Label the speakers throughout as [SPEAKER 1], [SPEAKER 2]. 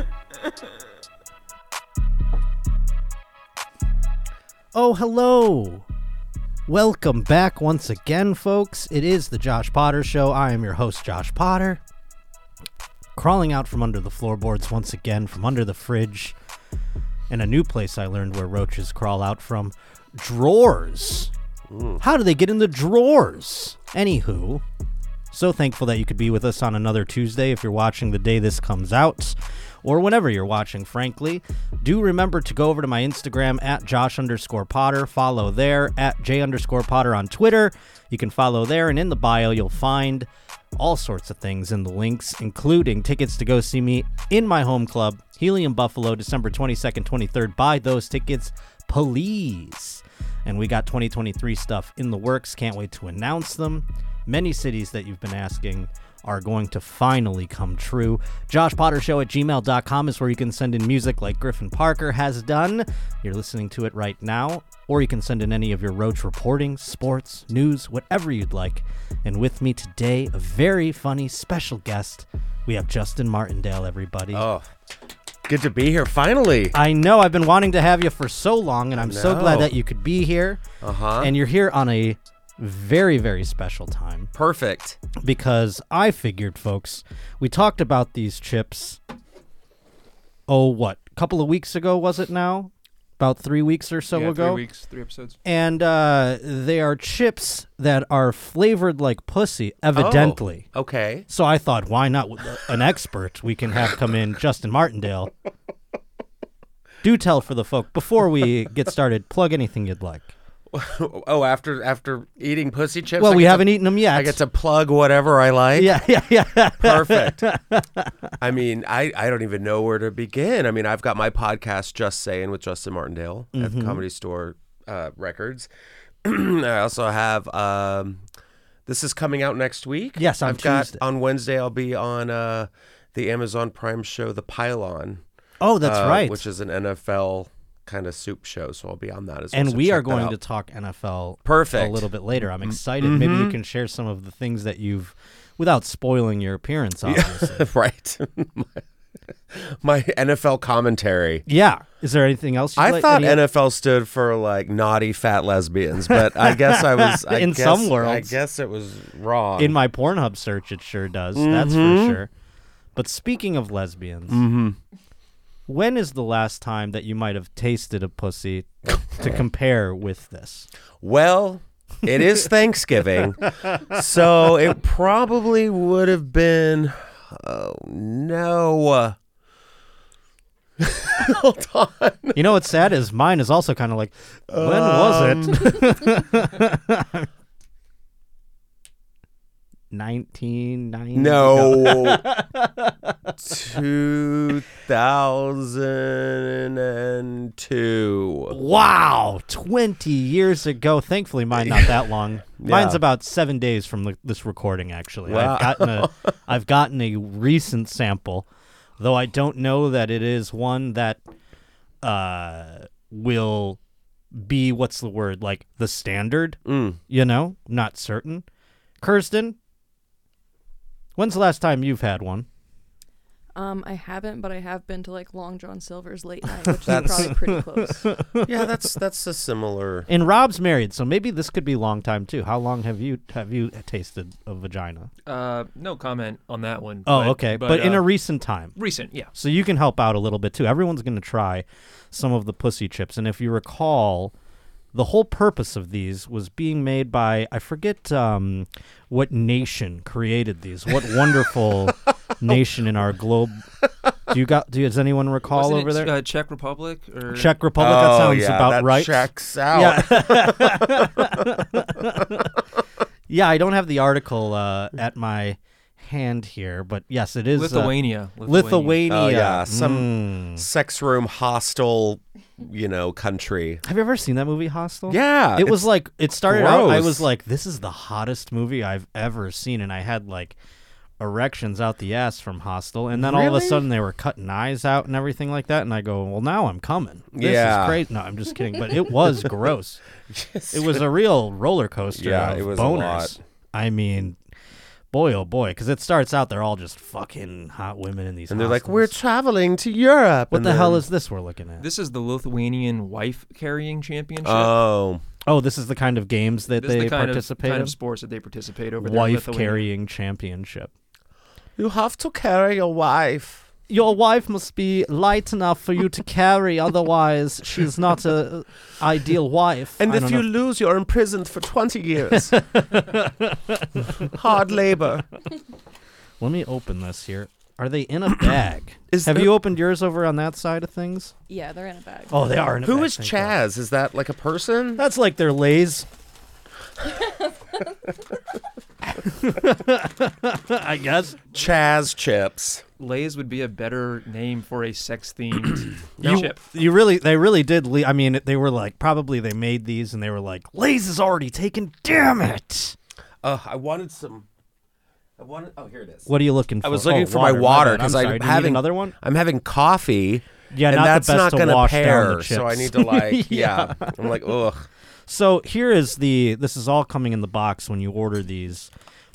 [SPEAKER 1] Hello, Oh, hello. Welcome back once again, folks. It is the Josh Potter Show. I am your host, Josh Potter. Crawling out from under the floorboards once again, from under the fridge, and a new place I learned where roaches crawl out from drawers. How do they get in the drawers? Anywho, so thankful that you could be with us on another Tuesday if you're watching the day this comes out, or whenever you're watching, frankly. Do remember to go over to my Instagram at Josh underscore Potter, follow there, at J underscore Potter on Twitter. You can follow there, and in the bio, you'll find all sorts of things in the links, including tickets to go see me in my home club, Helium Buffalo, December 22nd, 23rd. Buy those tickets, please. And we got 2023 stuff in the works. Can't wait to announce them. Many cities that you've been asking are going to finally come true. JoshPotterShow at gmail.com is where you can send in music like Griffin Parker has done. You're listening to it right now. Or you can send in any of your roach reporting, sports, news, whatever you'd like. And with me today, a very funny special guest. We have Justin Martindale, everybody.
[SPEAKER 2] Oh, good to be here finally.
[SPEAKER 1] I know I've been wanting to have you for so long, and I'm so glad
[SPEAKER 2] know.
[SPEAKER 1] that you could be here.
[SPEAKER 2] Uh huh.
[SPEAKER 1] And you're here on a very, very special time
[SPEAKER 2] Perfect.
[SPEAKER 1] because I figured, folks, we talked about these chips. Oh, what? A couple of weeks ago, was it now? About three weeks or so
[SPEAKER 3] yeah,
[SPEAKER 1] ago.
[SPEAKER 3] three weeks, three episodes.
[SPEAKER 1] And uh, they are chips that are flavored like pussy, evidently.
[SPEAKER 2] Oh, okay.
[SPEAKER 1] So I thought, why not with an expert we can have come in, Justin Martindale? Do tell for the folk before we get started. Plug anything you'd like.
[SPEAKER 2] Oh, after after eating pussy chips.
[SPEAKER 1] Well,
[SPEAKER 2] I
[SPEAKER 1] we
[SPEAKER 2] get to-
[SPEAKER 1] haven't eaten them yet.
[SPEAKER 2] I get to plug whatever I like.
[SPEAKER 1] yeah, yeah, yeah.
[SPEAKER 2] Perfect. I mean, I, I don't even know where to begin. I mean, I've got my podcast Just Saying with Justin Martindale at
[SPEAKER 1] Mm-hmm.
[SPEAKER 2] the Comedy Store uh, Records. I also have um, this is coming out next week.
[SPEAKER 1] Yes, on
[SPEAKER 2] I've got
[SPEAKER 1] Tuesday.
[SPEAKER 2] on Wednesday. I'll be on uh, the Amazon Prime show, The Pylon.
[SPEAKER 1] Oh, that's
[SPEAKER 2] uh,
[SPEAKER 1] right.
[SPEAKER 2] Which is an NFL kind of soup show, so I'll be on that as well.
[SPEAKER 1] and
[SPEAKER 2] so
[SPEAKER 1] we
[SPEAKER 2] check
[SPEAKER 1] are
[SPEAKER 2] that
[SPEAKER 1] going
[SPEAKER 2] out.
[SPEAKER 1] to talk NFL
[SPEAKER 2] Perfect. Mm-hmm.
[SPEAKER 1] a little bit later. I'm excited. Maybe you can share some of the things that you've, without spoiling your appearance, obviously. Yeah.
[SPEAKER 2] right. my, my NFL commentary.
[SPEAKER 1] Is there anything else? You'd
[SPEAKER 2] I
[SPEAKER 1] like-
[SPEAKER 2] thought
[SPEAKER 1] any-
[SPEAKER 2] NFL stood for like naughty fat lesbians, but I guess I was I
[SPEAKER 1] In
[SPEAKER 2] guess-
[SPEAKER 1] some
[SPEAKER 2] I
[SPEAKER 1] worlds.
[SPEAKER 2] guess it was wrong.
[SPEAKER 1] in my Pornhub search, it sure does. That's for sure. But speaking of lesbians, when is the last time that you might have tasted a pussy to compare with this?
[SPEAKER 2] well, it is Thanksgiving, so it probably would have been. Oh no! uh, Hold on.
[SPEAKER 1] You know what's sad is mine is also kind of like, when was it? 1990.
[SPEAKER 2] No. 2002.
[SPEAKER 1] Wow, 20 years ago. Thankfully, mine not that long. Mine's about seven days from the, this recording, actually.
[SPEAKER 2] Wow.
[SPEAKER 1] I've gotten a, I've gotten a recent sample, though I don't know that it is one that uh, will be what's the word like the standard. You know, not certain. Kirsten, when's the last time you've had one?
[SPEAKER 4] Um, I haven't, but I have been to like Long John Silver's late night, which is probably pretty close.
[SPEAKER 2] Yeah, that's that's a similar.
[SPEAKER 1] And Rob's married, so maybe this could be long time too. How long have you have you tasted a vagina?
[SPEAKER 3] Uh, no comment on that one.
[SPEAKER 1] Oh,
[SPEAKER 3] but-
[SPEAKER 1] okay. But, in
[SPEAKER 3] uh,
[SPEAKER 1] a recent time.
[SPEAKER 3] recent, yeah.
[SPEAKER 1] So you can help out a little bit too. Everyone's going to try some of the pussy chips. And if you recall, the whole purpose of these was being made by, I forget um, what nation created these. What wonderful nation in our globe. Do you got, do, does anyone recall
[SPEAKER 3] Wasn't
[SPEAKER 1] over
[SPEAKER 3] it,
[SPEAKER 1] there?
[SPEAKER 3] Uh, Czech Republic or
[SPEAKER 1] Czech Republic, that sounds about right.
[SPEAKER 2] Oh, Checks out.
[SPEAKER 1] Yeah. yeah, I don't have the article uh, at my hand here, but yes, it is uh,
[SPEAKER 3] Lithuania.
[SPEAKER 1] Lithuania.
[SPEAKER 2] Oh, yeah, some-
[SPEAKER 1] Mm.
[SPEAKER 2] Sex room hostile, you know, country.
[SPEAKER 1] Have you ever seen that movie Hostel?
[SPEAKER 2] Yeah,
[SPEAKER 1] It was
[SPEAKER 2] it's
[SPEAKER 1] like it started out I
[SPEAKER 2] gross.
[SPEAKER 1] was like this is the hottest movie I've ever seen and I had like erections out the ass from Hostel and then all of a
[SPEAKER 2] Really?
[SPEAKER 1] sudden they were cutting eyes out and everything like that and I go, "Well, now I'm coming." This
[SPEAKER 2] Yeah.
[SPEAKER 1] is crazy. No, I'm just kidding, but it was gross. It was a real roller coaster
[SPEAKER 2] Yeah,
[SPEAKER 1] of
[SPEAKER 2] it was a
[SPEAKER 1] boners.
[SPEAKER 2] lot.
[SPEAKER 1] I mean, boy, oh boy, because it starts out they're all just fucking hot women in these.
[SPEAKER 2] And they're like,
[SPEAKER 1] hostels.
[SPEAKER 2] we're traveling to Europe.
[SPEAKER 1] What
[SPEAKER 2] And
[SPEAKER 1] the hell
[SPEAKER 2] then-
[SPEAKER 1] is this we're looking at?
[SPEAKER 3] This is the Lithuanian wife carrying championship.
[SPEAKER 2] Oh,
[SPEAKER 1] oh, this is the kind of games that
[SPEAKER 3] this
[SPEAKER 1] they
[SPEAKER 3] is the kind
[SPEAKER 1] participate
[SPEAKER 3] of kind
[SPEAKER 1] in.
[SPEAKER 3] of sports that they participate over there. in
[SPEAKER 1] Wife
[SPEAKER 3] Lithuania.
[SPEAKER 1] carrying championship.
[SPEAKER 2] you have to carry your wife.
[SPEAKER 1] Your wife must be light enough for you to carry, otherwise she's not a uh, ideal wife.
[SPEAKER 2] And
[SPEAKER 1] I
[SPEAKER 2] if
[SPEAKER 1] don't
[SPEAKER 2] you
[SPEAKER 1] know.
[SPEAKER 2] lose, you're imprisoned for 20 years. Hard labor.
[SPEAKER 1] let me open this here. Are they in a bag?
[SPEAKER 2] Is
[SPEAKER 1] Have
[SPEAKER 2] the-
[SPEAKER 1] you opened yours over on that side of things?
[SPEAKER 4] Yeah, they're in a bag.
[SPEAKER 1] Oh, they are. In a
[SPEAKER 2] Who
[SPEAKER 1] bag,
[SPEAKER 2] is
[SPEAKER 1] thank God.
[SPEAKER 2] Chaz? Is that like a person?
[SPEAKER 1] That's like their lays. I guess.
[SPEAKER 2] Chaz Chips.
[SPEAKER 3] Lays would be a better name for a sex themed
[SPEAKER 1] You,
[SPEAKER 3] chip.
[SPEAKER 1] you really, they really did. Le- I mean, they were like, probably they made these and they were like, Lays is already taken. Damn it.
[SPEAKER 2] Uh, I wanted some. I wanted. Oh, here it is.
[SPEAKER 1] What are you looking for?
[SPEAKER 2] I was
[SPEAKER 1] Oh,
[SPEAKER 2] looking for my water
[SPEAKER 1] bad. I'm
[SPEAKER 2] because I'm
[SPEAKER 1] sorry. Do you need
[SPEAKER 2] having
[SPEAKER 1] another one.
[SPEAKER 2] I'm having coffee.
[SPEAKER 1] Yeah,
[SPEAKER 2] and
[SPEAKER 1] not the
[SPEAKER 2] that's
[SPEAKER 1] best
[SPEAKER 2] not
[SPEAKER 1] to
[SPEAKER 2] gonna
[SPEAKER 1] wash down
[SPEAKER 2] pair,
[SPEAKER 1] the
[SPEAKER 2] so I
[SPEAKER 1] chips.
[SPEAKER 2] need to like, yeah. I'm like, ugh.
[SPEAKER 1] So here is the. This is all coming in the box when you order these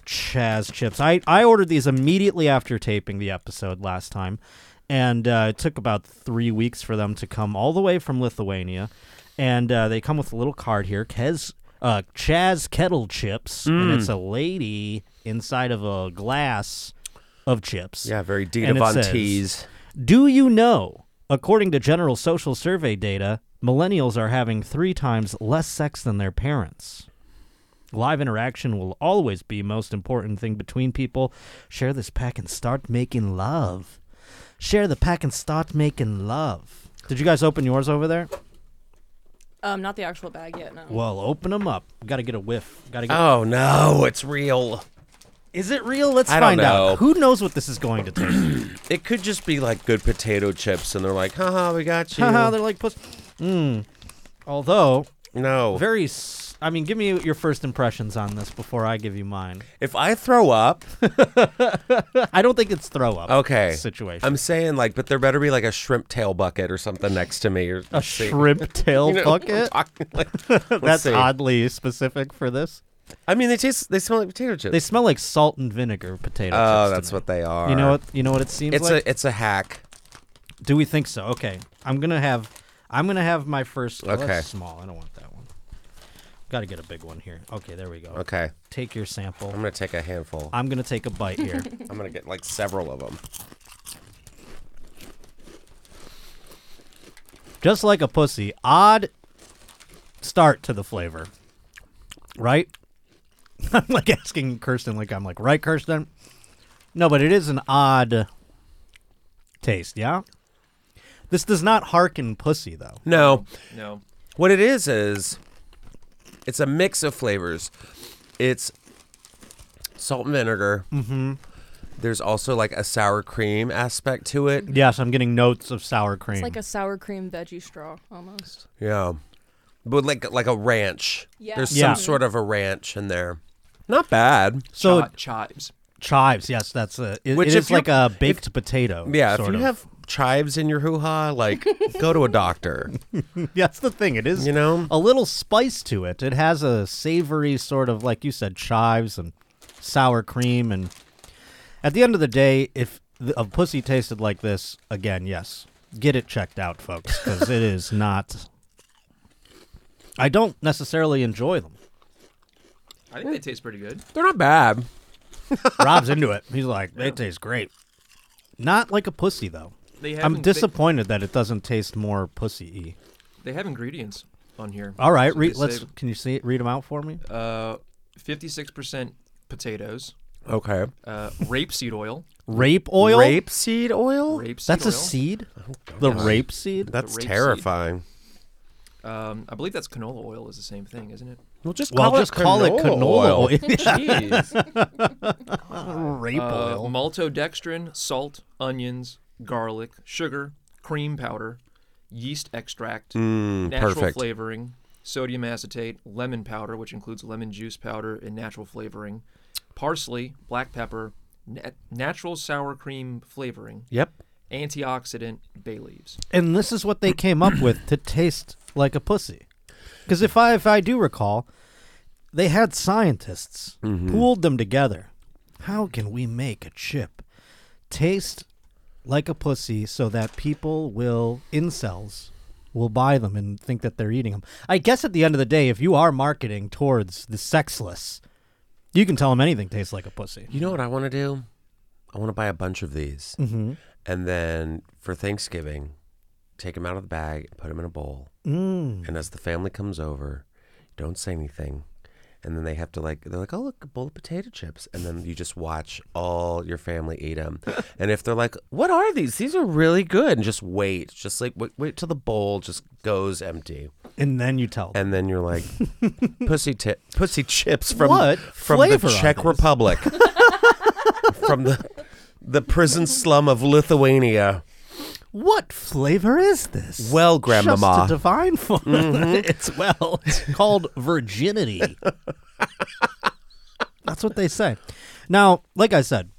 [SPEAKER 1] Chaz chips. I I ordered these immediately after taping the episode last time, and uh, it took about three weeks for them to come all the way from Lithuania, and uh, they come with a little card here. Kez. Uh, Chaz kettle chips, and it's a lady inside of a glass of chips.
[SPEAKER 2] Yeah, very Dita
[SPEAKER 1] And it
[SPEAKER 2] Von
[SPEAKER 1] says-
[SPEAKER 2] Teese.
[SPEAKER 1] Do you know, according to general social survey data, millennials are having three times less sex than their parents? Live interaction will always be most important thing between people. Share this pack and start making love. Share the pack and start making love. Did you guys open yours over there?
[SPEAKER 4] Um, not the actual bag yet. No.
[SPEAKER 1] Well, open them up. Got to get a whiff. Got to get.
[SPEAKER 2] Oh no, it's real.
[SPEAKER 1] is it real? Let's
[SPEAKER 2] I don't
[SPEAKER 1] find
[SPEAKER 2] know.
[SPEAKER 1] out. Who knows what this is going to taste?
[SPEAKER 2] It could just be like good potato chips, and they're like, haha, we got you.
[SPEAKER 1] Haha, they're like puss. Mm. Although
[SPEAKER 2] no,
[SPEAKER 1] very s- i mean give me your first impressions on this before i give you mine
[SPEAKER 2] if I throw up,
[SPEAKER 1] i don't think it's throw up
[SPEAKER 2] okay.
[SPEAKER 1] situation
[SPEAKER 2] I'm saying like, but there better be like a shrimp tail bucket or something next to me, or
[SPEAKER 1] a shrimp tail
[SPEAKER 2] You know, I'm
[SPEAKER 1] bucket
[SPEAKER 2] talking like-
[SPEAKER 1] that's
[SPEAKER 2] see.
[SPEAKER 1] oddly specific for this
[SPEAKER 2] I mean, they taste. They smell like potato chips.
[SPEAKER 1] they smell like salt and vinegar potato
[SPEAKER 2] oh,
[SPEAKER 1] chips to
[SPEAKER 2] that's
[SPEAKER 1] me.
[SPEAKER 2] what they are.
[SPEAKER 1] you know what you know what it seems
[SPEAKER 2] It's
[SPEAKER 1] like
[SPEAKER 2] a it's a hack.
[SPEAKER 1] do we think so okay i'm gonna have i'm gonna have my first oh,
[SPEAKER 2] Okay.
[SPEAKER 1] that's small i don't want that one gotta get a big one here okay there we go
[SPEAKER 2] Okay,
[SPEAKER 1] take your sample
[SPEAKER 2] I'm gonna take a handful.
[SPEAKER 1] i'm gonna take a bite here
[SPEAKER 2] I'm gonna get like several of them.
[SPEAKER 1] just like a pussy, odd start to the flavor, right? I'm like asking Kirsten, like I'm like, right, Kirsten? No, but it is an odd taste, yeah. This does not harken pussy though.
[SPEAKER 2] No,
[SPEAKER 1] Oh.
[SPEAKER 3] No.
[SPEAKER 2] what it is is it's a mix of flavors. It's salt and vinegar. Mm-hmm. There's also like a sour cream aspect to it.
[SPEAKER 1] Yes, I'm getting notes of sour cream.
[SPEAKER 4] It's like a sour cream veggie straw almost.
[SPEAKER 2] Yeah, but like like a ranch.
[SPEAKER 4] Yeah.
[SPEAKER 2] There's
[SPEAKER 1] Yeah.
[SPEAKER 2] some sort of a ranch in there. Not bad.
[SPEAKER 1] so
[SPEAKER 3] Chi- chives.
[SPEAKER 1] chives, yes, that's a. It,
[SPEAKER 2] Which
[SPEAKER 1] it
[SPEAKER 2] if
[SPEAKER 1] is
[SPEAKER 2] you-
[SPEAKER 1] like a baked potato.
[SPEAKER 2] Yeah, if
[SPEAKER 1] sort
[SPEAKER 2] you
[SPEAKER 1] of.
[SPEAKER 2] have chives in your hoo ha, like go to a doctor.
[SPEAKER 1] Yeah, that's the thing. It is
[SPEAKER 2] You know?
[SPEAKER 1] a little spice to it. It has a savory sort of like you said chives and sour cream and at the end of the day if th- a pussy tasted like this again, yes. Get it checked out, folks, cuz it is not I don't necessarily enjoy them.
[SPEAKER 3] I think they taste pretty good.
[SPEAKER 2] They're not bad.
[SPEAKER 1] Rob's into it. He's like, "They taste great." Not like a pussy though.
[SPEAKER 3] They have
[SPEAKER 1] I'm
[SPEAKER 3] ing-
[SPEAKER 1] disappointed that it doesn't taste more pussy-y.
[SPEAKER 3] They, they have ingredients on here.
[SPEAKER 1] All right,
[SPEAKER 3] So
[SPEAKER 1] re-
[SPEAKER 3] they
[SPEAKER 1] let's
[SPEAKER 3] say,
[SPEAKER 1] can you see read them out for me?
[SPEAKER 3] Uh, fifty-six percent potatoes,
[SPEAKER 2] Okay.
[SPEAKER 3] uh, rapeseed oil,
[SPEAKER 1] Rape oil?
[SPEAKER 2] Rapeseed oil?
[SPEAKER 3] rapeseed
[SPEAKER 1] That's
[SPEAKER 3] oil.
[SPEAKER 1] a seed? The rape seed?
[SPEAKER 2] That's
[SPEAKER 3] The rapeseed.
[SPEAKER 2] terrifying.
[SPEAKER 3] Um, I believe that's canola oil is the same thing, isn't it?
[SPEAKER 2] Well, just
[SPEAKER 1] Well, just call it canola
[SPEAKER 2] Jeez.
[SPEAKER 1] oil. Rape
[SPEAKER 3] Uh, maltodextrin, salt, onions, garlic, sugar, cream powder, yeast extract,
[SPEAKER 2] Mm,
[SPEAKER 3] natural
[SPEAKER 2] perfect.
[SPEAKER 3] flavoring, sodium acetate, lemon powder, which includes lemon juice powder and natural flavoring, parsley, black pepper, nat- natural sour cream flavoring,
[SPEAKER 2] Yep.
[SPEAKER 3] antioxidant, bay leaves.
[SPEAKER 1] And this is what they came up with to taste like a pussy. Because if I if I do recall, they had scientists pooled them together, How can we make a chip taste like a pussy so that people will incels will buy them and think that they're eating them? I guess at the end of the day, if you are marketing towards the sexless, you can tell them anything tastes like a pussy.
[SPEAKER 2] You know what I want to do? I want to buy a bunch of these,
[SPEAKER 1] Mm-hmm.
[SPEAKER 2] and then for Thanksgiving, take them out of the bag and put them in a bowl.
[SPEAKER 1] Mm.
[SPEAKER 2] And as the family comes over, don't say anything. And then they have to like they're like, oh look, a bowl of potato chips. And then you just watch all your family eat them. and if they're like, what are these? These are really good. And just wait, just like wait, wait till the bowl just goes empty.
[SPEAKER 1] And then you tell them.
[SPEAKER 2] And then you're like, pussy ti- pussy chips from
[SPEAKER 1] What
[SPEAKER 2] from
[SPEAKER 1] flavor
[SPEAKER 2] the
[SPEAKER 1] are
[SPEAKER 2] Czech
[SPEAKER 1] these?
[SPEAKER 2] Republic, from the the prison slum of Lithuania.
[SPEAKER 1] What flavor is this?
[SPEAKER 2] Well, Grandmama. Mm-hmm.
[SPEAKER 1] Just a divine for it's well, it's called virginity. That's what they say. Now, like I said,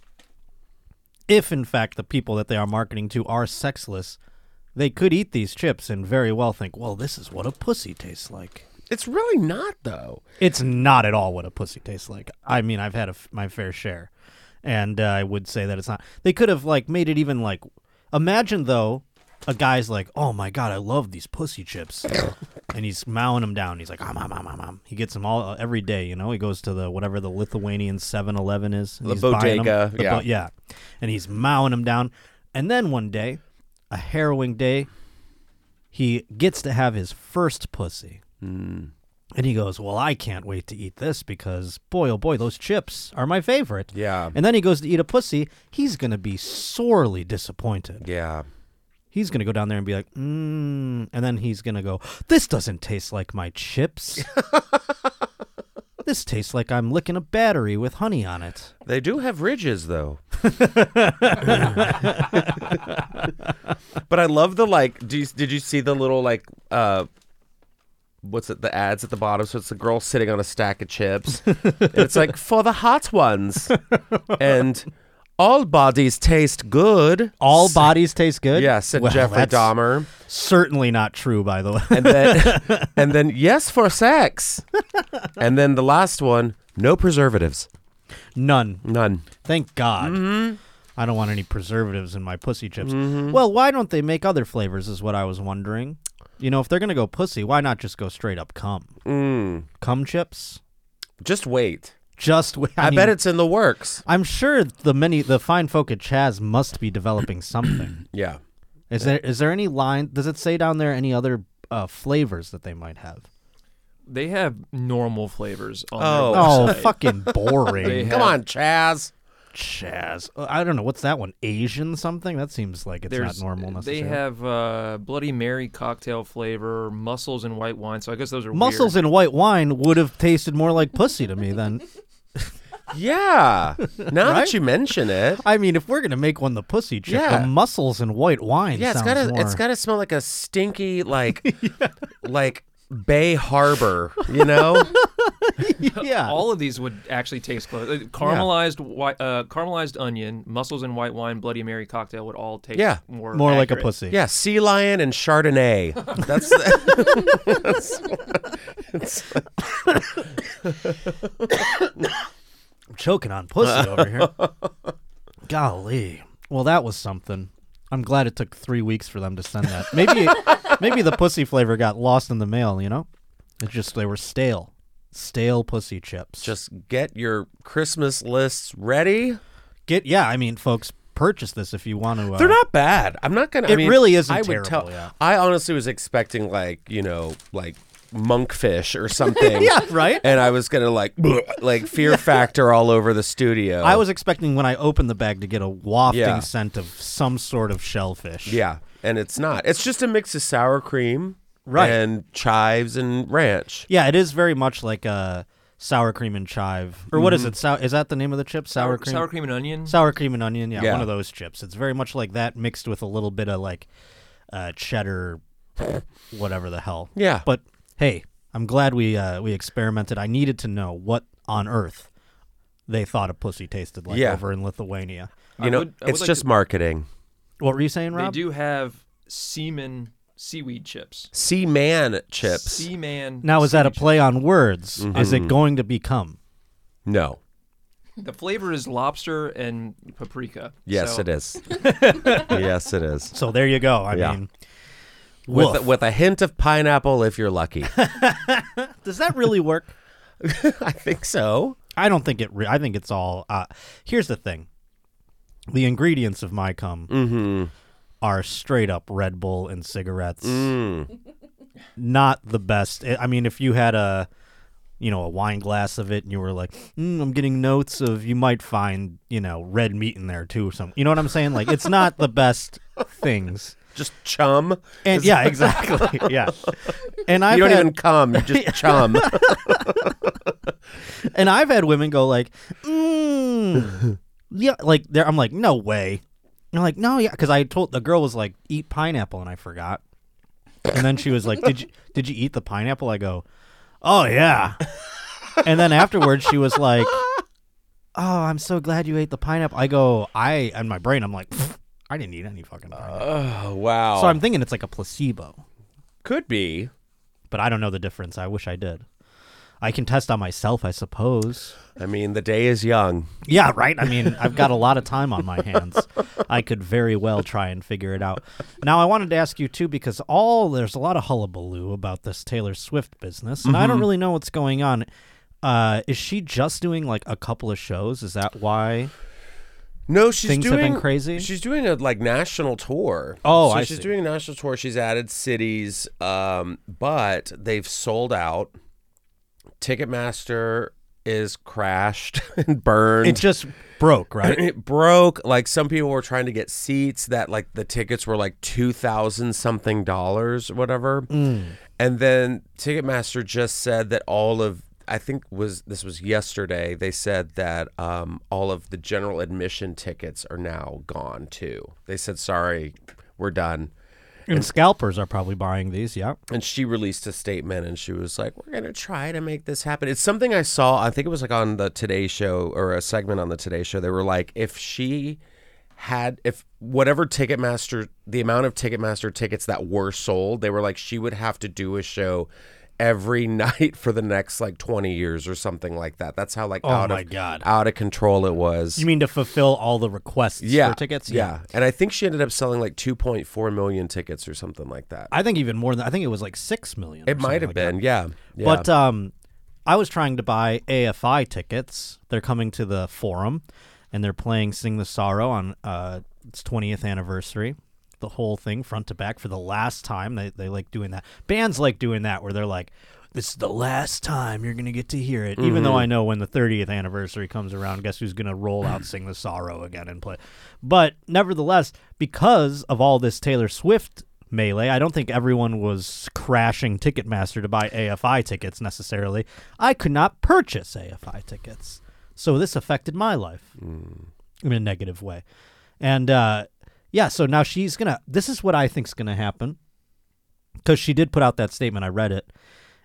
[SPEAKER 1] if in fact the people that they are marketing to are sexless, they could eat these chips and very well think, "Well, this is what a pussy tastes like."
[SPEAKER 2] It's really not though.
[SPEAKER 1] It's not at all what a pussy tastes like. I mean, I've had a f my fair share, and uh, I would say that it's not. They could have like made it even like. Imagine though, a guy's like, "Oh my god, I love these pussy chips," and he's mowing them down. He's like, "Um, um, um, um, um." He gets them all uh, every day. You know, he goes to the whatever the Lithuanian 7-Eleven is. and
[SPEAKER 2] The
[SPEAKER 1] he's buying 'em.
[SPEAKER 2] bodega,
[SPEAKER 1] The
[SPEAKER 2] yeah.
[SPEAKER 1] yeah, and he's mowing them down. And then one day, a harrowing day, he gets to have his first pussy. And he goes, Well, I can't wait to eat this because, boy, oh boy, those chips are my favorite.
[SPEAKER 2] Yeah.
[SPEAKER 1] And then he goes to eat a pussy. He's going to be sorely disappointed.
[SPEAKER 2] Yeah.
[SPEAKER 1] He's going to go down there and be like, Mmm. And then he's going to go, This doesn't taste like my chips. this tastes like I'm licking a battery with honey on it.
[SPEAKER 2] They do have ridges though. but I love the like do you, did you see the little like uh what's it the ads at the bottom so it's the girl sitting on a stack of chips and it's like for the hot ones and all bodies taste good.
[SPEAKER 1] All bodies taste good?
[SPEAKER 2] Yes, and
[SPEAKER 1] Well,
[SPEAKER 2] Jeffrey
[SPEAKER 1] that's
[SPEAKER 2] Dahmer.
[SPEAKER 1] Certainly not true, by the way.
[SPEAKER 2] And then and then yes for sex. And then the last one, no preservatives.
[SPEAKER 1] None.
[SPEAKER 2] None.
[SPEAKER 1] Thank God. I don't want any preservatives in my pussy chips. Well, why don't they make other flavors? Is what I was wondering. You know, if they're gonna go pussy, why not just go straight up cum?
[SPEAKER 2] Mm.
[SPEAKER 1] Cum chips?
[SPEAKER 2] Just wait.
[SPEAKER 1] Just wait.
[SPEAKER 2] I, bet it's in the works.
[SPEAKER 1] I'm sure the many the fine folk at Chaz must be developing something.
[SPEAKER 2] Yeah.
[SPEAKER 1] is there is there any line? Does it say down there any other uh, flavors that they might have?
[SPEAKER 3] They have normal flavors on
[SPEAKER 2] Oh.
[SPEAKER 3] their
[SPEAKER 1] Oh,
[SPEAKER 3] website.
[SPEAKER 1] fucking
[SPEAKER 3] They
[SPEAKER 1] boring.
[SPEAKER 3] have-
[SPEAKER 2] Come on, Chaz.
[SPEAKER 1] Chaz. Uh, I don't know. What's that one? Asian something? That seems like it's
[SPEAKER 3] There's-
[SPEAKER 1] not normal necessarily.
[SPEAKER 3] They have uh, Bloody Mary cocktail flavor, mussels and white wine. So I guess those are
[SPEAKER 1] Mussels
[SPEAKER 3] Weird.
[SPEAKER 1] and white wine would have tasted more like pussy to me than.
[SPEAKER 2] Yeah. Now
[SPEAKER 1] Right?
[SPEAKER 2] that you mention it,
[SPEAKER 1] I mean, if we're gonna make one the pussy chip,
[SPEAKER 2] Yeah.
[SPEAKER 1] the mussels and white wine.
[SPEAKER 2] yeah, it's
[SPEAKER 1] sounds
[SPEAKER 2] gotta
[SPEAKER 1] more.
[SPEAKER 2] it's gotta smell like a stinky like like Bay Harbor, you know?
[SPEAKER 1] yeah.
[SPEAKER 3] All of these would actually taste close. Uh, Caramelized, white, uh, caramelized onion, mussels and white wine, Bloody Mary cocktail would all taste
[SPEAKER 2] Yeah.
[SPEAKER 3] more
[SPEAKER 1] more like a
[SPEAKER 3] accurate.
[SPEAKER 1] pussy.
[SPEAKER 2] yeah, sea lion and Chardonnay. That's the,
[SPEAKER 1] I'm choking on pussy over here. Golly. Well, that was something. I'm glad it took three weeks for them to send that. Maybe, maybe the pussy flavor got lost in the mail. You know, it's just they were stale, stale pussy chips.
[SPEAKER 2] just get your Christmas lists ready.
[SPEAKER 1] get yeah. I mean, folks, purchase this if you want to. Uh,
[SPEAKER 2] They're not bad. I'm not gonna. I
[SPEAKER 1] It
[SPEAKER 2] mean,
[SPEAKER 1] really isn't
[SPEAKER 2] I would
[SPEAKER 1] terrible,
[SPEAKER 2] tell.
[SPEAKER 1] yeah.
[SPEAKER 2] I honestly was expecting like you know like monkfish or something.
[SPEAKER 1] Yeah, right?
[SPEAKER 2] And I was gonna like like Fear Factor all over the studio.
[SPEAKER 1] I was expecting when I opened the bag to get a wafting
[SPEAKER 2] Oh. Yeah.
[SPEAKER 1] scent of some sort of shellfish.
[SPEAKER 2] Yeah, and it's not. It's just a mix of sour cream,
[SPEAKER 1] Right.
[SPEAKER 2] and chives and ranch.
[SPEAKER 1] Yeah, it is very much like a sour cream and chive. Or what is it? Sou- is that the name of the chip? Sour
[SPEAKER 3] Sour
[SPEAKER 1] cream.
[SPEAKER 3] sour cream and onion.
[SPEAKER 1] Sour cream and onion. Yeah,
[SPEAKER 2] Yeah.
[SPEAKER 1] one of those chips. It's very much like that mixed with a little bit of like uh, cheddar, whatever the hell.
[SPEAKER 2] Yeah.
[SPEAKER 1] But hey, I'm glad we uh, we experimented. I needed to know what on earth they thought a pussy tasted like
[SPEAKER 2] Yeah.
[SPEAKER 1] over in Lithuania.
[SPEAKER 2] You
[SPEAKER 3] I
[SPEAKER 2] know,
[SPEAKER 3] would- I would
[SPEAKER 2] it's
[SPEAKER 3] like
[SPEAKER 2] just
[SPEAKER 3] to-
[SPEAKER 2] marketing.
[SPEAKER 1] What were you saying,
[SPEAKER 3] They
[SPEAKER 1] Rob?
[SPEAKER 3] do have semen seaweed chips.
[SPEAKER 2] Sea man chips.
[SPEAKER 3] Seaman.
[SPEAKER 1] Now is that a
[SPEAKER 3] seaweed chips.
[SPEAKER 2] Mm-hmm.
[SPEAKER 1] play on words? Is it going to become?
[SPEAKER 2] no.
[SPEAKER 3] The flavor is lobster and paprika.
[SPEAKER 2] Yes,
[SPEAKER 3] so
[SPEAKER 2] it is. yes, it is.
[SPEAKER 1] So there you go. I
[SPEAKER 2] Yeah.
[SPEAKER 1] mean,
[SPEAKER 2] With
[SPEAKER 1] woof.
[SPEAKER 2] a, with a hint of pineapple, if you're lucky.
[SPEAKER 1] does that really work?
[SPEAKER 2] I think so.
[SPEAKER 1] I don't think it. Re- I think it's all. Uh, here's the thing: the ingredients of my cum
[SPEAKER 2] Mm-hmm.
[SPEAKER 1] are straight up Red Bull and cigarettes.
[SPEAKER 2] Mm.
[SPEAKER 1] Not the best. I I mean, if you had a, you know, a wine glass of it, and you were like, mm, "I'm getting notes of," you might find, you know, red meat in there too, or something. You know what I'm saying? Like, it's not the best things.
[SPEAKER 2] Just chum.
[SPEAKER 1] And yeah, exactly. Yeah, and I
[SPEAKER 2] you don't even come. You just chum.
[SPEAKER 1] And I've had women go like, mm, yeah, like they're, I'm like, no way. And I'm like, no, yeah, because I told the girl was like, eat pineapple, and I forgot. And then she was like, did you did you eat the pineapple? I go, oh yeah. And then afterwards, she was like, oh, I'm so glad you ate the pineapple. I go, I and my brain, I'm like, "Pfft, I didn't eat any fucking pineapple.
[SPEAKER 2] oh wow.
[SPEAKER 1] so I'm thinking it's like a placebo,
[SPEAKER 2] could be.
[SPEAKER 1] but I don't know the difference. I wish I did. I can test on myself, I suppose.
[SPEAKER 2] I mean, the day is young.
[SPEAKER 1] Yeah, right. I mean, I've got a lot of time on my hands. I could very well try and figure it out. Now, I wanted to ask you too, because all there's a lot of hullabaloo about this Taylor Swift business, and
[SPEAKER 2] Mm-hmm.
[SPEAKER 1] I don't really know what's going on. Uh, is she just doing like a couple of shows? Is that why?
[SPEAKER 2] No, she's
[SPEAKER 1] Things have
[SPEAKER 2] doing
[SPEAKER 1] been crazy?
[SPEAKER 2] She's doing a like national tour.
[SPEAKER 1] Oh,
[SPEAKER 2] so
[SPEAKER 1] I
[SPEAKER 2] she's
[SPEAKER 1] see.
[SPEAKER 2] doing a national tour. She's added cities, um, but they've sold out. Ticketmaster is crashed and burned.
[SPEAKER 1] It just broke, right?
[SPEAKER 2] it broke. Like some people were trying to get seats that like the tickets were like two thousand something dollars, whatever. And then Ticketmaster just said that all of I think was this was yesterday. They said that um, all of the general admission tickets are now gone too. They said sorry, we're done.
[SPEAKER 1] and scalpers are probably buying these. Yeah.
[SPEAKER 2] And she released a statement and she was like, We're going to try to make this happen. It's something I saw, I think it was like on the Today Show or a segment on the Today Show. They were like, If she had, if whatever Ticketmaster, the amount of Ticketmaster tickets that were sold, they were like, she would have to do a show every night for the next like 20 years or something like that. That's how like out
[SPEAKER 1] Oh my
[SPEAKER 2] of
[SPEAKER 1] God.
[SPEAKER 2] out of control it was.
[SPEAKER 1] You mean to fulfill all the requests
[SPEAKER 2] yeah.
[SPEAKER 1] for tickets?
[SPEAKER 2] yeah. And I think she ended up selling like 2.4 million tickets or something like that.
[SPEAKER 1] I think even more than I think it was like six million. or
[SPEAKER 2] it might
[SPEAKER 1] something
[SPEAKER 2] have
[SPEAKER 1] like that.
[SPEAKER 2] been, yeah. yeah.
[SPEAKER 1] But um, I was trying to buy AFI tickets. They're coming to the forum, and they're playing "Sing the Sorrow" on uh, its 20th anniversary. The whole thing, front to back, for the last time. They they like doing that. Bands like doing that, where they're like, "This is the last time you're gonna get to hear it." Even though I know when the 30th anniversary comes around, guess who's gonna roll out "Sing the Sorrow" again and play? But nevertheless, because of all this Taylor Swift melee. I don't think everyone was crashing Ticketmaster to buy AFI tickets necessarily. I could not purchase AFI tickets. So this affected my life in a negative way. And uh, yeah, so now she's going to, this is what I think's going to happen. Because she did put out that statement. I read it.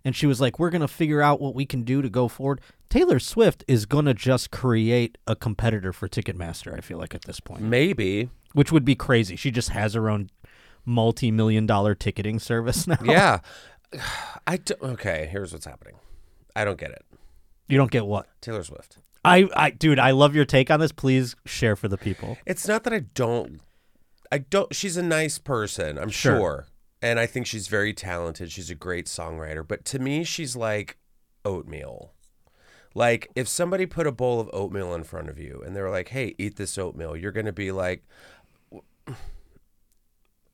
[SPEAKER 1] And she was like, we're going to figure out what we can do to go forward. Taylor Swift is going to just create a competitor for Ticketmaster, I feel like, at this point
[SPEAKER 2] Maybe.
[SPEAKER 1] which would be crazy. She just has her own multi-million dollar ticketing service now.
[SPEAKER 2] Yeah. I d- okay, here's what's happening. I don't get it.
[SPEAKER 1] You don't get what?
[SPEAKER 2] Taylor Swift.
[SPEAKER 1] I, I, dude, I love your take on this. Please share for the people.
[SPEAKER 2] It's not that I don't I don't she's a nice person, I'm
[SPEAKER 1] Sure.
[SPEAKER 2] sure. And I think she's very talented. She's a great songwriter, but to me she's like oatmeal. Like if somebody put a bowl of oatmeal in front of you and they're like, "Hey, eat this oatmeal." You're going to be like w-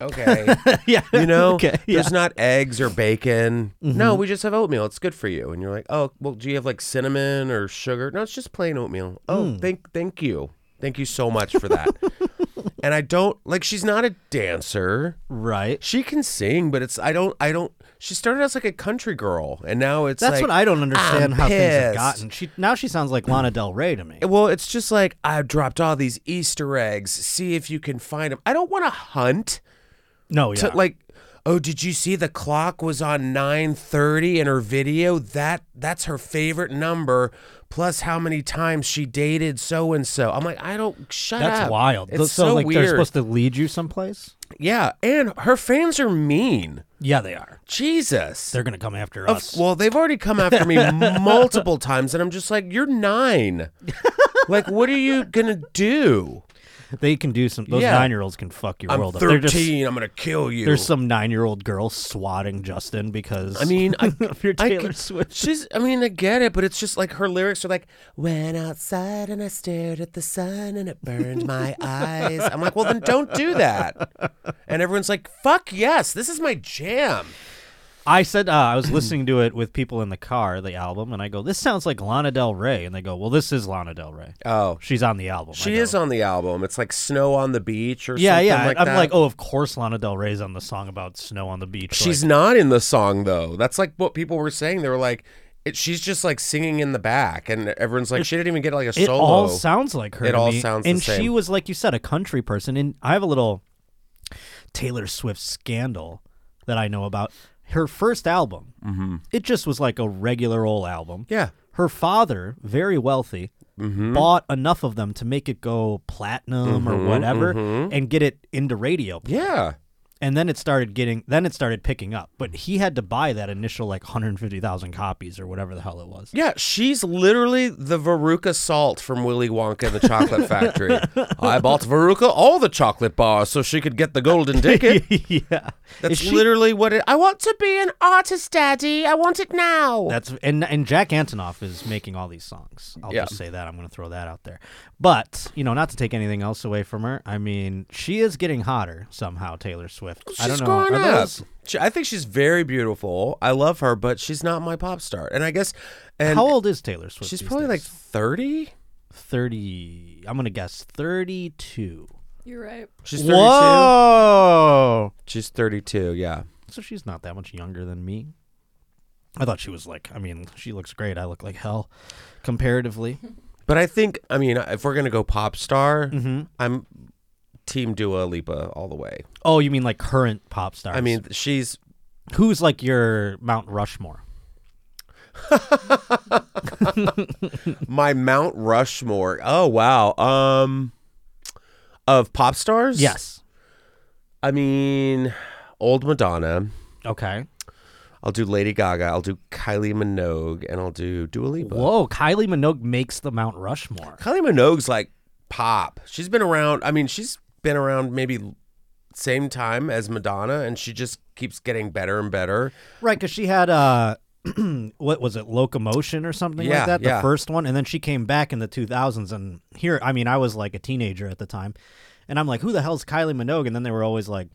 [SPEAKER 2] Okay.
[SPEAKER 1] yeah,
[SPEAKER 2] You know,
[SPEAKER 1] okay, yeah. Mm-hmm.
[SPEAKER 2] there's not eggs or bacon. No, we just have oatmeal. It's good for you. And you're like, oh, well, do you have like cinnamon or sugar? No, it's just plain oatmeal. Oh,
[SPEAKER 1] Mm.
[SPEAKER 2] thank, thank you, thank you so much for that. and I don't like. She's not a dancer.
[SPEAKER 1] right.
[SPEAKER 2] She can sing, but it's I don't I don't. She started as like a country girl, and now it's
[SPEAKER 1] That's
[SPEAKER 2] like,
[SPEAKER 1] what I don't understand
[SPEAKER 2] I'm
[SPEAKER 1] how things have
[SPEAKER 2] pissed.
[SPEAKER 1] gotten. She now she sounds like Lana Del Rey to me.
[SPEAKER 2] Well, it's just like I've dropped all these Easter eggs. See if you can find them. I don't want to hunt.
[SPEAKER 1] No,
[SPEAKER 2] to
[SPEAKER 1] yeah,
[SPEAKER 2] like oh did you see the clock was on 9:30 in her video that that's her favorite number plus how many times she dated so and so i'm like i don't shut
[SPEAKER 1] that's
[SPEAKER 2] up
[SPEAKER 1] wild.
[SPEAKER 2] it's
[SPEAKER 1] so,
[SPEAKER 2] so
[SPEAKER 1] like
[SPEAKER 2] weird
[SPEAKER 1] they're supposed to lead you someplace.
[SPEAKER 2] yeah and her fans are mean
[SPEAKER 1] Yeah, they are.
[SPEAKER 2] jesus
[SPEAKER 1] They're gonna come after
[SPEAKER 2] Of-
[SPEAKER 1] us.
[SPEAKER 2] well they've already come after me multiple times and i'm just like you're 9 like, what are you gonna do?
[SPEAKER 1] They can do some. Those
[SPEAKER 2] Yeah.
[SPEAKER 1] nine-year-olds can fuck your
[SPEAKER 2] I'm
[SPEAKER 1] world up. They're
[SPEAKER 2] 13.
[SPEAKER 1] just
[SPEAKER 2] I'm gonna kill you.
[SPEAKER 1] there's some nine-year-old girl swatting Justin because
[SPEAKER 2] I mean, I,
[SPEAKER 1] of your
[SPEAKER 2] I
[SPEAKER 1] Taylor
[SPEAKER 2] could-
[SPEAKER 1] Swift.
[SPEAKER 2] She's. I mean, I get it, but it's just like her lyrics are like, "Went outside and I stared at the sun and it burned my eyes." I'm like, well, then don't do that. And everyone's like, "Fuck yes, this is my jam."
[SPEAKER 1] I said uh, I was listening to it with people in the car, the album, and I go, "This sounds like Lana Del Rey," and they go, "Well, this is Lana Del Rey.
[SPEAKER 2] Oh,
[SPEAKER 1] She's on the album. I
[SPEAKER 2] she
[SPEAKER 1] go,
[SPEAKER 2] is on the album. It's like Snow on the Beach or
[SPEAKER 1] Yeah,
[SPEAKER 2] something
[SPEAKER 1] yeah.
[SPEAKER 2] like
[SPEAKER 1] I'm
[SPEAKER 2] that.
[SPEAKER 1] like, oh, of course, Lana Del Rey's on the song about snow on the beach.
[SPEAKER 2] She's
[SPEAKER 1] like,
[SPEAKER 2] not in the song though. That's like what people were saying. They were like, it, she's just like singing in the back, and everyone's like, she didn't even get like a
[SPEAKER 1] it
[SPEAKER 2] solo.
[SPEAKER 1] all sounds like her.
[SPEAKER 2] It
[SPEAKER 1] to
[SPEAKER 2] all
[SPEAKER 1] me.
[SPEAKER 2] sounds the
[SPEAKER 1] And she
[SPEAKER 2] same.
[SPEAKER 1] was like you said, a country person. And I have a little Taylor Swift scandal that I know about. Her first album, mm-hmm. it just was like a regular old album.
[SPEAKER 2] yeah,
[SPEAKER 1] Her father, very wealthy,
[SPEAKER 2] Mm-hmm.
[SPEAKER 1] bought enough of them to make it go platinum or whatever
[SPEAKER 2] mm-hmm.
[SPEAKER 1] and get it into radio.
[SPEAKER 2] yeah.
[SPEAKER 1] And then it started getting then it started picking up. But he had to buy that initial like 150,000 copies or whatever the hell it was.
[SPEAKER 2] Yeah, she's literally the Veruca Salt from Willy Wonka and the Chocolate Factory. I bought Veruca all the chocolate bars so she could get the golden ticket.
[SPEAKER 1] yeah.
[SPEAKER 2] That's
[SPEAKER 1] Is she-
[SPEAKER 2] literally what it. I want to be an artist, Daddy. I want it now.
[SPEAKER 1] That's and and Jack Antonoff is making all these songs. I'll
[SPEAKER 2] Yeah.
[SPEAKER 1] just say that. I'm going to throw that out there. But, you know, not to take anything else away from her. I mean, she is getting hotter somehow, Taylor Swift.
[SPEAKER 2] she's
[SPEAKER 1] I don't know.
[SPEAKER 2] grown
[SPEAKER 1] Are
[SPEAKER 2] up.
[SPEAKER 1] those-
[SPEAKER 2] She- I think she's very beautiful. I love her, but she's not my pop star. And I guess, and
[SPEAKER 1] how old is Taylor Swift?
[SPEAKER 2] she's
[SPEAKER 1] these
[SPEAKER 2] probably like
[SPEAKER 1] days?
[SPEAKER 2] thirty.
[SPEAKER 1] 30. I'm going to guess 32.
[SPEAKER 4] You're right.
[SPEAKER 2] She's thirty-two.
[SPEAKER 1] Whoa.
[SPEAKER 2] She's thirty-two. Yeah.
[SPEAKER 1] So she's not that much younger than me. I thought she was like, I mean, she looks great. I look like hell comparatively.
[SPEAKER 2] But I think, I mean, if we're gonna go pop star, I'm team Dua Lipa all the way.
[SPEAKER 1] Oh, you mean like current pop stars?
[SPEAKER 2] I mean, she's
[SPEAKER 1] who's like your Mount Rushmore?
[SPEAKER 2] my Mount Rushmore. Oh wow. Um, of pop stars.
[SPEAKER 1] Yes.
[SPEAKER 2] I mean, old Madonna.
[SPEAKER 1] Okay.
[SPEAKER 2] I'll do Lady Gaga. I'll do Kylie Minogue, and I'll do Dua Lipa.
[SPEAKER 1] Whoa, Kylie Minogue makes the Mount Rushmore.
[SPEAKER 2] Kylie Minogue's like pop. She's been around. I mean, she's been around maybe same time as Madonna, and she just keeps getting better and better.
[SPEAKER 1] Right, because she had uh what was it, locomotion or something
[SPEAKER 2] Yeah,
[SPEAKER 1] like that? The
[SPEAKER 2] yeah.
[SPEAKER 1] first one. And then she came back in the two thousands and here I mean, I was like a teenager at the time. And I'm like, who the hell's Kylie Minogue? And then they were always like,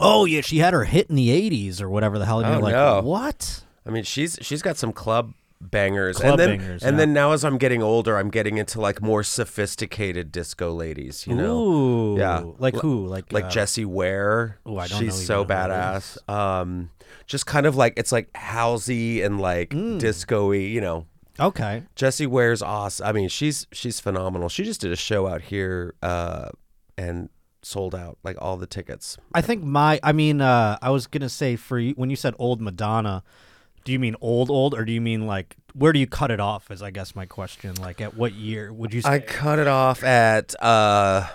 [SPEAKER 1] Oh yeah, she had her hit in the eighties or whatever the hell. And
[SPEAKER 2] Oh,
[SPEAKER 1] you're like,
[SPEAKER 2] no.
[SPEAKER 1] what?
[SPEAKER 2] I mean, she's she's got some club bangers,
[SPEAKER 1] Club
[SPEAKER 2] and then
[SPEAKER 1] bangers,
[SPEAKER 2] and
[SPEAKER 1] yeah.
[SPEAKER 2] then now as I'm getting older, I'm getting into like more sophisticated disco ladies. You know.
[SPEAKER 1] Ooh.
[SPEAKER 2] Yeah.
[SPEAKER 1] Like
[SPEAKER 2] L-
[SPEAKER 1] who? Like
[SPEAKER 2] like
[SPEAKER 1] uh,
[SPEAKER 2] Jessie Ware.
[SPEAKER 1] Ooh, I don't
[SPEAKER 2] She's
[SPEAKER 1] know even
[SPEAKER 2] so
[SPEAKER 1] who that
[SPEAKER 2] badass. Um, just kind of like it's like housey and like
[SPEAKER 1] Mm.
[SPEAKER 2] disco-y, You know,
[SPEAKER 1] Okay.
[SPEAKER 2] Jessie Ware's awesome. I mean, she's she's phenomenal. She just did a show out here uh, and sold out like all the tickets.
[SPEAKER 1] I think my I mean uh I was gonna say for you when you said old Madonna, do you mean old old or do you mean like where do you cut it off is I guess my question. Like at what year would you say
[SPEAKER 2] I cut it off at uh,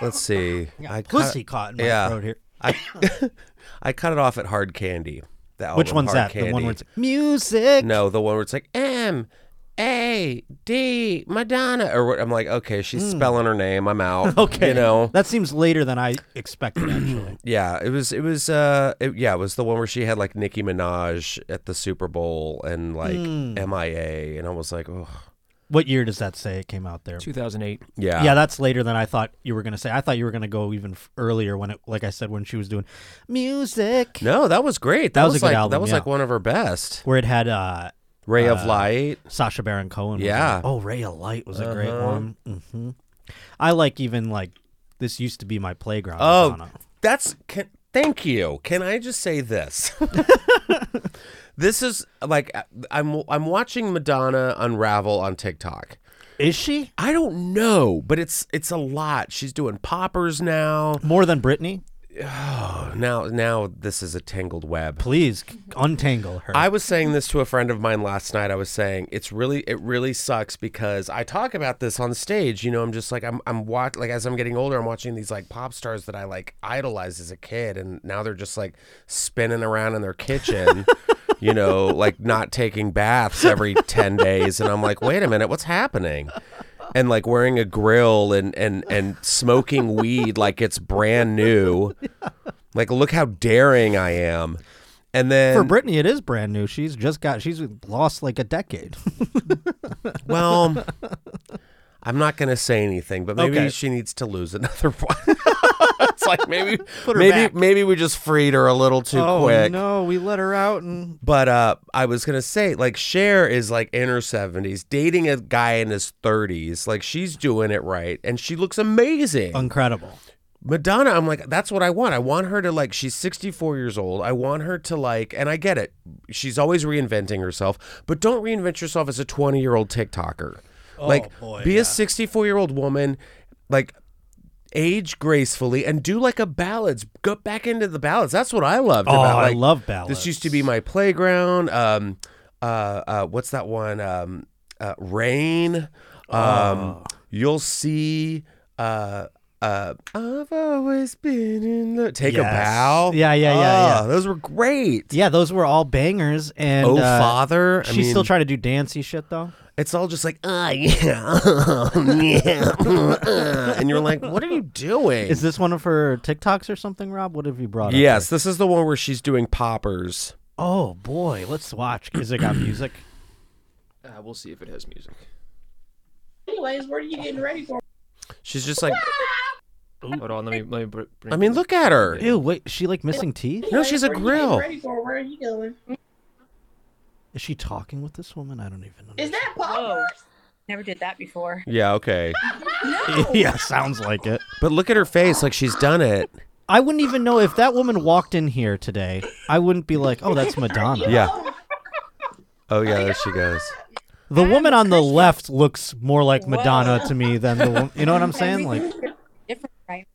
[SPEAKER 2] let's see, I
[SPEAKER 1] pussy
[SPEAKER 2] Cut,
[SPEAKER 1] caught in my
[SPEAKER 2] Uh, yeah.
[SPEAKER 1] throat here.
[SPEAKER 2] I, I cut it off at Hard Candy. The
[SPEAKER 1] Which
[SPEAKER 2] album
[SPEAKER 1] one's
[SPEAKER 2] Oh, Hard
[SPEAKER 1] that? The one
[SPEAKER 2] Candy.
[SPEAKER 1] where it's music.
[SPEAKER 2] No, the one where it's like M A D Madonna, or what? I'm like, okay, she's spelling her name. I'm out.
[SPEAKER 1] Hmm. Okay.
[SPEAKER 2] you know,
[SPEAKER 1] That seems later than I expected actually.
[SPEAKER 2] yeah, it was, it was, uh, it, yeah, it was the one where she had like Nicki Minaj at the Super Bowl and like
[SPEAKER 1] Hmm.
[SPEAKER 2] MIA, and I was like, oh,
[SPEAKER 1] what year does that say it came out there?
[SPEAKER 3] 2008.
[SPEAKER 2] yeah,
[SPEAKER 1] Yeah, that's later than I thought you were going to say. I thought you were going to go even f- earlier when it like I said when she was doing music
[SPEAKER 2] No, that was great. That,
[SPEAKER 1] That was a good
[SPEAKER 2] like that
[SPEAKER 1] album,
[SPEAKER 2] was
[SPEAKER 1] yeah.
[SPEAKER 2] like one of her best.
[SPEAKER 1] where it had uh
[SPEAKER 2] Ray of Light.
[SPEAKER 1] Sasha Baron Cohen. was
[SPEAKER 2] Yeah. Uh-huh.
[SPEAKER 1] on it. Oh, Ray of Light was a great one. hmm I like even like this used to be my playground.
[SPEAKER 2] Oh,
[SPEAKER 1] Madonna.
[SPEAKER 2] that's can, thank you. Can I just say this? this is like I'm I'm watching Madonna unravel on TikTok.
[SPEAKER 1] is she
[SPEAKER 2] I don't know, but it's it's a lot. She's doing poppers now.
[SPEAKER 1] more than Britney?
[SPEAKER 2] Now now this is a tangled web.
[SPEAKER 1] Please c- untangle her.
[SPEAKER 2] I was saying this to a friend of mine last night. I was saying it's really it really sucks because I talk about this on stage. You know, I'm just like I'm I'm watch like as I'm getting older, I'm watching these like pop stars that I like idolized as a kid, and now they're just like spinning around in their kitchen. you know, like not taking baths every ten days, and I'm like, wait a minute, what's happening? and like wearing a grill and and and smoking weed like it's brand new. Like look how daring I am. And then
[SPEAKER 1] For Brittany, it is brand new. She's just got. She's lost like a decade.
[SPEAKER 2] Well, I'm not going to say anything, but maybe
[SPEAKER 1] Okay.
[SPEAKER 2] she needs to lose another one. it's like maybe
[SPEAKER 1] her
[SPEAKER 2] maybe
[SPEAKER 1] back. Oh,
[SPEAKER 2] maybe we just freed her a little too quick.
[SPEAKER 1] no, we let her out and
[SPEAKER 2] But uh, I was gonna say, like, Cher is like in her seventies, dating a guy in his thirties. Like, she's doing it right, and she looks amazing.
[SPEAKER 1] incredible.
[SPEAKER 2] Madonna, I'm like, that's what I want. I want her to like. She's 64 years old. I want her to like, and I get it. She's always reinventing herself, but don't reinvent yourself as a 20 year old TikToker. like,
[SPEAKER 1] Oh, boy,
[SPEAKER 2] be
[SPEAKER 1] yeah.
[SPEAKER 2] a 64 year old woman. Like, age gracefully and do like a ballads. Go back into the ballads. That's what I loved.
[SPEAKER 1] Oh,
[SPEAKER 2] about,
[SPEAKER 1] I
[SPEAKER 2] like,
[SPEAKER 1] love
[SPEAKER 2] This
[SPEAKER 1] ballads.
[SPEAKER 2] used to be my playground. Um, uh, uh, what's that one? Um, uh, rain. Um,
[SPEAKER 1] Ah.
[SPEAKER 2] you'll see. Uh, uh, I've always been in the take
[SPEAKER 1] Yes.
[SPEAKER 2] a bow.
[SPEAKER 1] Yeah, yeah, yeah,
[SPEAKER 2] Ah,
[SPEAKER 1] yeah.
[SPEAKER 2] Those were great.
[SPEAKER 1] Yeah, those were all bangers. And
[SPEAKER 2] oh,
[SPEAKER 1] uh,
[SPEAKER 2] father. I
[SPEAKER 1] she's
[SPEAKER 2] mean,
[SPEAKER 1] still trying to do dancey shit though.
[SPEAKER 2] It's all just like ah, yeah, yeah, uh, and you're like, what are you doing?
[SPEAKER 1] Is this one of her TikToks or something, Rob? What have you brought? up
[SPEAKER 2] yes, this is the one where she's doing poppers.
[SPEAKER 1] there? Oh boy, let's watch. Is it got music?
[SPEAKER 3] Uh, we'll see if it has music.
[SPEAKER 5] Anyways, what are you getting ready for?
[SPEAKER 2] She's just like,
[SPEAKER 3] Hold on, let me let me br- bring.
[SPEAKER 2] I mean, look at her.
[SPEAKER 1] Ew, wait, is she like missing teeth?
[SPEAKER 2] No, she's a
[SPEAKER 5] What are you
[SPEAKER 2] grill.
[SPEAKER 5] getting ready for? Where are you going?
[SPEAKER 1] Is she talking with this woman? I don't even.
[SPEAKER 5] Is
[SPEAKER 1] Understand.
[SPEAKER 5] that poppers?
[SPEAKER 6] Never did that before.
[SPEAKER 2] Yeah, okay.
[SPEAKER 1] yeah, sounds like it.
[SPEAKER 2] But look at her face, like she's done it.
[SPEAKER 1] I wouldn't even know if that woman walked in here today. I wouldn't be like, oh, that's Madonna.
[SPEAKER 2] Yeah. Oh yeah, there she goes.
[SPEAKER 1] The woman on the left looks more like Madonna to me than the woman. You know what I'm saying? Like,
[SPEAKER 6] Different, right?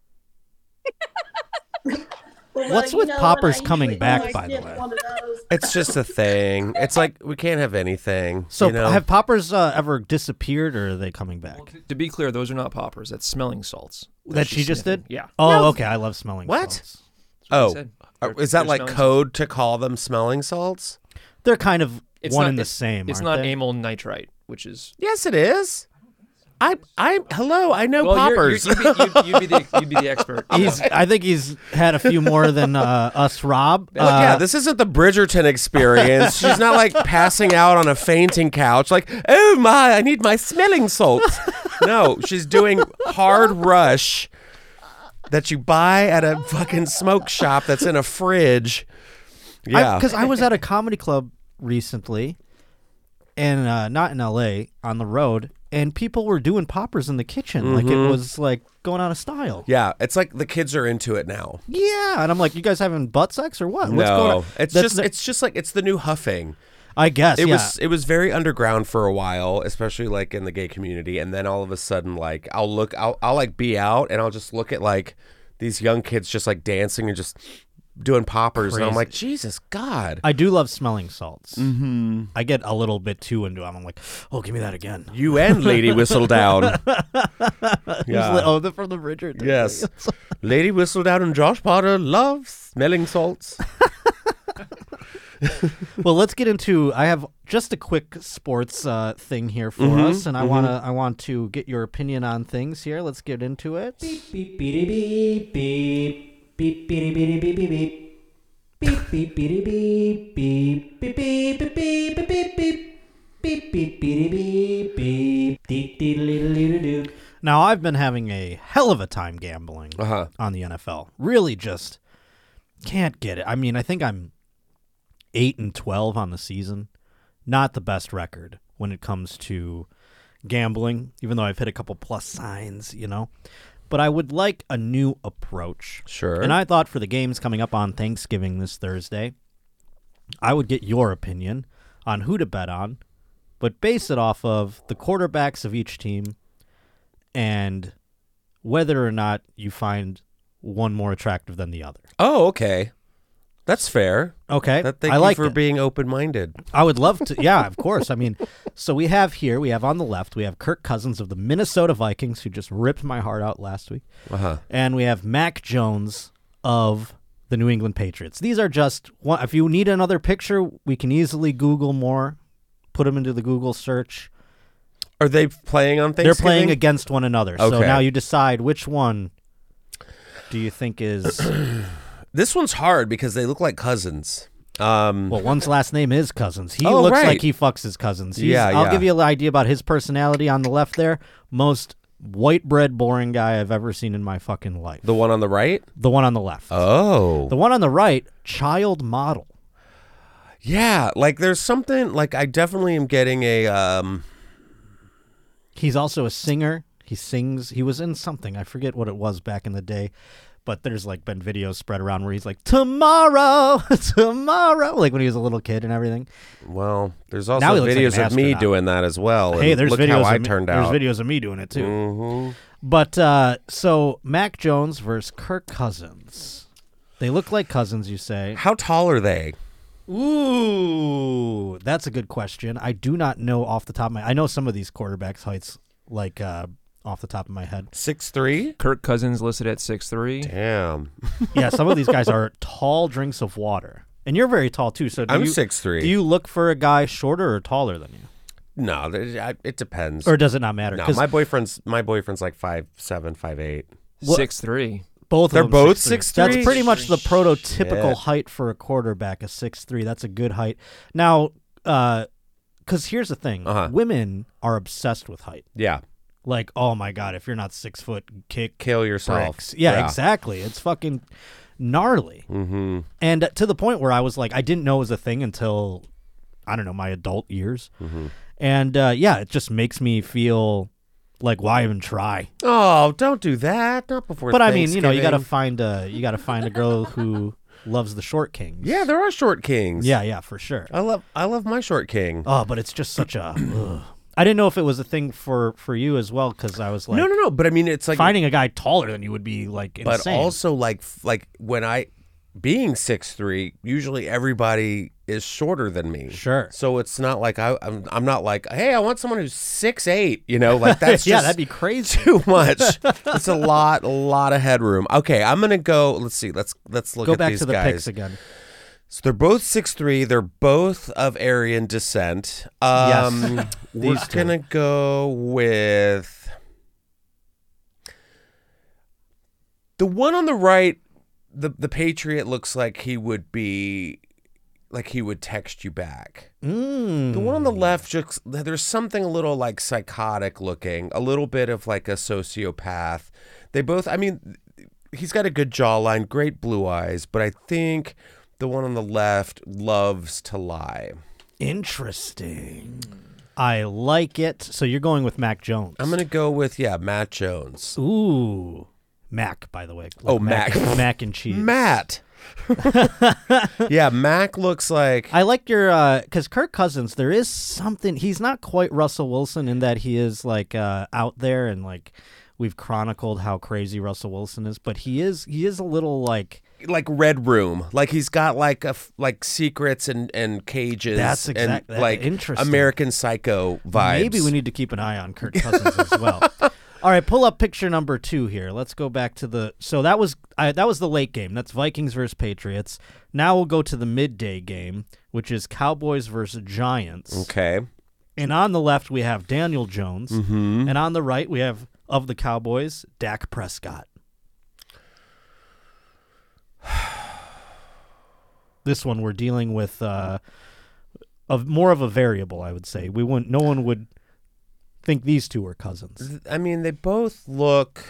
[SPEAKER 5] Well,
[SPEAKER 1] What's
[SPEAKER 5] you
[SPEAKER 1] with
[SPEAKER 5] know, when
[SPEAKER 1] poppers
[SPEAKER 5] I
[SPEAKER 1] coming
[SPEAKER 5] usually
[SPEAKER 1] back,
[SPEAKER 5] always
[SPEAKER 1] by the
[SPEAKER 5] get
[SPEAKER 1] way?
[SPEAKER 5] one of those-
[SPEAKER 2] It's just a thing. It's like we can't have anything.
[SPEAKER 1] so
[SPEAKER 2] you know?
[SPEAKER 1] have poppers uh, ever disappeared, or are they coming back?
[SPEAKER 3] To be clear, those are not poppers. That's smelling salts.
[SPEAKER 1] that she just
[SPEAKER 3] sniffing.
[SPEAKER 1] did?
[SPEAKER 3] Yeah.
[SPEAKER 1] Oh, okay. I love smelling.
[SPEAKER 2] What?
[SPEAKER 1] salts.
[SPEAKER 3] that's what I
[SPEAKER 2] Oh,
[SPEAKER 3] said.
[SPEAKER 2] are-
[SPEAKER 3] They're-
[SPEAKER 2] is that
[SPEAKER 3] they're
[SPEAKER 2] like
[SPEAKER 3] smelling
[SPEAKER 2] code to call them smelling salts?
[SPEAKER 1] They're kind of
[SPEAKER 3] It's
[SPEAKER 1] one
[SPEAKER 3] not-
[SPEAKER 1] and the
[SPEAKER 3] it's-
[SPEAKER 1] same.
[SPEAKER 3] It's
[SPEAKER 1] aren't
[SPEAKER 3] not
[SPEAKER 1] they?
[SPEAKER 3] amyl nitrite, which is
[SPEAKER 2] Yes, it is. I I hello. I know
[SPEAKER 3] Well, you're-
[SPEAKER 2] poppers.
[SPEAKER 3] You're, you'd, be, you'd, you'd be the, you'd be the expert.
[SPEAKER 1] He's. I think he's had a few more than uh, us, Rob. Uh,
[SPEAKER 2] Look, yeah, this isn't the Bridgerton experience. She's not like passing out on a fainting couch, like, oh my, I need my smelling salts. no, she's doing hard rush that you buy at a fucking smoke shop that's in a fridge. Yeah.
[SPEAKER 1] because I, was at a comedy club recently, and uh, not in L.A. on the road, and people were doing poppers in the kitchen, like it
[SPEAKER 2] Mm-hmm.
[SPEAKER 1] was like going out of style.
[SPEAKER 2] yeah, it's like the kids are into it now.
[SPEAKER 1] Yeah, and I'm like, you guys having butt sex or what? What's going on?
[SPEAKER 2] no, it's
[SPEAKER 1] That's
[SPEAKER 2] just
[SPEAKER 1] the-
[SPEAKER 2] it's just like it's the new huffing.
[SPEAKER 1] I guess
[SPEAKER 2] It
[SPEAKER 1] yeah.
[SPEAKER 2] was it was very underground for a while, especially like in the gay community, and then all of a sudden, like I'll look, I'll, I'll like be out, and I'll just look at like these young kids just like dancing and just doing poppers, and I'm
[SPEAKER 1] Crazy.
[SPEAKER 2] like, Jesus God,
[SPEAKER 1] I do love smelling salts. Mm-hmm. I get a little bit too into. it. I'm like, oh, give me that again.
[SPEAKER 2] you and Lady Whistledown,
[SPEAKER 1] He's like,
[SPEAKER 2] yeah,
[SPEAKER 1] oh, the from the Bridgerton.
[SPEAKER 2] yes, Lady Whistledown and Josh Potter love smelling salts.
[SPEAKER 1] well, let's get into. I have just a quick sports uh, thing here for
[SPEAKER 2] Mm-hmm.
[SPEAKER 1] us, and I wanna I want to get your opinion on things here. Let's get into it.
[SPEAKER 7] beep beady beep beep beep beady beady beep beep beep beep beep beady beep beep beep beep beep beep beep beep beep beep beep beady beep beep dee dee dee dee doo doo
[SPEAKER 1] Now, I've been having a hell of a time gambling
[SPEAKER 2] Uh-huh.
[SPEAKER 1] on the NFL. Really, just can't get it. I mean, I think I'm eight and twelve on the season. Not the best record when it comes to gambling, even though I've hit a couple plus signs, you know. But I would like a new approach.
[SPEAKER 2] Sure.
[SPEAKER 1] And I thought for the games coming up on Thanksgiving this Thursday, I would get your opinion on who to bet on, but base it off of the quarterbacks of each team and whether or not you find one more attractive than the other.
[SPEAKER 2] Oh, okay, that's fair.
[SPEAKER 1] Okay.
[SPEAKER 2] That thank
[SPEAKER 1] I
[SPEAKER 2] you
[SPEAKER 1] like
[SPEAKER 2] for
[SPEAKER 1] it.
[SPEAKER 2] being open minded.
[SPEAKER 1] I would love to. Yeah, of course. I mean, so we have here, we have on the left, we have Kirk Cousins of the Minnesota Vikings, who just ripped my heart out last week.
[SPEAKER 2] Uh-huh.
[SPEAKER 1] And we have Mac Jones of the New England Patriots. These are just one. If you need another picture, we can easily Google more, put them into the Google search.
[SPEAKER 2] Are they playing on
[SPEAKER 1] They're
[SPEAKER 2] Thanksgiving?
[SPEAKER 1] playing against one another. So
[SPEAKER 2] Okay.
[SPEAKER 1] now you decide which one do you think is
[SPEAKER 2] This one's hard because they look like cousins. Um,
[SPEAKER 1] well, one's last name is Cousins. He
[SPEAKER 2] Oh,
[SPEAKER 1] looks
[SPEAKER 2] right.
[SPEAKER 1] like he fucks his cousins. He's,
[SPEAKER 2] Yeah,
[SPEAKER 1] I'll
[SPEAKER 2] yeah.
[SPEAKER 1] give you an idea about his personality on the left there. Most white bread boring guy I've ever seen in my fucking life.
[SPEAKER 2] the one on the right.
[SPEAKER 1] The one on the left.
[SPEAKER 2] Oh,
[SPEAKER 1] The one on the right, child model.
[SPEAKER 2] yeah. Like there's something. Like I definitely am getting a. Um,
[SPEAKER 1] He's also a singer. He sings. He was in something. I forget what it was back in the day. But there's like been videos spread around where he's like, tomorrow, tomorrow. Like when he was a little kid and everything.
[SPEAKER 2] well, there's also
[SPEAKER 1] Now he looks like an
[SPEAKER 2] videos of me
[SPEAKER 1] astronaut.
[SPEAKER 2] doing that as well.
[SPEAKER 1] hey,
[SPEAKER 2] and
[SPEAKER 1] there's
[SPEAKER 2] look
[SPEAKER 1] videos
[SPEAKER 2] how
[SPEAKER 1] of
[SPEAKER 2] I
[SPEAKER 1] me,
[SPEAKER 2] turned
[SPEAKER 1] there's
[SPEAKER 2] out.
[SPEAKER 1] videos of me doing it too.
[SPEAKER 2] hmm
[SPEAKER 1] But uh, so Mac Jones versus Kirk Cousins. They look like cousins, you say.
[SPEAKER 2] How tall are they?
[SPEAKER 1] Ooh, that's a good question. I do not know off the top of my. I know some of these quarterbacks heights like uh, off the top of my head.
[SPEAKER 2] Six three.
[SPEAKER 3] Kirk Cousins listed at six three.
[SPEAKER 2] Damn.
[SPEAKER 1] yeah, some of these guys are tall drinks of water. And you're very tall too. So do
[SPEAKER 2] I'm
[SPEAKER 1] you,
[SPEAKER 2] six three.
[SPEAKER 1] Do you look for a guy shorter or taller than you,
[SPEAKER 2] No, th- I- it depends.
[SPEAKER 1] or does it not matter?
[SPEAKER 2] no,
[SPEAKER 1] Because
[SPEAKER 2] my boyfriend's my boyfriend's like five seven, five eight.
[SPEAKER 1] What-
[SPEAKER 3] Six three.
[SPEAKER 1] both of
[SPEAKER 2] They're
[SPEAKER 1] them
[SPEAKER 2] both
[SPEAKER 1] 6'3".
[SPEAKER 2] 6'3"?
[SPEAKER 1] That's pretty much the prototypical
[SPEAKER 2] Shit.
[SPEAKER 1] height for a quarterback, a six three. That's a good height. Now, because here's the thing:
[SPEAKER 2] Uh-huh.
[SPEAKER 1] women are obsessed with height.
[SPEAKER 2] Yeah,
[SPEAKER 1] Like, oh my god, if you're not six foot, kick
[SPEAKER 2] kill yourself.
[SPEAKER 1] bricks. Yeah, exactly. It's fucking gnarly.
[SPEAKER 2] Mm-hmm.
[SPEAKER 1] and to the point where I was like, I didn't know it was a thing until I don't know my adult years, and uh, yeah, it just makes me feel like why even try?
[SPEAKER 2] Oh, don't do that. Not before.
[SPEAKER 1] but I mean, you know, you gotta
[SPEAKER 2] Thanksgiving.
[SPEAKER 1] find a you gotta find a girl who loves the short kings.
[SPEAKER 2] Yeah, there are short kings.
[SPEAKER 1] yeah, yeah, for sure.
[SPEAKER 2] I love I love my short king.
[SPEAKER 1] Oh, but it's just such a. ugh. I didn't know if it was a thing for for you as well because I was like,
[SPEAKER 2] no, no, no. But I mean, it's like
[SPEAKER 1] finding a guy taller than you would be like insane.
[SPEAKER 2] but also like f- like when I being six three, usually everybody is shorter than me.
[SPEAKER 1] Sure.
[SPEAKER 2] So it's not like I I'm, I'm not like hey I want someone who's six eight. You know, like that's
[SPEAKER 1] yeah,
[SPEAKER 2] just,
[SPEAKER 1] that'd be crazy.
[SPEAKER 2] too much. it's a lot, a lot of headroom. Okay, I'm gonna go. Let's see. Let's let's look
[SPEAKER 1] Go
[SPEAKER 2] at
[SPEAKER 1] back
[SPEAKER 2] these
[SPEAKER 1] to the
[SPEAKER 2] guys.
[SPEAKER 1] picks again.
[SPEAKER 2] So they're both six three. They're both of Aryan descent. Um,
[SPEAKER 1] Yes.
[SPEAKER 2] we're
[SPEAKER 1] These two.
[SPEAKER 2] gonna go with the one on the right. The the Patriot looks like he would be, like he would text you back.
[SPEAKER 1] Mm.
[SPEAKER 2] The one on the left, just there's something a little like psychotic looking, a little bit of like a sociopath. They both, I mean, he's got a good jawline, great blue eyes, but I think the one on the left loves to lie.
[SPEAKER 1] Interesting. I like it. So you're going with Mac Jones.
[SPEAKER 2] I'm gonna go with yeah, Matt Jones.
[SPEAKER 1] Ooh. Mac, by the way. Like
[SPEAKER 2] Oh,
[SPEAKER 1] Mac.
[SPEAKER 2] Mac.
[SPEAKER 1] mac and cheese.
[SPEAKER 2] Matt. yeah, Mac looks like
[SPEAKER 1] I like your because Kirk Cousins. There is something. He's not quite Russell Wilson in that he is like uh, out there and like we've chronicled how crazy Russell Wilson is, but he is he is a little like
[SPEAKER 2] like Red Room. Like he's got like a f- like secrets and and cages.
[SPEAKER 1] That's exact- that-
[SPEAKER 2] and, like
[SPEAKER 1] interesting.
[SPEAKER 2] American Psycho vibes.
[SPEAKER 1] maybe we need to keep an eye on Kirk Cousins as well. All right, pull up picture number two here. Let's go back to the so that was I, that was the late game. That's Vikings versus Patriots. Now we'll go to the midday game, which is Cowboys versus Giants.
[SPEAKER 2] Okay.
[SPEAKER 1] And on the left we have Daniel Jones, and on the right we have of the Cowboys Dak Prescott. This one we're dealing with uh, of more of a variable, I would say. We wouldn't. No one would think these two are cousins.
[SPEAKER 2] I mean, they both look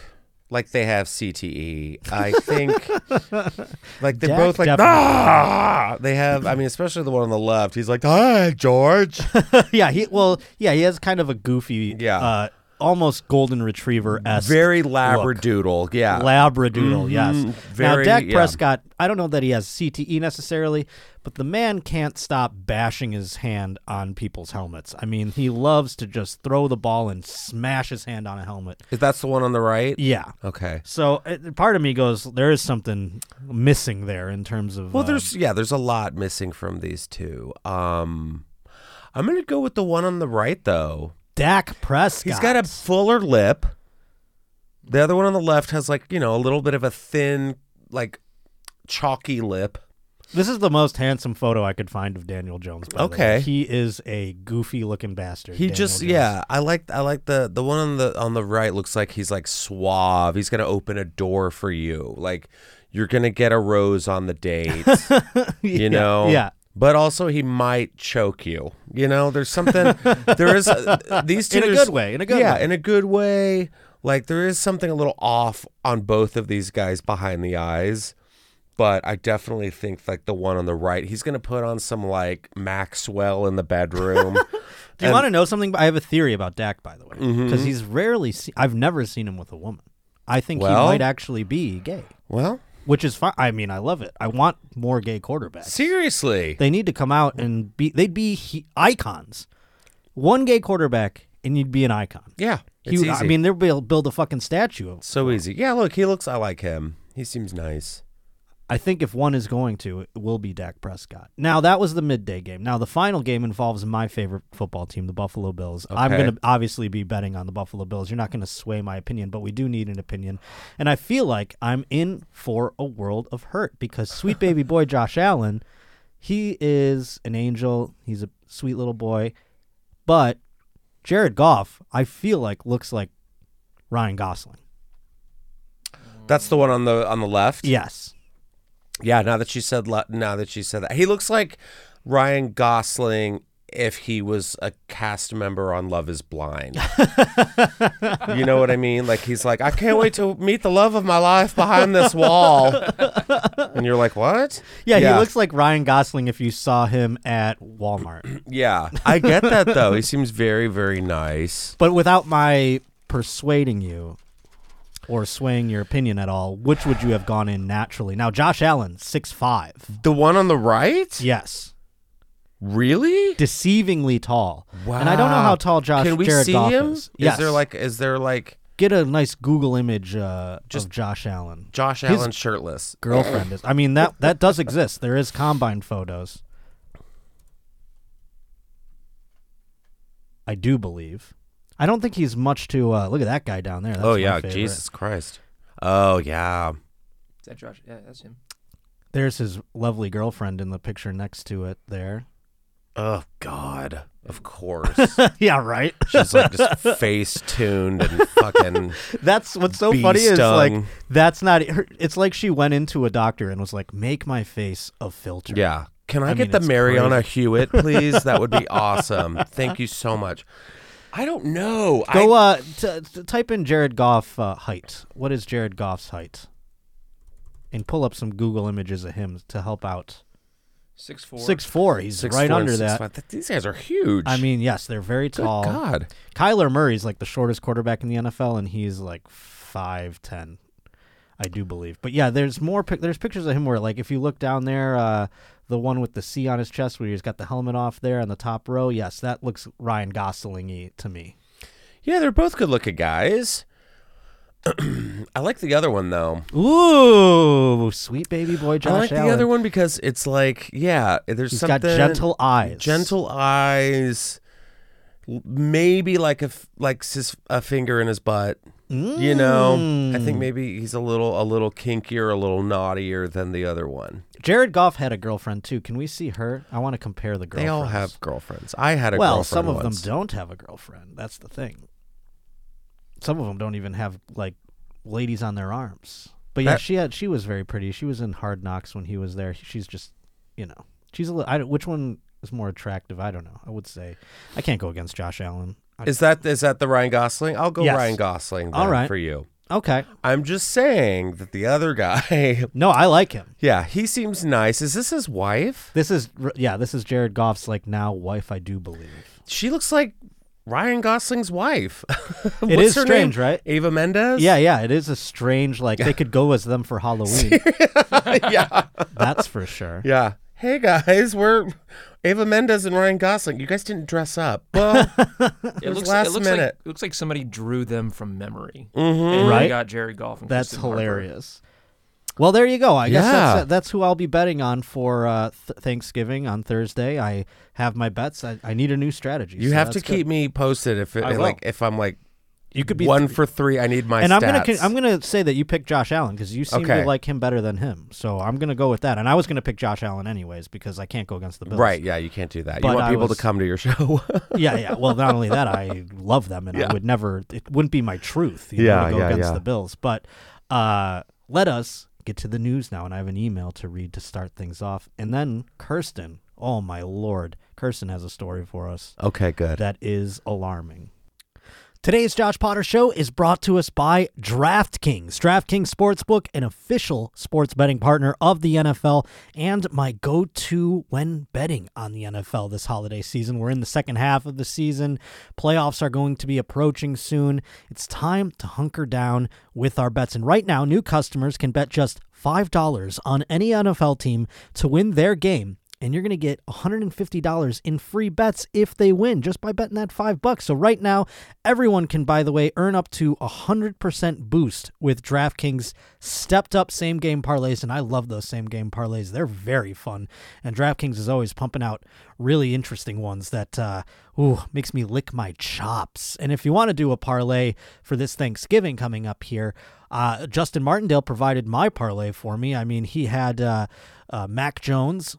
[SPEAKER 2] like they have CTE. I think, like they're
[SPEAKER 1] Dak
[SPEAKER 2] both like
[SPEAKER 1] definitely-
[SPEAKER 2] ah. They have. I mean, especially the one on the left. He's like, hi, George.
[SPEAKER 1] yeah. He well. Yeah. He has kind of a goofy.
[SPEAKER 2] Yeah.
[SPEAKER 1] Uh, almost golden retriever esque.
[SPEAKER 2] Very labradoodle. Yeah.
[SPEAKER 1] Labradoodle, yes.
[SPEAKER 2] Mhm,
[SPEAKER 1] now,
[SPEAKER 2] Uh, very-
[SPEAKER 1] Dak
[SPEAKER 2] yeah.
[SPEAKER 1] Prescott, I don't know that he has CTE necessarily, but the man can't stop bashing his hand on people's helmets. I mean, he loves to just throw the ball and smash his hand on a helmet.
[SPEAKER 2] If that's the one on the right.
[SPEAKER 1] Yeah.
[SPEAKER 2] Okay.
[SPEAKER 1] So uh, part of me goes, there is something missing there in terms of.
[SPEAKER 2] Well, um,
[SPEAKER 1] uh,
[SPEAKER 2] there's yeah, there's a lot missing from these two. Um, I'm gonna go with the one on the right though.
[SPEAKER 1] Dak Prescott.
[SPEAKER 2] He's got a fuller lip. The other one on the left has like you know a little bit of a thin, like chalky lip.
[SPEAKER 1] This is the most handsome photo I could find of Daniel Jones. By the way.
[SPEAKER 2] Okay.
[SPEAKER 1] he is a goofy-looking bastard.
[SPEAKER 2] He
[SPEAKER 1] Daniel
[SPEAKER 2] just
[SPEAKER 1] Jones.
[SPEAKER 2] yeah, I like I like the the one on the on the right looks like he's like suave. He's gonna open a door for you. Like you're gonna get a rose on the date.
[SPEAKER 1] Yeah,
[SPEAKER 2] you know.
[SPEAKER 1] yeah.
[SPEAKER 2] But also he might choke you. You know, there's something there is uh, these two
[SPEAKER 1] In a
[SPEAKER 2] there's-
[SPEAKER 1] good way, in a good
[SPEAKER 2] yeah,
[SPEAKER 1] way.
[SPEAKER 2] in a good way. Like there is something a little off on both of these guys behind the eyes. But I definitely think like the one on the right, he's gonna put on some like Maxwell in the bedroom.
[SPEAKER 1] Do you want to know something? I have a theory about Dak, by the way,
[SPEAKER 2] Mm-hmm.
[SPEAKER 1] because he's rarely. Se- I've never seen him with a woman. I think
[SPEAKER 2] Well-
[SPEAKER 1] he might actually be gay,
[SPEAKER 2] well,
[SPEAKER 1] which is fine. I mean, I love it. I want more gay quarterbacks.
[SPEAKER 2] seriously.
[SPEAKER 1] They need to come out and be. They'd be he- icons. One gay quarterback, and you'd be an icon.
[SPEAKER 2] Yeah,
[SPEAKER 1] He
[SPEAKER 2] it's
[SPEAKER 1] would- I
[SPEAKER 2] easy.
[SPEAKER 1] mean, they'll build, build a fucking statue of.
[SPEAKER 2] so easy. Yeah, look, he looks. I like him. He seems nice.
[SPEAKER 1] I think if one is going to, it will be Dak Prescott. Now that was the midday game. Now the final game involves my favorite football team, the Buffalo Bills. I'm
[SPEAKER 2] Okay.
[SPEAKER 1] going to obviously be betting on the Buffalo Bills. You're not going to sway my opinion, but we do need an opinion. And I feel like I'm in for a world of hurt because sweet baby boy Josh Allen, he is an angel. He's a sweet little boy. But Jared Goff, I feel like looks like Ryan Gosling.
[SPEAKER 2] That's the one on the on the left.
[SPEAKER 1] Yes.
[SPEAKER 2] Yeah. Now that she said, le- now that she said that, he looks like Ryan Gosling if he was a cast member on Love Is Blind. you know what I mean? Like he's like, I can't wait to meet the love of my life behind this wall. and you're like, what?
[SPEAKER 1] Yeah,
[SPEAKER 2] yeah.
[SPEAKER 1] he looks like Ryan Gosling if you saw him at Walmart,
[SPEAKER 2] Yeah, I get that though. He seems very, very nice.
[SPEAKER 1] but without my persuading you or swaying your opinion at all. Which would you have gone in naturally? Now, Josh Allen, six five.
[SPEAKER 2] The one on the right?
[SPEAKER 1] Yes,
[SPEAKER 2] Really?
[SPEAKER 1] deceivingly tall. And I don't know how tall Josh
[SPEAKER 2] Can we
[SPEAKER 1] Jared
[SPEAKER 2] see
[SPEAKER 1] Goff
[SPEAKER 2] him?
[SPEAKER 1] is. Yes.
[SPEAKER 2] Is there like is there like
[SPEAKER 1] get a nice Google image uh, of Josh Allen?
[SPEAKER 2] Josh
[SPEAKER 1] His
[SPEAKER 2] Allen shirtless?
[SPEAKER 1] girlfriend is. I mean that that does exist. There is combine photos. I do believe. I don't think he's much to uh, look at that guy down there. That's
[SPEAKER 2] oh
[SPEAKER 1] my
[SPEAKER 2] yeah,
[SPEAKER 1] favorite.
[SPEAKER 2] Jesus Christ. Oh yeah.
[SPEAKER 3] Is that Josh? Yeah, that's him.
[SPEAKER 1] There's his lovely girlfriend in the picture next to it. There.
[SPEAKER 2] Oh God. Of course.
[SPEAKER 1] yeah, right.
[SPEAKER 2] She's like just face tuned and fucking
[SPEAKER 1] That's what's so
[SPEAKER 2] Bee
[SPEAKER 1] funny is like
[SPEAKER 2] stung.
[SPEAKER 1] that's not. e, her- It's like she went into a doctor and was like, "Make my face a filter."
[SPEAKER 2] Yeah. Can I,
[SPEAKER 1] I
[SPEAKER 2] get
[SPEAKER 1] mean,
[SPEAKER 2] the
[SPEAKER 1] it's
[SPEAKER 2] Mariana Hewitt, please? that would be awesome. Thank you so much. I don't know.
[SPEAKER 1] Go
[SPEAKER 2] I,
[SPEAKER 1] uh, t- t- type in Jared Goff uh, height. What is Jared Goff's height? And pull up some Google images of him to help out.
[SPEAKER 3] Six four.
[SPEAKER 1] Six four. He's
[SPEAKER 2] six
[SPEAKER 1] right
[SPEAKER 2] four and
[SPEAKER 1] under
[SPEAKER 2] six
[SPEAKER 1] that.
[SPEAKER 2] five. Th- These guys are huge.
[SPEAKER 1] I mean, yes, they're very
[SPEAKER 2] Good
[SPEAKER 1] tall.
[SPEAKER 2] God.
[SPEAKER 1] Kyler Murray's like the shortest quarterback in the NFL, and he's like five ten, I do believe. But yeah, there's more. Pic- there's pictures of him where, like, if you look down there, uh, the one with the C on his chest, where he's got the helmet off there on the top row. Yes, that looks Ryan Goslingy to me.
[SPEAKER 2] Yeah, they're both good looking guys. I like the other one though.
[SPEAKER 1] Ooh, sweet baby boy Josh
[SPEAKER 2] I like
[SPEAKER 1] Allen.
[SPEAKER 2] the other one because it's like, yeah, there's
[SPEAKER 1] He's
[SPEAKER 2] something
[SPEAKER 1] got gentle eyes.
[SPEAKER 2] gentle eyes, l- maybe like a f- like his, a finger in his butt. You know, I
[SPEAKER 1] Mm.
[SPEAKER 2] think maybe he's a little a little kinkier, a little naughtier than the other one.
[SPEAKER 1] Jared Goff had a girlfriend too. Can we see her? I want to compare the girlfriends.
[SPEAKER 2] They all have girlfriends. I had a
[SPEAKER 1] Well,
[SPEAKER 2] girlfriend
[SPEAKER 1] some of
[SPEAKER 2] once.
[SPEAKER 1] them don't have a girlfriend. That's the thing. Some of them don't even have like ladies on their arms. But yeah,
[SPEAKER 2] That-
[SPEAKER 1] she had. She was very pretty. She was in Hard Knocks when he was there. She's just, you know, she's a little. I, don't- which one is more attractive? I don't know. I would say, I can't go against Josh Allen. I-
[SPEAKER 2] Is that is that the Ryan Gosling? I'll go
[SPEAKER 1] Yes.
[SPEAKER 2] Ryan Gosling. Then
[SPEAKER 1] All right.
[SPEAKER 2] for you.
[SPEAKER 1] okay.
[SPEAKER 2] I'm just saying that the other guy,
[SPEAKER 1] No, I like him.
[SPEAKER 2] yeah, he seems nice. Is this his wife?
[SPEAKER 1] This is r- yeah. This is Jared Goff's like now wife. I do believe.
[SPEAKER 2] She looks like Ryan Gosling's wife. What's
[SPEAKER 1] is
[SPEAKER 2] her
[SPEAKER 1] strange,
[SPEAKER 2] name?
[SPEAKER 1] right?
[SPEAKER 2] Ava Mendez.
[SPEAKER 1] Yeah, yeah. It is a strange like they could go as them for Halloween.
[SPEAKER 2] yeah,
[SPEAKER 1] That's for sure.
[SPEAKER 2] yeah. Hey guys, we're Ava Mendez and Ryan Gosling. You guys didn't dress up. Well,
[SPEAKER 3] It
[SPEAKER 2] was
[SPEAKER 3] looks,
[SPEAKER 2] last
[SPEAKER 3] it looks
[SPEAKER 2] minute.
[SPEAKER 3] Like, it looks like somebody drew them from memory.
[SPEAKER 2] mm-hmm.
[SPEAKER 3] And
[SPEAKER 1] Right?
[SPEAKER 3] they got Jared Goff. And
[SPEAKER 1] That's
[SPEAKER 3] Kristen Harper.
[SPEAKER 1] hilarious. Well, there you go. I guess
[SPEAKER 2] Yeah.
[SPEAKER 1] that's, that's who I'll be betting on for uh, th- Thanksgiving on Thursday. I have my bets. I, I need a new strategy.
[SPEAKER 2] you
[SPEAKER 1] so
[SPEAKER 2] have to
[SPEAKER 1] that's good.
[SPEAKER 2] keep me posted if it,
[SPEAKER 1] I will.
[SPEAKER 2] like if I'm like
[SPEAKER 1] You could be
[SPEAKER 2] one for three. I need my
[SPEAKER 1] and
[SPEAKER 2] stats.
[SPEAKER 1] I'm gonna con- I'm gonna say that you picked Josh Allen because you seem
[SPEAKER 2] Okay.
[SPEAKER 1] to like him better than him. So I'm gonna go with that. And I was gonna pick Josh Allen anyways because I can't go against the Bills.
[SPEAKER 2] Right, yeah, you can't do that.
[SPEAKER 1] But
[SPEAKER 2] you want
[SPEAKER 1] I
[SPEAKER 2] people
[SPEAKER 1] was-
[SPEAKER 2] to come to your show.
[SPEAKER 1] yeah, yeah. Well, not only that, I love them, and I
[SPEAKER 2] Yeah.
[SPEAKER 1] would never. It wouldn't be my truth. You know,
[SPEAKER 2] Yeah,
[SPEAKER 1] to go
[SPEAKER 2] yeah,
[SPEAKER 1] against
[SPEAKER 2] yeah.
[SPEAKER 1] the Bills. But uh, let us get to the news now, and I have an email to read to start things off, and then Kirsten. Oh my lord, Kirsten has a story for us
[SPEAKER 2] okay, good.
[SPEAKER 1] that is alarming. Today's Josh Potter Show is brought to us by DraftKings. DraftKings Sportsbook, an official sports betting partner of the NFL, and my go to when betting on the NFL this holiday season. We're in the second half of the season. Playoffs are going to be approaching soon. It's time to hunker down with our bets. And right now, new customers can bet just $5 on any NFL team to win their game and you're going to get $150 in free bets if they win just by betting that 5 bucks. So right now, everyone can by the way earn up to a 100% boost with DraftKings stepped up same game parlays and I love those same game parlays. They're very fun. And DraftKings is always pumping out really interesting ones that uh ooh, makes me lick my chops. And if you want to do a parlay for this Thanksgiving coming up here, uh, Justin Martindale provided my parlay for me. I mean, he had uh, uh, Mac Jones,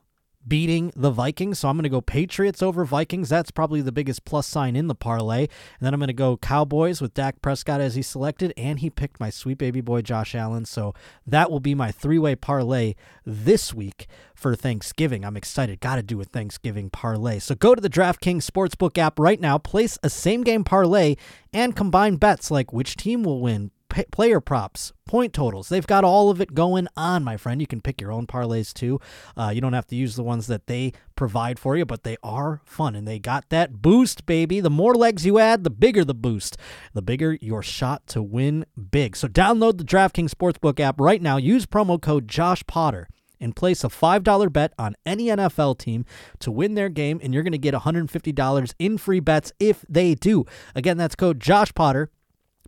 [SPEAKER 1] beating the Vikings. So I'm going to go Patriots over Vikings. That's probably the biggest plus sign in the parlay. And then I'm going to go Cowboys with Dak Prescott as he selected. And he picked my sweet baby boy, Josh Allen. So that will be my three way parlay this week for Thanksgiving. I'm excited. Got to do a Thanksgiving parlay. So go to the DraftKings Sportsbook app right now, place a same game parlay, and combine bets like which team will win p- player props, point totals. They've got all of it going on, my friend. You can pick your own parlays too. Uh, you don't have to use the ones that they provide for you, but they are fun and they got that boost, baby. The more legs you add, the bigger the boost, the bigger your shot to win big. So download the DraftKings Sportsbook app right now. Use promo code Josh Potter and place a $5 bet on any NFL team to win their game, and you're going to get $150 in free bets if they do. Again, that's code Josh Potter.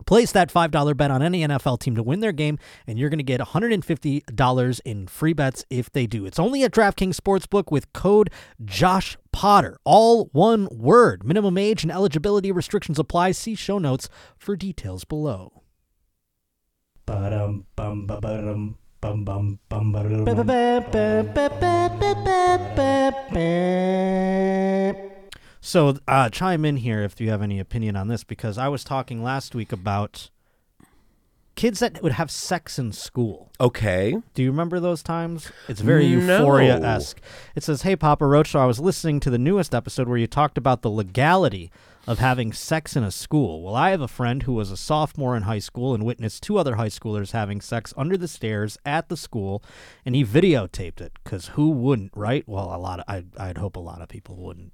[SPEAKER 1] Place that $5 bet on any NFL team to win their game, and you're going to get $150 in free bets if they do. It's only at DraftKings Sportsbook with code Josh Potter. All one word. Minimum age and eligibility restrictions apply. See show notes for details below.
[SPEAKER 7] Ba-dum, bum, ba-ba-dum, bum, bum, bum, ba-da-dum.
[SPEAKER 1] So, uh, chime in here if you have any opinion on this, because I was talking last week about kids that would have sex in school.
[SPEAKER 2] Okay.
[SPEAKER 1] Do you remember those times? It's very
[SPEAKER 2] No.
[SPEAKER 1] euphoria esque. It says, Hey, Papa Roach, I was listening to the newest episode where you talked about the legality of having sex in a school. Well, I have a friend who was a sophomore in high school and witnessed two other high schoolers having sex under the stairs at the school, and he videotaped it because who wouldn't, right? Well, a lot of, I, I'd hope a lot of people wouldn't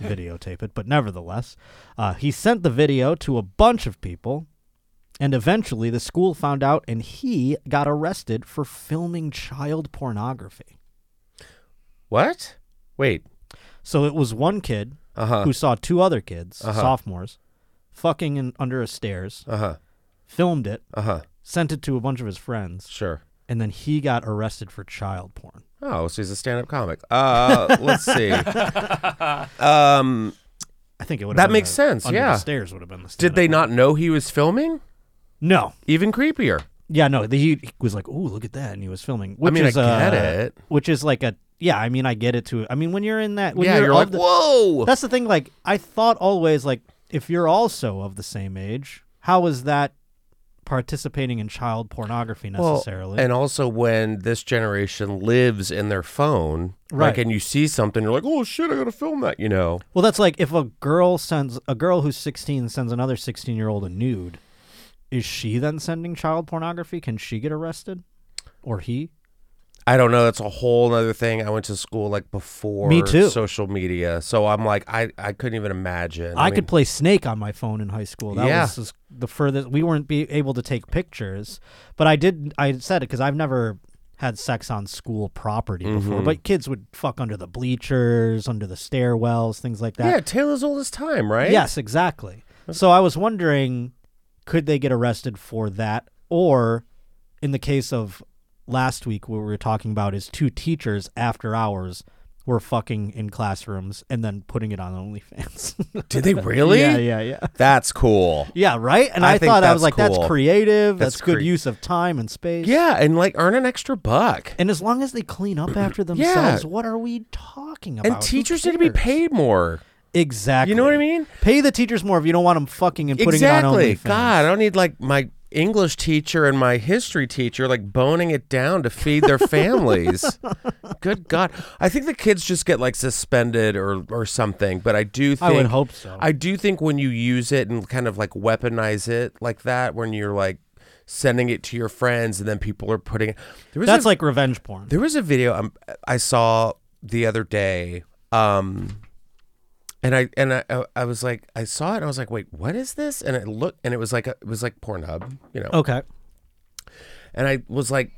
[SPEAKER 1] videotape it, but nevertheless, uh, he sent the video to a bunch of people. And eventually, the school found out, and he got arrested for filming child pornography.
[SPEAKER 2] What? Wait.
[SPEAKER 1] So it was one kid
[SPEAKER 2] Uh huh.
[SPEAKER 1] who saw two other kids,
[SPEAKER 2] Uh-huh.
[SPEAKER 1] sophomores, fucking in, under a stairs,
[SPEAKER 2] Uh huh.
[SPEAKER 1] filmed it,
[SPEAKER 2] Uh huh.
[SPEAKER 1] sent it to a bunch of his friends,
[SPEAKER 2] Sure.
[SPEAKER 1] and then he got arrested for child porn.
[SPEAKER 2] Oh, so he's a stand-up comic. Uh, let's see. Um,
[SPEAKER 1] I think it would
[SPEAKER 2] That makes sense,
[SPEAKER 1] Under
[SPEAKER 2] yeah.
[SPEAKER 1] the stairs would have been the.
[SPEAKER 2] did
[SPEAKER 1] stand-up
[SPEAKER 2] they
[SPEAKER 1] one.
[SPEAKER 2] not know he was filming?
[SPEAKER 1] No.
[SPEAKER 2] Even creepier.
[SPEAKER 1] Yeah, no. The, he was like, "Ooh, look at that," and he was filming. Which
[SPEAKER 2] I mean,
[SPEAKER 1] is,
[SPEAKER 2] I get
[SPEAKER 1] uh,
[SPEAKER 2] it.
[SPEAKER 1] Which is like a yeah. I mean, I get it too. I mean, when you're in that, when
[SPEAKER 2] yeah, you're,
[SPEAKER 1] of
[SPEAKER 2] like,
[SPEAKER 1] the-
[SPEAKER 2] whoa.
[SPEAKER 1] That's the thing. Like I thought always, like if you're also of the same age, how is that participating in child pornography necessarily?
[SPEAKER 2] and also when this generation lives in their phone,
[SPEAKER 1] Right.
[SPEAKER 2] Like, and you see something, you're like, oh shit, I gotta film that. You know.
[SPEAKER 1] well, that's like if a girl sends a girl who's 16 sends another 16 year old a nude. Is she then sending child pornography? Can she get arrested, or he?
[SPEAKER 2] I don't know. That's a whole other thing. I went to school like before
[SPEAKER 1] Me too.
[SPEAKER 2] social media, so I'm like, I, I couldn't even imagine.
[SPEAKER 1] I,
[SPEAKER 2] mean,
[SPEAKER 1] could play Snake on my phone in high school. That
[SPEAKER 2] Yeah.
[SPEAKER 1] was just the furthest we weren't be able to take pictures, but I did. I said it because I've never had sex on school property
[SPEAKER 2] Mm-hmm.
[SPEAKER 1] before. But kids would fuck under the bleachers, under the stairwells, things like
[SPEAKER 2] Yeah,
[SPEAKER 1] that.
[SPEAKER 2] Taylor's oldest time, right?
[SPEAKER 1] Yes, exactly. So I was wondering, could they get arrested for that, or in the case of last week, what we were talking about is two teachers after hours were fucking in classrooms and then putting it on OnlyFans.
[SPEAKER 2] Did they really?
[SPEAKER 1] yeah, yeah, yeah.
[SPEAKER 2] That's cool.
[SPEAKER 1] Yeah, right? And
[SPEAKER 2] I
[SPEAKER 1] I,
[SPEAKER 2] think
[SPEAKER 1] thought I was
[SPEAKER 2] that's
[SPEAKER 1] like, that's
[SPEAKER 2] cool.
[SPEAKER 1] creative. That's,
[SPEAKER 2] That's
[SPEAKER 1] good
[SPEAKER 2] cre-
[SPEAKER 1] use of time and space.
[SPEAKER 2] Yeah, and like earn an extra buck.
[SPEAKER 1] And as long as they clean up after themselves, what are we talking about?
[SPEAKER 2] And
[SPEAKER 1] Who
[SPEAKER 2] teachers need to be
[SPEAKER 1] cares?
[SPEAKER 2] paid more.
[SPEAKER 1] Exactly.
[SPEAKER 2] You know what I mean?
[SPEAKER 1] Pay the teachers more if you don't want them fucking and putting
[SPEAKER 2] exactly.
[SPEAKER 1] it on OnlyFans.
[SPEAKER 2] God, I don't need like my English teacher and my history teacher like boning it down to feed their families. Good God, I think the kids just get like suspended or or something. But I do
[SPEAKER 1] I
[SPEAKER 2] think
[SPEAKER 1] would hope so.
[SPEAKER 2] I do think when you use it and kind of like weaponize it like that, when you're like sending it to your friends and then people are putting it. There was
[SPEAKER 1] That's
[SPEAKER 2] a-
[SPEAKER 1] like revenge porn.
[SPEAKER 2] There was a video um, I saw the other day, um, and I and I- I I was like I saw it and I was like wait what is this and it looked and it was like a, it was like Pornhub you know
[SPEAKER 1] Okay.
[SPEAKER 2] and I was like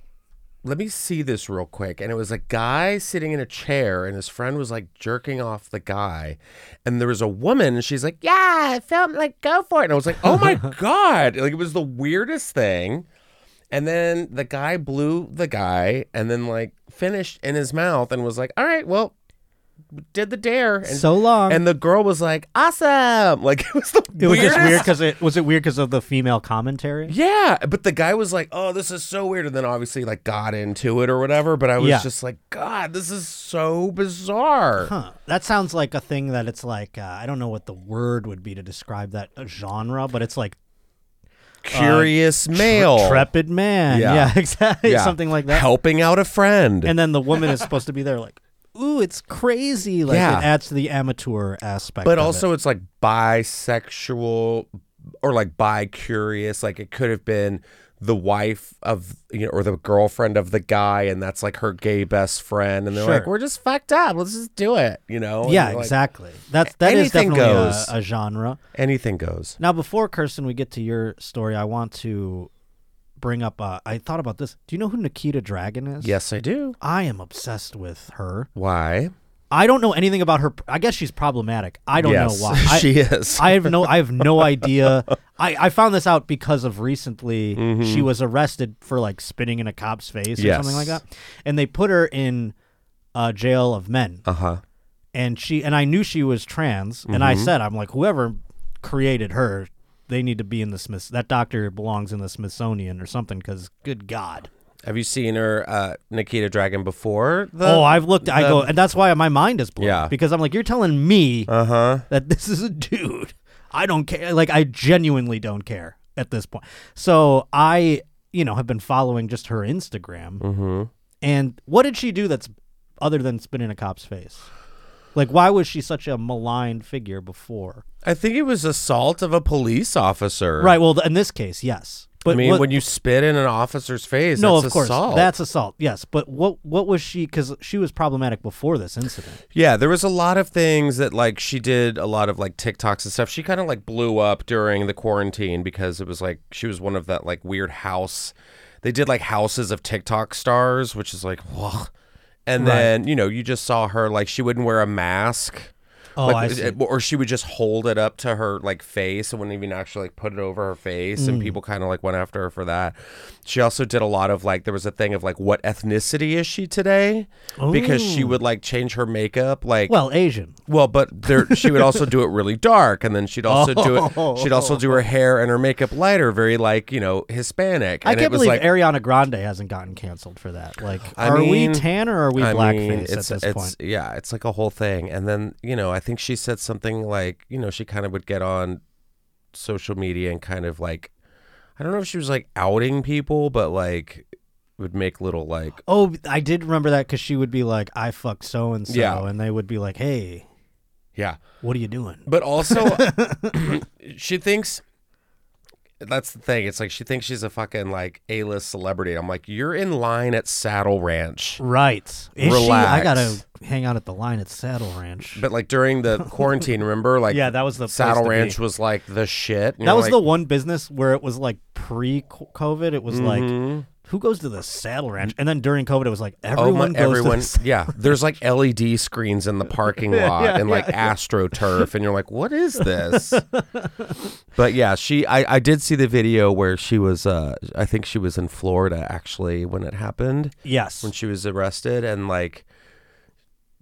[SPEAKER 2] let me see this real quick and it was a guy sitting in a chair and his friend was like jerking off the guy and there was a woman and she's like yeah film like go for it and I was like oh my god like it was the weirdest thing. And then the guy blew the guy and then like finished in his mouth and was like, "All right, well, did the dare." And,
[SPEAKER 1] so long.
[SPEAKER 2] and the girl was like, "Awesome!" Like it was the
[SPEAKER 1] it was
[SPEAKER 2] weirdest.
[SPEAKER 1] just weird because it was it weird because of the female commentary.
[SPEAKER 2] yeah, but the guy was like, "Oh, this is so weird," and then obviously like got into it or whatever. But I was
[SPEAKER 1] Yeah.
[SPEAKER 2] just like, "God, this is so bizarre."
[SPEAKER 1] Huh. Uh, That sounds like a thing that it's like uh, I don't know what the word would be to describe that uh, genre, but it's like
[SPEAKER 2] Curious male,
[SPEAKER 1] trepid man. Yeah,
[SPEAKER 2] Yeah.
[SPEAKER 1] exactly. Something like that.
[SPEAKER 2] helping out a friend.
[SPEAKER 1] And then the woman is supposed to be there, like, ooh, it's crazy. Like
[SPEAKER 2] Yeah.
[SPEAKER 1] it adds to the amateur aspect. of
[SPEAKER 2] but
[SPEAKER 1] it.
[SPEAKER 2] also it's like bisexual or like bi curious like it could have been the wife of you know or the girlfriend of the guy and that's like her gay best friend and they're like
[SPEAKER 1] Sure.
[SPEAKER 2] we're just fucked up let's just do it you know And
[SPEAKER 1] yeah,
[SPEAKER 2] you're like,
[SPEAKER 1] exactly. That's that is
[SPEAKER 2] anything
[SPEAKER 1] definitely a-
[SPEAKER 2] goes.
[SPEAKER 1] a genre.
[SPEAKER 2] anything goes
[SPEAKER 1] Now, before Kirsten, we get to your story. I want to bring up. Uh, I thought about this. Do you know who Nikita Dragon is?
[SPEAKER 2] yes i do
[SPEAKER 1] I am obsessed with her.
[SPEAKER 2] why
[SPEAKER 1] I don't know anything about her. I guess she's problematic. I don't
[SPEAKER 2] Yes,
[SPEAKER 1] know why. I,
[SPEAKER 2] she is
[SPEAKER 1] I have no. I have no idea. I, I found this out because of recently
[SPEAKER 2] Mm-hmm.
[SPEAKER 1] she was arrested for like spitting in a cop's face or
[SPEAKER 2] Yes.
[SPEAKER 1] something like that, and they put her in uh, jail of men.
[SPEAKER 2] uh-huh
[SPEAKER 1] and she and I knew she was trans, and
[SPEAKER 2] Mm-hmm.
[SPEAKER 1] I said, I'm like, whoever created her, they need to be in the Smith. That doctor belongs in the Smithsonian or something, because good God.
[SPEAKER 2] have you seen her uh nikita dragon before the-
[SPEAKER 1] oh, I've looked. I
[SPEAKER 2] the-
[SPEAKER 1] go, and that's why my mind is blown.
[SPEAKER 2] Yeah.
[SPEAKER 1] because I'm like, you're telling me
[SPEAKER 2] uh-huh
[SPEAKER 1] that this is a dude. I don't care. Like, I genuinely don't care at this point. So I, you know, have been following just her Instagram.
[SPEAKER 2] mm-hmm
[SPEAKER 1] And what did she do that's other than spit in a cop's face? Like, why was she such a maligned figure before?
[SPEAKER 2] i think it was assault of a police officer
[SPEAKER 1] Right. Well, th- in this case, yes. But
[SPEAKER 2] I mean,
[SPEAKER 1] what-
[SPEAKER 2] when you spit in an officer's face,
[SPEAKER 1] no,
[SPEAKER 2] that's
[SPEAKER 1] of course,
[SPEAKER 2] assault.
[SPEAKER 1] that's assault. Yes, but what what was she? Because she was problematic before this incident.
[SPEAKER 2] Yeah, there was a lot of things that like she did a lot of like TikToks and stuff. She kind of like blew up during the quarantine because it was like she was one of that like weird house. They did like houses of TikTok stars, which is like, whoa. And
[SPEAKER 1] Right.
[SPEAKER 2] then, you know, you just saw her like she wouldn't wear a mask.
[SPEAKER 1] Oh,
[SPEAKER 2] like,
[SPEAKER 1] I see.
[SPEAKER 2] Or she would just hold it up to her like face and wouldn't even actually like put it over her face.
[SPEAKER 1] Hmm.
[SPEAKER 2] And people kind of like went after her for that. She also did a lot of like there was a thing of like what ethnicity is she today? Because she
[SPEAKER 1] Ooh.
[SPEAKER 2] would like change her makeup like
[SPEAKER 1] Hmm. well, Asian.
[SPEAKER 2] well, but there, she would also do it really dark, and then she'd also do
[SPEAKER 1] Oh.
[SPEAKER 2] it. She'd also do her hair and her makeup lighter, very like you know Hispanic.
[SPEAKER 1] I
[SPEAKER 2] and
[SPEAKER 1] can't
[SPEAKER 2] it was
[SPEAKER 1] believe
[SPEAKER 2] like,
[SPEAKER 1] Ariana Grande hasn't gotten canceled for that. Like,
[SPEAKER 2] I
[SPEAKER 1] are
[SPEAKER 2] mean-
[SPEAKER 1] we tan or are we
[SPEAKER 2] I
[SPEAKER 1] blackface
[SPEAKER 2] mean,
[SPEAKER 1] at
[SPEAKER 2] it's,
[SPEAKER 1] this
[SPEAKER 2] it's,
[SPEAKER 1] point?
[SPEAKER 2] Yeah, it's like a whole thing. And then you know, I think she said something like you know she kind of would get on social media and kind of like I don't know if she was like outing people, but like would make little like
[SPEAKER 1] Oh, I did remember that because she would be like, "I fuck so and so,"
[SPEAKER 2] Yeah.
[SPEAKER 1] and they would be like, "Hey,
[SPEAKER 2] yeah.
[SPEAKER 1] what are you doing?"
[SPEAKER 2] But also, she thinks that's the thing. It's like she thinks she's a fucking like A list celebrity. I'm like, you're in line at Saddle Ranch.
[SPEAKER 1] Right? Is she? I
[SPEAKER 2] Relax.
[SPEAKER 1] gotta hang out at the line at Saddle Ranch.
[SPEAKER 2] But like during the quarantine, remember? Like,
[SPEAKER 1] Yeah, that was the place
[SPEAKER 2] Saddle
[SPEAKER 1] to
[SPEAKER 2] Ranch
[SPEAKER 1] be.
[SPEAKER 2] was like the shit.
[SPEAKER 1] that was the one business where it was like pre-COVID. It was like
[SPEAKER 2] Mm-hmm.
[SPEAKER 1] who goes to the saddle ranch? And then during COVID, it was like everyone
[SPEAKER 2] oh my,
[SPEAKER 1] goes
[SPEAKER 2] everyone,
[SPEAKER 1] to the sa-
[SPEAKER 2] yeah. There's like LED screens in the parking lot and like AstroTurf, and you're like, what is this? but yeah, she. I, I did see the video where she was. Uh, I think she was in Florida actually when it happened.
[SPEAKER 1] yes.
[SPEAKER 2] when she was arrested and like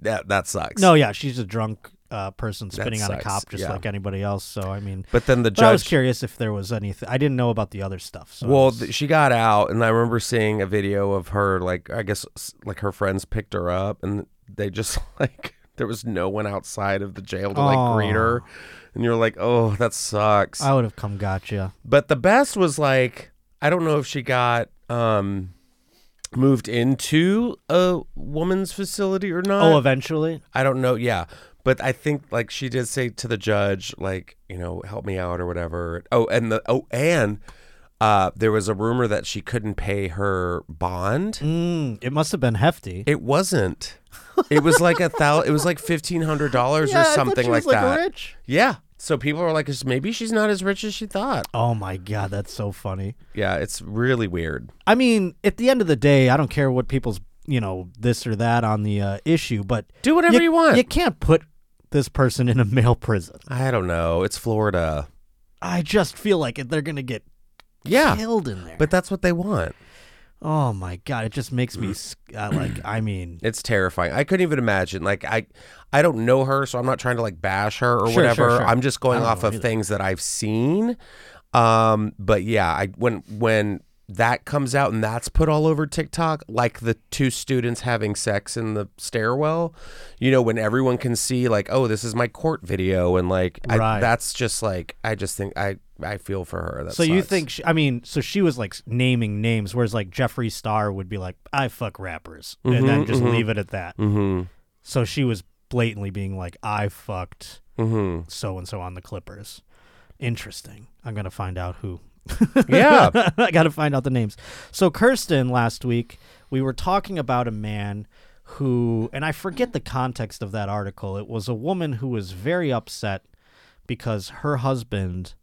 [SPEAKER 2] that that sucks.
[SPEAKER 1] No, yeah, she's a drunk uh, person spitting on a
[SPEAKER 2] sucks,
[SPEAKER 1] cop just
[SPEAKER 2] yeah.
[SPEAKER 1] like anybody else. So I mean,
[SPEAKER 2] But then the
[SPEAKER 1] but I was
[SPEAKER 2] judge
[SPEAKER 1] curious if there was anything. I didn't know about the other stuff. So
[SPEAKER 2] Well,
[SPEAKER 1] it's-
[SPEAKER 2] th- she got out, and I remember seeing a video of her. Like, I guess s- like her friends picked her up, and they just like there was no one outside of the jail to like greet
[SPEAKER 1] Aw.
[SPEAKER 2] her, and you're like, oh, that sucks.
[SPEAKER 1] I would have come gotcha.
[SPEAKER 2] But the best was like I don't know if she got um moved into a woman's facility or not.
[SPEAKER 1] Oh, eventually.
[SPEAKER 2] I don't know. Yeah. But I think like she did say to the judge, like, you know, help me out or whatever. Oh, and the oh and uh there was a rumor that she couldn't pay her bond.
[SPEAKER 1] Mm, it must have been hefty.
[SPEAKER 2] It wasn't. It was like a thou it was like fifteen hundred dollars
[SPEAKER 1] yeah,
[SPEAKER 2] or something
[SPEAKER 1] I thought she was,
[SPEAKER 2] like that.
[SPEAKER 1] Rich.
[SPEAKER 2] Yeah. So people are like, maybe she's not as rich as she thought.
[SPEAKER 1] Oh my god, that's so funny.
[SPEAKER 2] Yeah, it's really weird.
[SPEAKER 1] I mean, at the end of the day, I don't care what people's you know this or that on the uh, issue, but
[SPEAKER 2] Do whatever you want.
[SPEAKER 1] You can't put this person in a male prison.
[SPEAKER 2] I don't know. It's Florida.
[SPEAKER 1] I just feel like they're gonna get
[SPEAKER 2] Yeah.
[SPEAKER 1] killed in there.
[SPEAKER 2] But that's what they want.
[SPEAKER 1] oh my god, it just makes me s- uh, like. I mean,
[SPEAKER 2] It's terrifying. I couldn't even imagine. Like I I don't know her, so I'm not trying to like bash her or
[SPEAKER 1] Sure, sure,
[SPEAKER 2] whatever.
[SPEAKER 1] sure.
[SPEAKER 2] I'm just
[SPEAKER 1] I
[SPEAKER 2] going
[SPEAKER 1] don't
[SPEAKER 2] off
[SPEAKER 1] know
[SPEAKER 2] of
[SPEAKER 1] either.
[SPEAKER 2] things that I've seen. Um, but yeah, I when when that comes out and that's put all over TikTok, like the two students having sex in the stairwell, you know, when everyone can see like, oh, this is my court video and like I,
[SPEAKER 1] Right.
[SPEAKER 2] that's just like I just think I I feel for her. That
[SPEAKER 1] so you
[SPEAKER 2] sucks.
[SPEAKER 1] think? She, I mean, so she was like s- naming names, whereas like Jeffree Star would be like, "I fuck rappers," and then
[SPEAKER 2] Mhm,
[SPEAKER 1] just
[SPEAKER 2] mhm.
[SPEAKER 1] leave it at that.
[SPEAKER 2] Mhm.
[SPEAKER 1] So she was blatantly being like, "I fucked
[SPEAKER 2] Mhm.
[SPEAKER 1] so and so on the Clippers." Interesting. I'm gonna find out who.
[SPEAKER 2] Yeah.
[SPEAKER 1] I gotta find out the names. So Kirsten last week we were talking about a man who, and I forget the context of that article. It was a woman who was very upset because her husband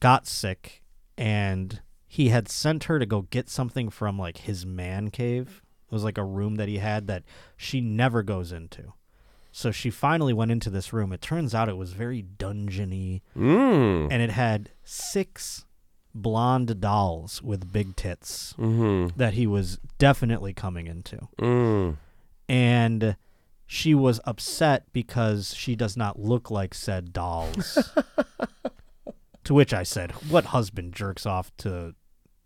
[SPEAKER 1] got sick and he had sent her to go get something from like his man cave. It was like a room that he had that she never goes into. So she finally went into this room. It turns out it was very dungeony
[SPEAKER 2] Mm.
[SPEAKER 1] and it had six blonde dolls with big tits
[SPEAKER 2] Mm-hmm.
[SPEAKER 1] that he was definitely coming into.
[SPEAKER 2] Mm.
[SPEAKER 1] And she was upset because she does not look like said dolls. to which I said, What husband jerks off to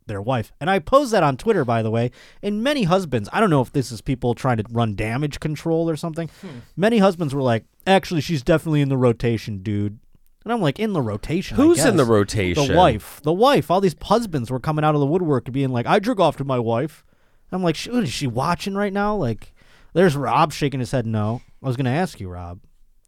[SPEAKER 1] their wife? And I posed that on Twitter, by the way. And many husbands, I don't know if this is people trying to run damage control or something.
[SPEAKER 2] Hmm.
[SPEAKER 1] Many husbands were like, Actually, she's definitely in the rotation, dude. And I'm like, In the rotation? I
[SPEAKER 2] Who's in the
[SPEAKER 1] guess."
[SPEAKER 2] rotation?
[SPEAKER 1] The wife. The wife. All these husbands were coming out of the woodwork and being like, I jerk off to my wife. I'm like, shoot, is she watching right now? Like, there's Rob shaking his head no. I was going to ask you, Rob.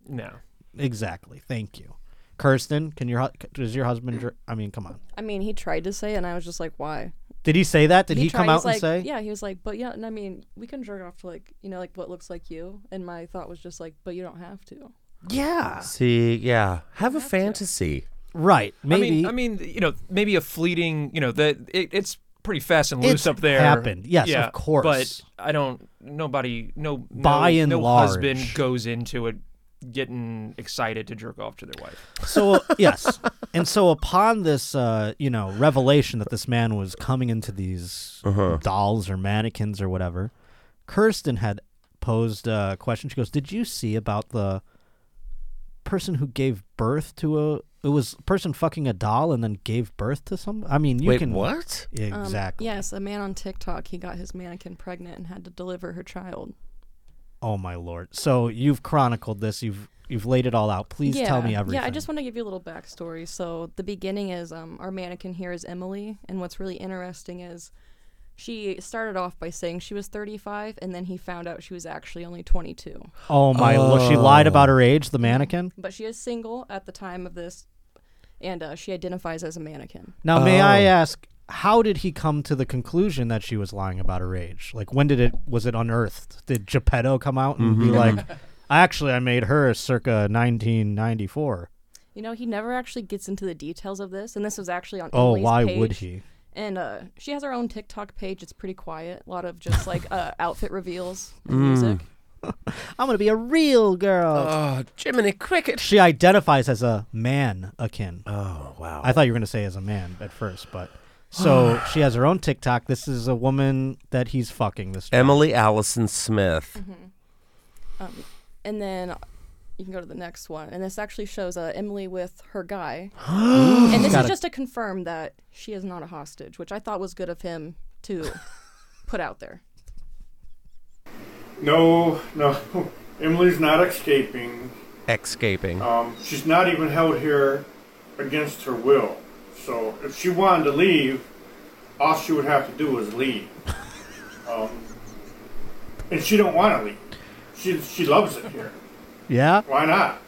[SPEAKER 3] No.
[SPEAKER 1] Exactly. Thank you. Kirsten, can your hu- does your husband? jer- I mean, come on.
[SPEAKER 4] I mean, he tried to say, and I was just like, why?
[SPEAKER 1] Did he say that? Did he, come
[SPEAKER 4] tried-
[SPEAKER 1] out
[SPEAKER 4] he's
[SPEAKER 1] and
[SPEAKER 4] like,
[SPEAKER 1] say?
[SPEAKER 4] Yeah, he was like, but yeah, and I mean, we can jerk off to like, you know, like what looks like you. And my thought was just like, but you don't have to.
[SPEAKER 1] Yeah.
[SPEAKER 2] See, yeah. Have a fantasy.
[SPEAKER 1] Right. Maybe.
[SPEAKER 3] I mean, I mean, you know, maybe a fleeting, you know, that it, it's pretty fast and loose
[SPEAKER 1] It's
[SPEAKER 3] up there.
[SPEAKER 1] happened. Yes, of
[SPEAKER 3] yeah,
[SPEAKER 1] course.
[SPEAKER 3] But I don't. Nobody, no, no-
[SPEAKER 1] By and
[SPEAKER 3] no
[SPEAKER 1] large.
[SPEAKER 3] husband goes into it getting excited to jerk off to their wife.
[SPEAKER 1] So uh, yes, and so upon this, uh, you know, revelation that this man was coming into these
[SPEAKER 2] Uh-huh.
[SPEAKER 1] dolls or mannequins or whatever, Kirsten had posed a question. She goes, "Did you see about the person who gave birth to a? It was a person fucking a doll and then gave birth to some. I mean, you
[SPEAKER 2] Wait,
[SPEAKER 1] can
[SPEAKER 2] what?
[SPEAKER 4] Um,
[SPEAKER 1] exactly?
[SPEAKER 4] yes, a man on TikTok, he got his mannequin pregnant and had to deliver her child.
[SPEAKER 1] Oh my lord! So you've chronicled this. You've you've laid it all out. Please
[SPEAKER 4] yeah.
[SPEAKER 1] tell me everything.
[SPEAKER 4] Yeah, I just want to give you a little backstory. So the beginning is um, our mannequin here is Emily, and what's really interesting is she started off by saying she was 35, and then he found out she was actually only 22.
[SPEAKER 1] Oh my! lord! She lied about her age. The mannequin.
[SPEAKER 4] But she is single at the time of this, and uh, she identifies as a mannequin.
[SPEAKER 1] Now, may I
[SPEAKER 2] Oh.
[SPEAKER 1] ask, how did he come to the conclusion that she was lying about her age? Like, when did it was it unearthed? Did Geppetto come out and be
[SPEAKER 2] Mm-hmm.
[SPEAKER 1] like, "Actually, I made her circa 1994"?
[SPEAKER 4] You know, he never actually gets into the details of this, and this was actually on.
[SPEAKER 1] Oh,
[SPEAKER 4] Emily's
[SPEAKER 1] why
[SPEAKER 4] page.
[SPEAKER 1] would he?
[SPEAKER 4] And uh, she has her own TikTok page. It's pretty quiet. A lot of just like uh, outfit reveals, and music.
[SPEAKER 1] I'm gonna be a real girl.
[SPEAKER 2] Oh, Jiminy Cricket.
[SPEAKER 1] she identifies as a man akin.
[SPEAKER 2] Oh, wow.
[SPEAKER 1] I thought you were gonna say as a man at first, but so she has her own TikTok. This is a woman that he's fucking. This
[SPEAKER 2] Emily Allison Smith.
[SPEAKER 4] and then you can go to the next one. And this actually shows uh, Emily with her guy. and this is just to confirm that she is not a hostage, which I thought was good of him to put out there.
[SPEAKER 8] No, no. Emily's not escaping.
[SPEAKER 2] Escaping.
[SPEAKER 8] Um, she's not even held here against her will. So if she wanted to leave, all she would have to do is leave. Um, and she don't want to leave. She she loves it here.
[SPEAKER 1] Yeah.
[SPEAKER 8] Why not?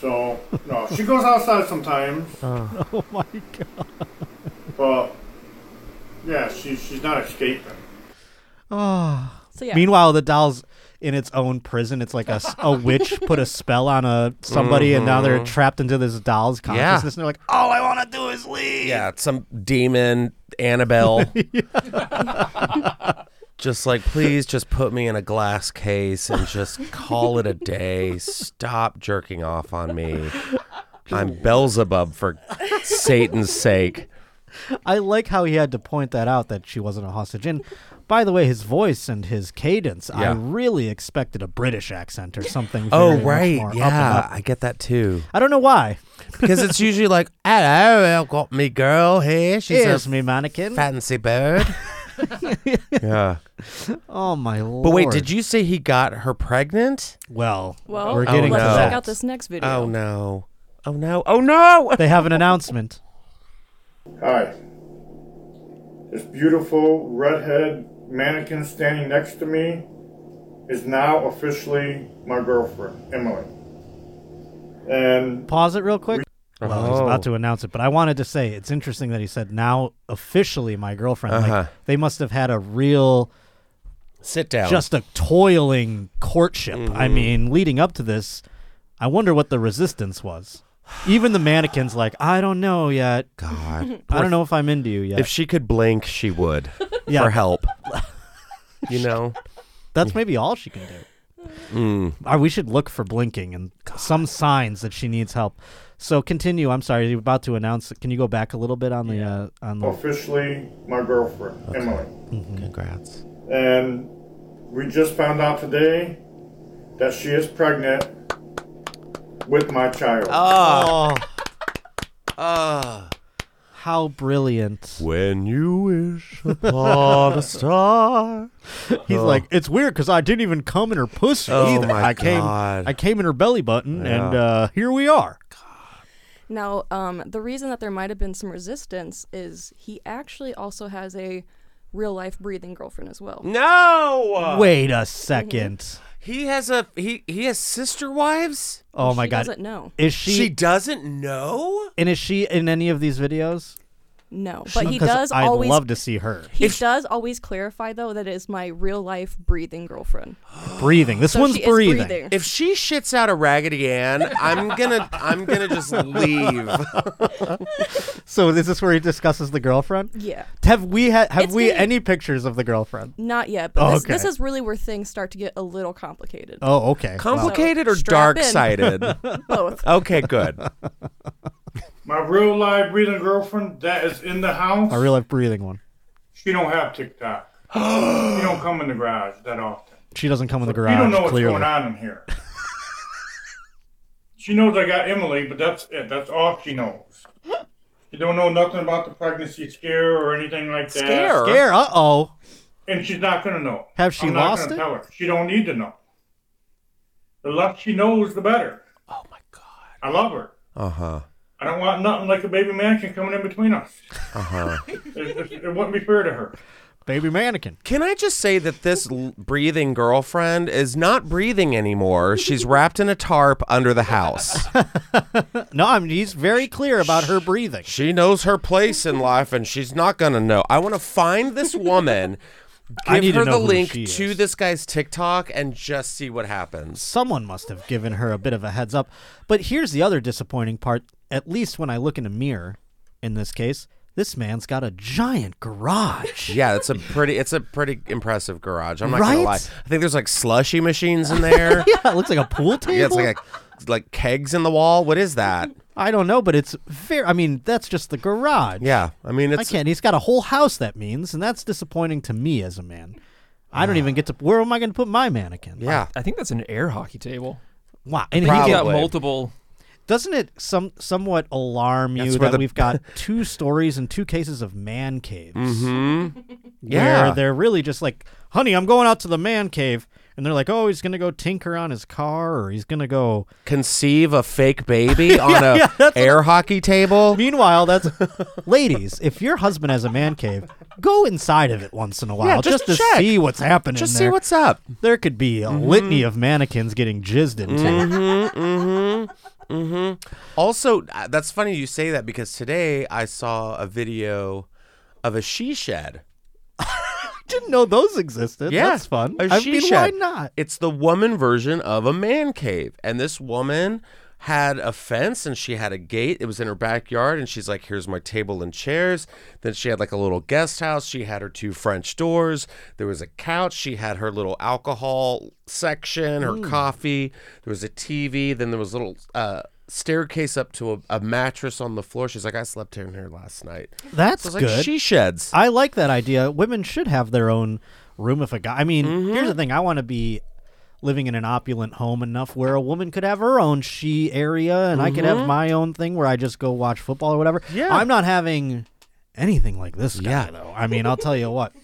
[SPEAKER 8] So no, she goes outside sometimes,
[SPEAKER 1] Oh my god.
[SPEAKER 8] but yeah, she she's not escaping.
[SPEAKER 4] So yeah,
[SPEAKER 1] Meanwhile, the doll's in its own prison. It's like a, s- a witch put a spell on a somebody, and now
[SPEAKER 2] Mm-hmm.
[SPEAKER 1] they're trapped into this doll's consciousness. And they're like, "Oh, all I want to do is leave.
[SPEAKER 2] Yeah, it's some demon Annabelle. just like, please just put me in a glass case and just call it a day. Stop jerking off on me. I'm Beelzebub for Satan's sake.
[SPEAKER 1] I like how he had to point that out that she wasn't a hostage. And by the way, his voice and his cadence, I
[SPEAKER 2] Yeah.
[SPEAKER 1] really expected a British accent or something.
[SPEAKER 2] Oh
[SPEAKER 1] very much
[SPEAKER 2] right,
[SPEAKER 1] more up and
[SPEAKER 2] yeah,
[SPEAKER 1] up.
[SPEAKER 2] I get that too.
[SPEAKER 1] I don't know why.
[SPEAKER 2] Because it's usually like, hello, I've got me girl here. She's
[SPEAKER 1] Here's
[SPEAKER 2] a
[SPEAKER 1] me, mannequin.
[SPEAKER 2] fancy bird. yeah.
[SPEAKER 1] Oh my lord!
[SPEAKER 2] But wait, did you say he got her pregnant?
[SPEAKER 1] Well,
[SPEAKER 4] well,
[SPEAKER 1] we're getting uh,
[SPEAKER 4] let's
[SPEAKER 1] to
[SPEAKER 2] no.
[SPEAKER 1] that.
[SPEAKER 4] check out this next video.
[SPEAKER 2] Oh no. Oh no. Oh no.
[SPEAKER 1] They have an announcement.
[SPEAKER 8] Hi. This beautiful redhead mannequin standing next to me is now officially my girlfriend, Emily. And
[SPEAKER 1] Pause it real quick. Well, he's
[SPEAKER 2] Oh.
[SPEAKER 1] about to announce it, but I wanted to say it's interesting that he said now officially my girlfriend.
[SPEAKER 2] Uh-huh.
[SPEAKER 1] Like they must have had a real,
[SPEAKER 2] Sit down.
[SPEAKER 1] just a toiling courtship. I
[SPEAKER 2] Mm-hmm.
[SPEAKER 1] mean, leading up to this, I wonder what the resistance was. Even the mannequins, like I don't know yet.
[SPEAKER 2] God.
[SPEAKER 1] I don't know if I'm into you yet.
[SPEAKER 2] If she could blink, she would
[SPEAKER 1] yeah,
[SPEAKER 2] for help. you know?
[SPEAKER 1] that's maybe all she can do.
[SPEAKER 2] Mm.
[SPEAKER 1] Uh, we should look for blinking and some signs that she needs help. So continue. I'm sorry, you're about to announce. Can you go back a little bit on the uh, on the
[SPEAKER 8] officially my girlfriend, Emily.
[SPEAKER 2] Oh, Congrats.
[SPEAKER 8] And we just found out today that she is pregnant with my child.
[SPEAKER 2] Oh. Ah.
[SPEAKER 1] how brilliant?
[SPEAKER 2] When you wish upon a star.
[SPEAKER 1] He's like, it's weird because I didn't even come in her pussy
[SPEAKER 2] Oh
[SPEAKER 1] either.
[SPEAKER 2] my
[SPEAKER 1] I came,
[SPEAKER 2] God.
[SPEAKER 1] I came in her belly button, and
[SPEAKER 2] Yeah.
[SPEAKER 1] uh, here we are.
[SPEAKER 4] Now, um, the reason that there might have been some resistance is he actually also has a real life breathing girlfriend as
[SPEAKER 1] Mm.
[SPEAKER 4] well.
[SPEAKER 2] No.
[SPEAKER 1] Wait
[SPEAKER 4] Mm-hmm.
[SPEAKER 1] a second.
[SPEAKER 2] He has a he he has sister wives?
[SPEAKER 1] Oh my
[SPEAKER 4] she
[SPEAKER 1] god,
[SPEAKER 4] doesn't know.
[SPEAKER 1] is she,
[SPEAKER 2] She doesn't know?
[SPEAKER 1] and is she in any of these videos?
[SPEAKER 4] No, but he
[SPEAKER 1] 'Cause
[SPEAKER 4] does
[SPEAKER 1] I'd
[SPEAKER 4] always.
[SPEAKER 1] love to see her
[SPEAKER 4] he
[SPEAKER 2] If-
[SPEAKER 4] does always clarify though that it is my real life breathing girlfriend.
[SPEAKER 1] breathing. This
[SPEAKER 4] So
[SPEAKER 1] one's
[SPEAKER 4] she is
[SPEAKER 1] breathing.
[SPEAKER 2] If she shits out a Raggedy Ann, I'm gonna I'm gonna just leave.
[SPEAKER 1] So is this where he discusses the girlfriend?
[SPEAKER 4] Yeah.
[SPEAKER 1] Have we ha- have
[SPEAKER 4] It's
[SPEAKER 1] we
[SPEAKER 4] getting-
[SPEAKER 1] any pictures of the girlfriend?
[SPEAKER 4] Not yet, but this,
[SPEAKER 1] Oh, Okay.
[SPEAKER 4] this is really where things start to get a little complicated.
[SPEAKER 1] Oh, okay. Wow.
[SPEAKER 2] Complicated or
[SPEAKER 4] strap
[SPEAKER 2] dark
[SPEAKER 4] in.
[SPEAKER 2] sided?
[SPEAKER 4] Both.
[SPEAKER 2] Okay, good.
[SPEAKER 8] My real live breathing girlfriend that is in the house.
[SPEAKER 1] A real life breathing one.
[SPEAKER 8] she don't have TikTok. she don't come in the garage that often.
[SPEAKER 1] She doesn't come in the garage.
[SPEAKER 8] you don't know what's
[SPEAKER 1] clearly.
[SPEAKER 8] going on in here. she knows I got Emily, but that's it. That's all she knows. She don't know nothing about the pregnancy scare or anything like that.
[SPEAKER 2] Scare?
[SPEAKER 1] Scare. Uh oh.
[SPEAKER 8] And she's not gonna know.
[SPEAKER 1] Have she
[SPEAKER 8] I'm not
[SPEAKER 1] lost
[SPEAKER 8] gonna
[SPEAKER 1] it?
[SPEAKER 8] Tell her. She don't need to know. The less she knows, the better.
[SPEAKER 2] Oh my god.
[SPEAKER 8] I love her.
[SPEAKER 2] Uh
[SPEAKER 1] Uh-huh.
[SPEAKER 2] huh.
[SPEAKER 8] I don't want nothing like a baby mannequin coming in between us.
[SPEAKER 2] Uh huh.
[SPEAKER 8] It, it, it wouldn't be fair to her.
[SPEAKER 1] Baby mannequin.
[SPEAKER 2] Can I just say that this l- breathing girlfriend is not breathing anymore? She's wrapped in a tarp under the house.
[SPEAKER 1] No, I mean he's very clear about her breathing.
[SPEAKER 2] She knows her place in life and she's not going to know. I want to find this woman,
[SPEAKER 1] I need
[SPEAKER 2] give
[SPEAKER 1] to
[SPEAKER 2] her
[SPEAKER 1] know
[SPEAKER 2] the
[SPEAKER 1] who
[SPEAKER 2] link
[SPEAKER 1] she
[SPEAKER 2] to
[SPEAKER 1] is.
[SPEAKER 2] this guy's TikTok and just see what happens.
[SPEAKER 1] someone must have given her a bit of a heads up. But here's the other disappointing part. At least when I look in a mirror, in this case, this man's got a giant garage.
[SPEAKER 2] Yeah, it's a pretty it's a pretty impressive garage. I'm not going
[SPEAKER 1] Right?
[SPEAKER 2] to lie. I think there's like slushy machines in there.
[SPEAKER 1] yeah, it looks like a pool table.
[SPEAKER 2] yeah, it's like a, like kegs in the wall. What is that?
[SPEAKER 1] I don't know, but it's very. I mean, that's just the garage.
[SPEAKER 2] Yeah, I mean
[SPEAKER 1] I
[SPEAKER 2] it's
[SPEAKER 1] can't. He's got a whole house. That means, and that's disappointing to me as a man. I don't even get to. Where am I going to put my mannequin?
[SPEAKER 2] Yeah.
[SPEAKER 3] I think that's an air hockey table.
[SPEAKER 1] Wow. And
[SPEAKER 3] He's
[SPEAKER 1] he
[SPEAKER 3] got
[SPEAKER 2] Probably.
[SPEAKER 3] multiple.
[SPEAKER 1] doesn't it some somewhat alarm you
[SPEAKER 2] That's where
[SPEAKER 1] that
[SPEAKER 2] the-
[SPEAKER 1] we've got two stories and two cases of man caves
[SPEAKER 2] Mm-hmm.
[SPEAKER 1] where
[SPEAKER 2] Yeah.
[SPEAKER 1] they're really just like, "Honey, I'm going out to the man cave," and they're like, "Oh, he's gonna go tinker on his car, or he's gonna go."
[SPEAKER 2] Conceive a fake baby on a
[SPEAKER 1] yeah, that's
[SPEAKER 2] air hockey table.
[SPEAKER 1] Meanwhile, that's ladies. If your husband has a man cave, go inside of it once in a while
[SPEAKER 2] just
[SPEAKER 1] to
[SPEAKER 2] check.
[SPEAKER 1] see what's happening.
[SPEAKER 2] Just see Mm-hmm.
[SPEAKER 1] there.
[SPEAKER 2] what's up.
[SPEAKER 1] there could be a litany of mannequins getting jizzed into.
[SPEAKER 2] Mm-hmm. Also, uh, that's funny you say that because today I saw a video of a she shed.
[SPEAKER 1] Didn't know those existed.
[SPEAKER 2] Yeah,
[SPEAKER 1] that's fun.
[SPEAKER 2] a
[SPEAKER 1] I
[SPEAKER 2] she
[SPEAKER 1] mean, why
[SPEAKER 2] shed.
[SPEAKER 1] not?
[SPEAKER 2] It's the woman version of a man cave. And this woman had a fence and she had a gate. It was in her backyard. And she's like, here's my table and chairs. Then she had like a little guest house. She had her two French doors. There was a couch. She had her little alcohol section, her
[SPEAKER 1] Hmm.
[SPEAKER 2] coffee. There was a TV. Then there was a little uh, staircase up to a, a mattress on the floor. She's like, I slept in here last night.
[SPEAKER 1] That's
[SPEAKER 2] So it's like
[SPEAKER 1] good.
[SPEAKER 2] she sheds.
[SPEAKER 1] I like that idea. Women should have their own room if a guy. I mean,
[SPEAKER 2] Mm-hmm.
[SPEAKER 1] here's the thing. I want to be living in an opulent home enough where a woman could have her own she area and I could have my own thing where I just go watch football or whatever.
[SPEAKER 2] Mm-hmm. Yeah.
[SPEAKER 1] I'm not having anything like this guy
[SPEAKER 2] Yeah.
[SPEAKER 1] though. I mean, I'll tell you what.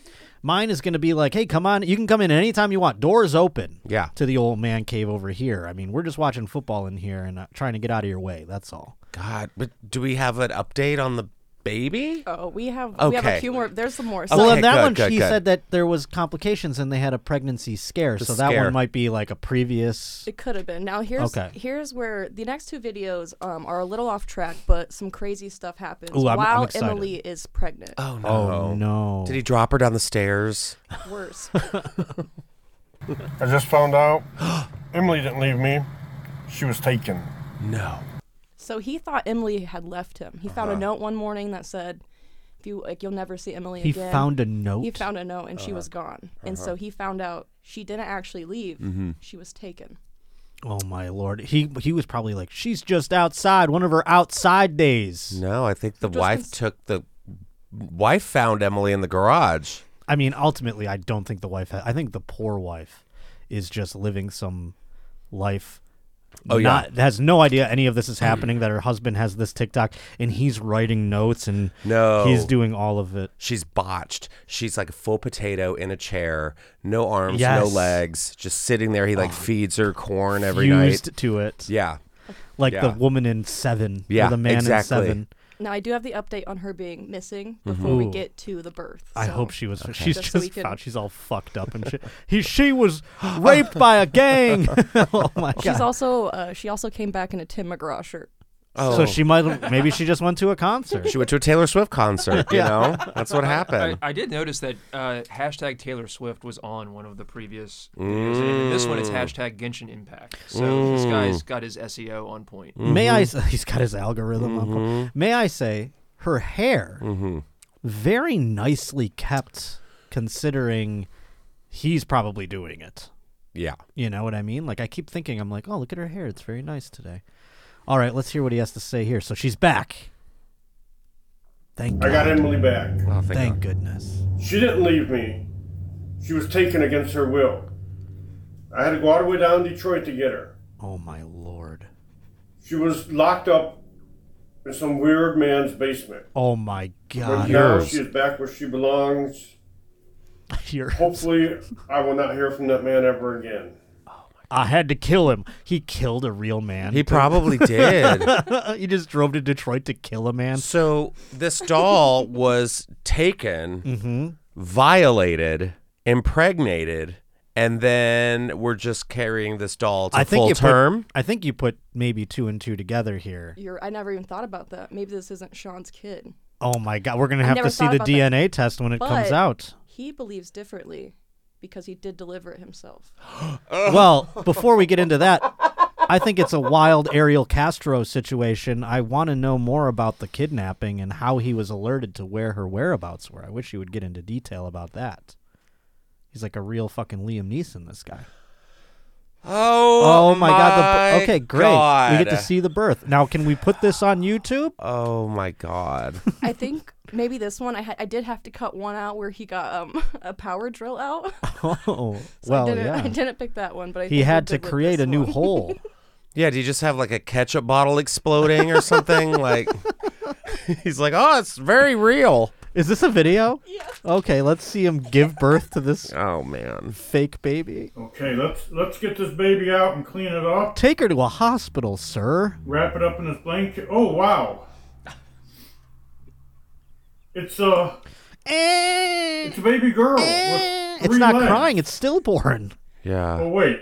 [SPEAKER 1] Mine is going to be like, "Hey, come on. You can come in anytime you want. Doors open."
[SPEAKER 2] Yeah.
[SPEAKER 1] To the old man cave over here. I mean, we're just watching football in here and uh, trying to get out of your way. That's all.
[SPEAKER 2] God, but do we have an update on the baby?
[SPEAKER 4] Oh, we have we have
[SPEAKER 2] Okay.
[SPEAKER 4] a few more. There's some more.
[SPEAKER 1] Oh, well,
[SPEAKER 4] So
[SPEAKER 2] Okay,
[SPEAKER 1] on that
[SPEAKER 2] good,
[SPEAKER 1] one,
[SPEAKER 2] good,
[SPEAKER 1] she
[SPEAKER 2] good.
[SPEAKER 1] said that there was complications and they had a pregnancy scare. so that
[SPEAKER 2] scare.
[SPEAKER 1] one might be like a previous.
[SPEAKER 4] it could have been. Now here's
[SPEAKER 1] Okay.
[SPEAKER 4] here's where the next two videos um, are a little off track, but some crazy stuff happens
[SPEAKER 1] Ooh, I'm- I'm
[SPEAKER 4] while
[SPEAKER 1] excited.
[SPEAKER 4] Emily is pregnant.
[SPEAKER 2] Oh no.
[SPEAKER 1] Oh no!
[SPEAKER 2] Did he drop her down the stairs?
[SPEAKER 4] Worse.
[SPEAKER 8] I just found out Emily didn't leave me. She was taken.
[SPEAKER 2] No.
[SPEAKER 4] So he thought Emily had left him. He found a
[SPEAKER 1] Uh-huh.
[SPEAKER 4] note one morning that said, "If you like, you'll never see Emily
[SPEAKER 1] He
[SPEAKER 4] again."
[SPEAKER 1] found a note. Uh-huh.
[SPEAKER 4] He found a note, and she was gone. And so he found out she didn't actually leave. She was taken.
[SPEAKER 1] oh my lord! He he was probably like, she's just outside. One of her outside days.
[SPEAKER 2] No, I think the
[SPEAKER 4] Just
[SPEAKER 2] wife
[SPEAKER 4] cons-
[SPEAKER 2] took the wife found Emily in the garage.
[SPEAKER 1] I mean, ultimately, I don't think the wife. Ha- I think the poor wife is just living some life.
[SPEAKER 2] Oh, yeah.
[SPEAKER 1] not, has no idea any of this is happening. that her husband has this TikTok and he's writing notes and
[SPEAKER 2] No.
[SPEAKER 1] he's doing all of it.
[SPEAKER 2] She's botched. She's like a full potato in a chair, no arms, no
[SPEAKER 1] Yes.
[SPEAKER 2] legs, just sitting there. He like feeds her corn every
[SPEAKER 1] Used
[SPEAKER 2] night.
[SPEAKER 1] to it,
[SPEAKER 2] Yeah.
[SPEAKER 1] like the
[SPEAKER 2] Yeah.
[SPEAKER 1] woman in Seven,
[SPEAKER 2] Yeah,
[SPEAKER 1] or the man
[SPEAKER 2] exactly.
[SPEAKER 1] in Seven.
[SPEAKER 4] Now I do have the update on her being missing before we
[SPEAKER 1] Ooh.
[SPEAKER 4] get to the birth.
[SPEAKER 1] I
[SPEAKER 4] so-
[SPEAKER 1] hope she was. She's
[SPEAKER 4] Just
[SPEAKER 1] just,
[SPEAKER 4] so we can-
[SPEAKER 1] found. She's all fucked up and shit. He, she was raped by a gang. oh my god!
[SPEAKER 4] She's also uh, she also came back in a Tim McGraw shirt.
[SPEAKER 2] Oh.
[SPEAKER 1] so she might. have Maybe she just went to a concert.
[SPEAKER 2] she went to a Taylor Swift concert, you know? That's what
[SPEAKER 3] I,
[SPEAKER 2] happened.
[SPEAKER 3] I did notice that uh, hashtag Taylor Swift was on one of the previous videos. And in this one,
[SPEAKER 2] Mm.
[SPEAKER 3] it's hashtag Genshin Impact. So this guy's got his SEO on point.
[SPEAKER 1] May I?
[SPEAKER 2] Mm-hmm.
[SPEAKER 1] s- He's got his algorithm on point. May I say, her hair
[SPEAKER 2] Mm-hmm.
[SPEAKER 1] very nicely kept, considering he's probably doing it.
[SPEAKER 2] Yeah.
[SPEAKER 1] You know what I mean? Like I keep thinking, I'm like, oh, look at her hair. It's very nice today. All right, let's hear what he has to say here. So she's back. Thank
[SPEAKER 8] I got
[SPEAKER 1] God.
[SPEAKER 8] Emily back.
[SPEAKER 2] Oh, thank
[SPEAKER 1] Thank goodness.
[SPEAKER 8] She didn't leave me. She was taken against her will. I had to go all the way down Detroit to get her.
[SPEAKER 1] Oh my lord.
[SPEAKER 8] She was locked up in some weird man's basement.
[SPEAKER 1] Oh my
[SPEAKER 8] But
[SPEAKER 1] god.
[SPEAKER 8] now
[SPEAKER 2] yours.
[SPEAKER 8] she is back where she belongs.
[SPEAKER 1] You're-
[SPEAKER 8] Hopefully, I will not hear from that man ever again.
[SPEAKER 1] I had to kill him. He killed a real man.
[SPEAKER 2] He probably did.
[SPEAKER 1] he just drove to Detroit to kill a man.
[SPEAKER 2] So this doll was taken,
[SPEAKER 1] Mm-hmm.
[SPEAKER 2] violated, impregnated, and then we're just carrying this doll to
[SPEAKER 1] I think
[SPEAKER 2] full
[SPEAKER 1] you
[SPEAKER 2] term.
[SPEAKER 1] Put, I think you put maybe two and two together here.
[SPEAKER 4] You're, I never even thought about that. Maybe this isn't Sean's kid.
[SPEAKER 1] Oh my god, we're gonna
[SPEAKER 4] I
[SPEAKER 1] have
[SPEAKER 4] never
[SPEAKER 1] to see
[SPEAKER 4] thought
[SPEAKER 1] the
[SPEAKER 4] about that.
[SPEAKER 1] DNA test when it comes
[SPEAKER 4] But-
[SPEAKER 1] out.
[SPEAKER 4] He believes differently because he did deliver it himself.
[SPEAKER 1] Well, before we get into that, I think it's a wild Ariel Castro situation. I want to know more about the kidnapping and how he was alerted to where her whereabouts were. I wish he would get into detail about that. He's like a real fucking Liam Neeson, this guy.
[SPEAKER 2] Oh,
[SPEAKER 1] Oh my god! The,
[SPEAKER 2] my
[SPEAKER 1] okay, great. We get to
[SPEAKER 2] God.
[SPEAKER 1] see the birth. Now, can we put this on YouTube?
[SPEAKER 2] Oh my god.
[SPEAKER 4] I think maybe this one I had I did have to cut one out where he got um a power drill out.
[SPEAKER 1] Oh,
[SPEAKER 4] So
[SPEAKER 1] well,
[SPEAKER 4] I didn't I
[SPEAKER 1] yeah.
[SPEAKER 4] didn't pick that one, but I
[SPEAKER 1] He
[SPEAKER 4] think we're
[SPEAKER 1] had to
[SPEAKER 4] good with
[SPEAKER 1] create
[SPEAKER 4] this
[SPEAKER 1] a new
[SPEAKER 4] one.
[SPEAKER 1] hole.
[SPEAKER 2] Yeah, do you just have like a ketchup bottle exploding or something? like he's like, oh, it's very real.
[SPEAKER 1] Is this a video? Yeah. Okay, let's see him give birth to this
[SPEAKER 2] Oh man.
[SPEAKER 1] fake baby.
[SPEAKER 8] Okay, let's let's get this baby out and clean it up.
[SPEAKER 1] Take her to a hospital, sir.
[SPEAKER 8] Wrap it up in this blanket. Oh wow. It's a
[SPEAKER 1] Eh,
[SPEAKER 8] it's a baby girl. with
[SPEAKER 1] It's
[SPEAKER 8] three
[SPEAKER 1] not
[SPEAKER 8] legs.
[SPEAKER 1] crying, it's stillborn.
[SPEAKER 8] Oh
[SPEAKER 2] Yeah.
[SPEAKER 8] wait.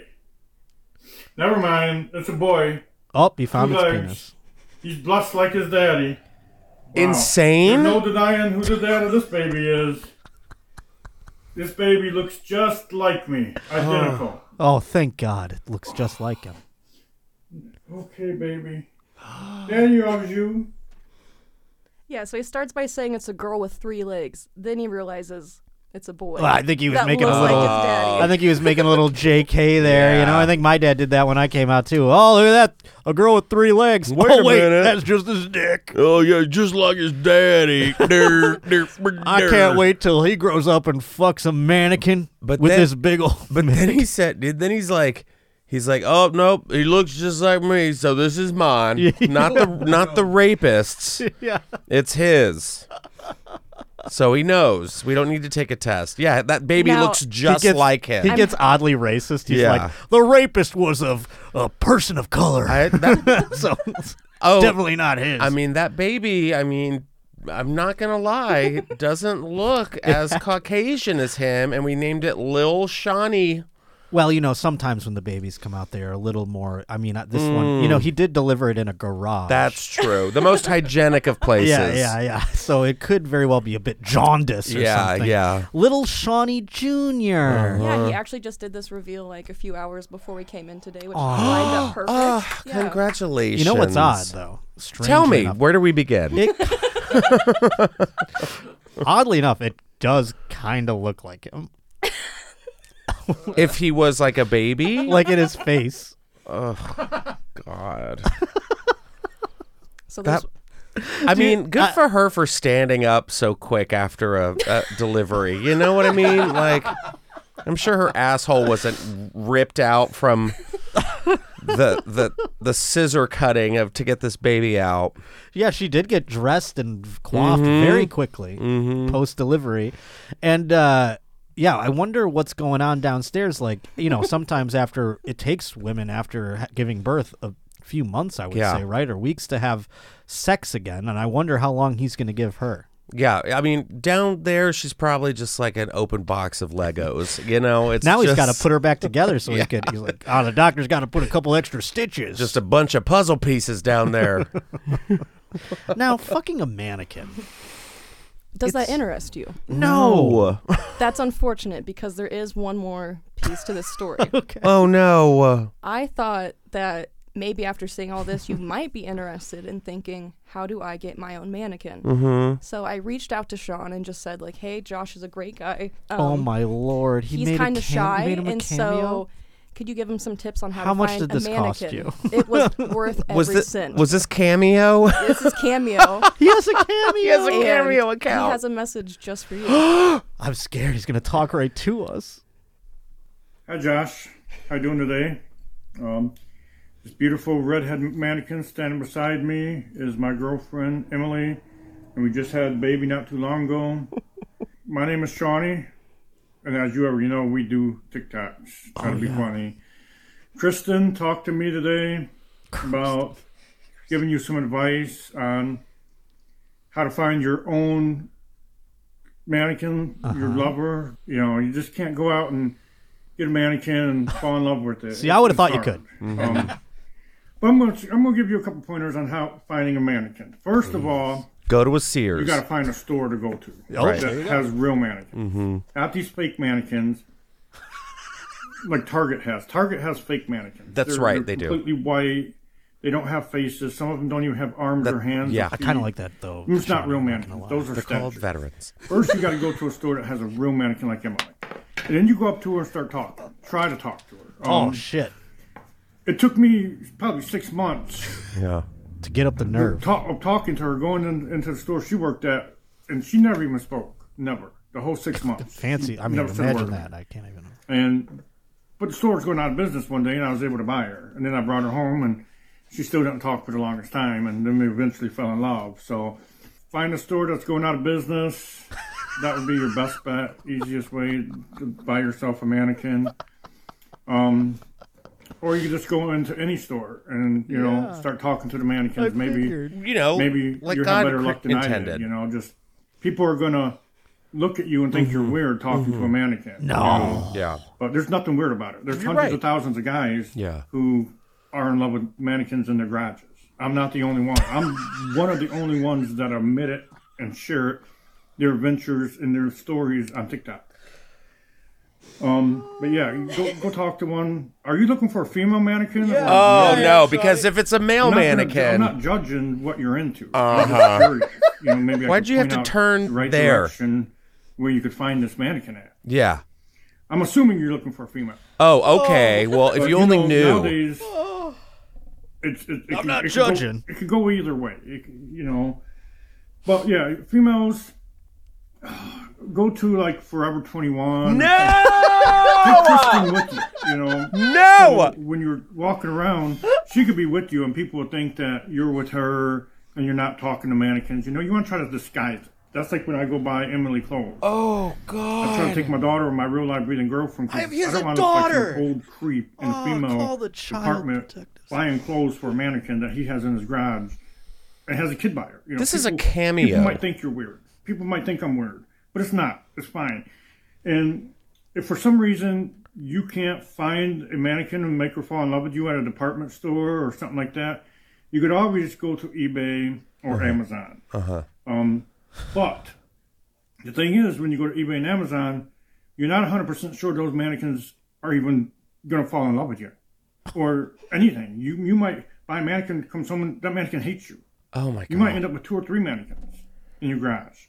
[SPEAKER 8] Never mind. It's a boy.
[SPEAKER 1] Oh, he found its
[SPEAKER 8] legs.
[SPEAKER 1] penis.
[SPEAKER 8] He's blessed like his daddy.
[SPEAKER 2] Insane.
[SPEAKER 8] There's no denying who the dad of this baby is. This baby looks just like me, identical.
[SPEAKER 1] Oh, thank God. It looks just like him.
[SPEAKER 8] Okay, baby. Daddy loves you.
[SPEAKER 4] Yeah, so he starts by saying it's a girl with three legs. Then he realizes it's a boy.
[SPEAKER 1] Well, I think he was
[SPEAKER 4] that
[SPEAKER 1] making a
[SPEAKER 4] looks
[SPEAKER 1] little.
[SPEAKER 4] like his daddy.
[SPEAKER 1] I think he was making a little JK there. You know, I think my dad did that when I came out too. Oh, look at that. A girl with three legs.
[SPEAKER 2] Wait
[SPEAKER 1] oh,
[SPEAKER 2] a
[SPEAKER 1] wait,
[SPEAKER 2] minute.
[SPEAKER 1] that's just his dick.
[SPEAKER 2] Oh yeah, just like his daddy.
[SPEAKER 1] I
[SPEAKER 2] I
[SPEAKER 1] can't wait till he grows up and fucks a mannequin
[SPEAKER 2] But
[SPEAKER 1] with
[SPEAKER 2] then-
[SPEAKER 1] this big old.
[SPEAKER 2] But then he said, dude, then he's like, he's like, oh nope, he looks just like me, so this is mine. Not the not the rapists.
[SPEAKER 1] yeah.
[SPEAKER 2] It's his. So he knows. We don't need to take a test. Yeah, that baby
[SPEAKER 4] Now-
[SPEAKER 2] looks just
[SPEAKER 1] gets-
[SPEAKER 2] like him.
[SPEAKER 1] He gets oddly racist. He's
[SPEAKER 2] Yeah.
[SPEAKER 1] like, the rapist was of a person of color.
[SPEAKER 2] I, that,
[SPEAKER 1] so it's
[SPEAKER 2] oh,
[SPEAKER 1] definitely not his.
[SPEAKER 2] I mean that baby. I mean, I'm not gonna lie, it doesn't look as Caucasian as him, and we named it Lil Shawnee.
[SPEAKER 1] well, you know, sometimes when the babies come out, they are a little more. I mean, uh, this one, you
[SPEAKER 2] Mm.
[SPEAKER 1] know, he did deliver it in a garage.
[SPEAKER 2] That's true. The most hygienic of places.
[SPEAKER 1] yeah, yeah, yeah. So it could very well be a bit jaundiced or
[SPEAKER 2] Yeah,
[SPEAKER 1] something.
[SPEAKER 2] yeah.
[SPEAKER 1] Little Shawnee junior
[SPEAKER 4] Yeah, he actually just did this reveal like a few hours before we came in today, which lined up perfect.
[SPEAKER 2] Ah,
[SPEAKER 4] Yeah.
[SPEAKER 2] congratulations.
[SPEAKER 1] You know what's odd though? Strange
[SPEAKER 2] Tell me,
[SPEAKER 1] enough,
[SPEAKER 2] where do we begin?
[SPEAKER 1] it- oddly enough, it does kind of look like him,
[SPEAKER 2] if he was like a baby?
[SPEAKER 1] like in his face.
[SPEAKER 2] God.
[SPEAKER 4] So there's
[SPEAKER 2] I mean, good for her for standing up so quick after a, a delivery. You know what I mean? Like, I'm sure her asshole wasn't ripped out from the the the scissor cutting of to get this baby out.
[SPEAKER 1] Yeah, she did get dressed and coiffed
[SPEAKER 2] Mm-hmm.
[SPEAKER 1] very quickly post delivery, and uh, yeah, I wonder what's going on downstairs. Like, you know, sometimes after it takes women after ha- giving birth a few months, I would
[SPEAKER 2] Yeah.
[SPEAKER 1] say, right, or weeks to have sex again, and I wonder how long he's going to give her.
[SPEAKER 2] Yeah, I mean, down there she's probably just like an open box of Legos. You know, it's
[SPEAKER 1] Now he's got
[SPEAKER 2] just-
[SPEAKER 1] to put her back together so he could. He's like, oh, the doctor's got to put a couple extra stitches.
[SPEAKER 2] just a bunch of puzzle pieces down there.
[SPEAKER 1] now, fucking a mannequin.
[SPEAKER 4] does that interest you?
[SPEAKER 2] no.
[SPEAKER 4] That's unfortunate because there is one more piece to this story.
[SPEAKER 2] Oh no.
[SPEAKER 4] I thought that maybe after seeing all this, you might be interested in thinking, how do I get my own mannequin? Mm-hmm. So I reached out to Sean and just said, like, hey, Josh is a great guy. Um,
[SPEAKER 1] oh my lord, he
[SPEAKER 4] he's
[SPEAKER 1] made a
[SPEAKER 4] kind of
[SPEAKER 1] cam-
[SPEAKER 4] shy,
[SPEAKER 1] made him a
[SPEAKER 4] and
[SPEAKER 1] cameo?
[SPEAKER 4] so could you give him some tips on how,
[SPEAKER 1] How
[SPEAKER 4] to
[SPEAKER 1] much
[SPEAKER 4] find
[SPEAKER 1] did
[SPEAKER 4] a
[SPEAKER 1] this cost
[SPEAKER 4] mannequin?
[SPEAKER 1] you?
[SPEAKER 4] it was worth every
[SPEAKER 2] Was this
[SPEAKER 4] cent.
[SPEAKER 2] was this cameo?
[SPEAKER 4] this is cameo.
[SPEAKER 1] he has a cameo.
[SPEAKER 2] he has a
[SPEAKER 4] and
[SPEAKER 2] cameo
[SPEAKER 4] He
[SPEAKER 2] account.
[SPEAKER 4] has a message just for you.
[SPEAKER 1] I'm scared he's gonna talk right to us.
[SPEAKER 8] Hi, Josh. How you doing today? Um, this beautiful redhead mannequin standing beside me is my girlfriend Emily, and we just had a baby not too long ago. my name is Shawnee, and as you already know, we do TikToks. Trying
[SPEAKER 1] Oh,
[SPEAKER 8] to be funny. Kristen talked to me today about giving you some advice on how to find your own mannequin, your
[SPEAKER 1] Uh-huh.
[SPEAKER 8] lover. You know, you just can't go out and get a mannequin and fall in love with it.
[SPEAKER 1] See, I would've thought you
[SPEAKER 8] It's hard. Um, but I'm going to I'm going to give you a couple pointers on how finding a mannequin. First of all,
[SPEAKER 2] Go to a
[SPEAKER 8] you
[SPEAKER 2] Sears.
[SPEAKER 8] got to find a store to go to
[SPEAKER 2] Right.
[SPEAKER 8] that has real mannequins,
[SPEAKER 2] Mm-hmm.
[SPEAKER 8] not these fake mannequins. like Target has. Target has fake mannequins.
[SPEAKER 2] That's
[SPEAKER 8] They're-
[SPEAKER 2] right, they
[SPEAKER 8] they're
[SPEAKER 2] do.
[SPEAKER 8] Completely white. They don't have faces. Some of them don't even have arms or hands.
[SPEAKER 2] yeah. I
[SPEAKER 8] or
[SPEAKER 1] I kind
[SPEAKER 8] feet.
[SPEAKER 1] of like that though.
[SPEAKER 8] It's not
[SPEAKER 1] Sean,
[SPEAKER 8] real
[SPEAKER 1] I'm gonna
[SPEAKER 8] mannequins.
[SPEAKER 1] lie.
[SPEAKER 8] Those are
[SPEAKER 2] They're called
[SPEAKER 8] statues.
[SPEAKER 2] veterans.
[SPEAKER 8] First, you got to go to a store that has a real mannequin like Emily. And then you go up to her and start talking. Try to talk to her.
[SPEAKER 1] Oh
[SPEAKER 8] Um,
[SPEAKER 1] shit!
[SPEAKER 8] It took me probably six months
[SPEAKER 2] Yeah.
[SPEAKER 1] to get up the nerve.
[SPEAKER 8] ta- of talking to her, going in, into the store she worked at, and she never even spoke. Never. The whole six months.
[SPEAKER 1] Fancy. I mean,
[SPEAKER 8] Never said a
[SPEAKER 1] imagine
[SPEAKER 8] word.
[SPEAKER 1] that. I can't even.
[SPEAKER 8] And but the store was going out of business one day, and I was able to buy her. And then I brought her home, and she still didn't talk for the longest time. And then we eventually fell in love. So find a store that's going out of business. That would be your best bet, easiest way to buy yourself a mannequin. Um, or you could just go into any store and you know start talking to the mannequins. Maybe
[SPEAKER 2] You know,
[SPEAKER 8] maybe
[SPEAKER 2] like
[SPEAKER 8] you
[SPEAKER 2] Oh, God
[SPEAKER 8] have better luck than I
[SPEAKER 2] intended.
[SPEAKER 8] did. You know, just people are gonna look at you and think you're weird talking to a mannequin. No,
[SPEAKER 2] Yeah.
[SPEAKER 8] but there's nothing weird about it. There's
[SPEAKER 2] You're
[SPEAKER 8] hundreds
[SPEAKER 2] right.
[SPEAKER 8] of thousands of guys
[SPEAKER 2] Yeah.
[SPEAKER 8] who are in love with mannequins in their garages. I'm not the only one. I'm one of the only ones that admit it and share it, their adventures and their stories on TikTok. Um, but yeah, you go, go talk to one. Are you looking for a female mannequin? Yeah.
[SPEAKER 2] Oh no, because if it's a male
[SPEAKER 8] I'm not gonna-
[SPEAKER 2] mannequin,
[SPEAKER 8] I'm not judging what you're into. I'm just curious. You know, maybe I
[SPEAKER 2] Uh-huh. Why'd
[SPEAKER 8] could
[SPEAKER 2] you have
[SPEAKER 8] point
[SPEAKER 2] to
[SPEAKER 8] out
[SPEAKER 2] turn
[SPEAKER 8] the right
[SPEAKER 2] there?
[SPEAKER 8] Direction where you could find this mannequin at.
[SPEAKER 2] yeah.
[SPEAKER 8] I'm assuming you're looking for a female.
[SPEAKER 2] Oh, okay. Well, if
[SPEAKER 8] But,
[SPEAKER 2] you only
[SPEAKER 8] know,
[SPEAKER 2] knew,
[SPEAKER 8] Nowadays, it's, it, it
[SPEAKER 1] Oh. I'm
[SPEAKER 8] can-
[SPEAKER 1] not
[SPEAKER 8] it can go-
[SPEAKER 1] judging.
[SPEAKER 8] it could go either way. It, can- you know, but yeah, females go to like Forever 21. No. Kristen with you, you know.
[SPEAKER 1] Oh!
[SPEAKER 2] no,
[SPEAKER 8] When you're walking around, she could be with you, and people would think that you're with her and you're not talking to mannequins. You know, you want to try to disguise it. That's like when I go buy Emily clothes. Oh God! I'm trying to take my daughter and my real life breathing girlfriend. 'cause
[SPEAKER 1] I- he has
[SPEAKER 8] I don't
[SPEAKER 1] a
[SPEAKER 8] want to look like
[SPEAKER 1] daughter! Oh,
[SPEAKER 8] an old creep in a female
[SPEAKER 1] call the child
[SPEAKER 8] department
[SPEAKER 1] detectives.
[SPEAKER 8] buying clothes for a mannequin that he has in his garage and has a kid by her. You know,
[SPEAKER 2] this is a
[SPEAKER 8] people-
[SPEAKER 2] cameo.
[SPEAKER 8] People might think you're weird. People might think I'm weird, but it's not. It's fine. And if for some reason you can't find a mannequin and make her fall in love with you at a department store or something like that, you could always go to eBay or Amazon. Um, but the thing is, when you go to eBay and Amazon, you're not 100% sure those mannequins are even going to fall in love with you or anything. You you might buy a mannequin, come someone, that mannequin hates you.
[SPEAKER 2] oh my
[SPEAKER 8] You
[SPEAKER 2] god,
[SPEAKER 8] might end up with two or three mannequins in your garage,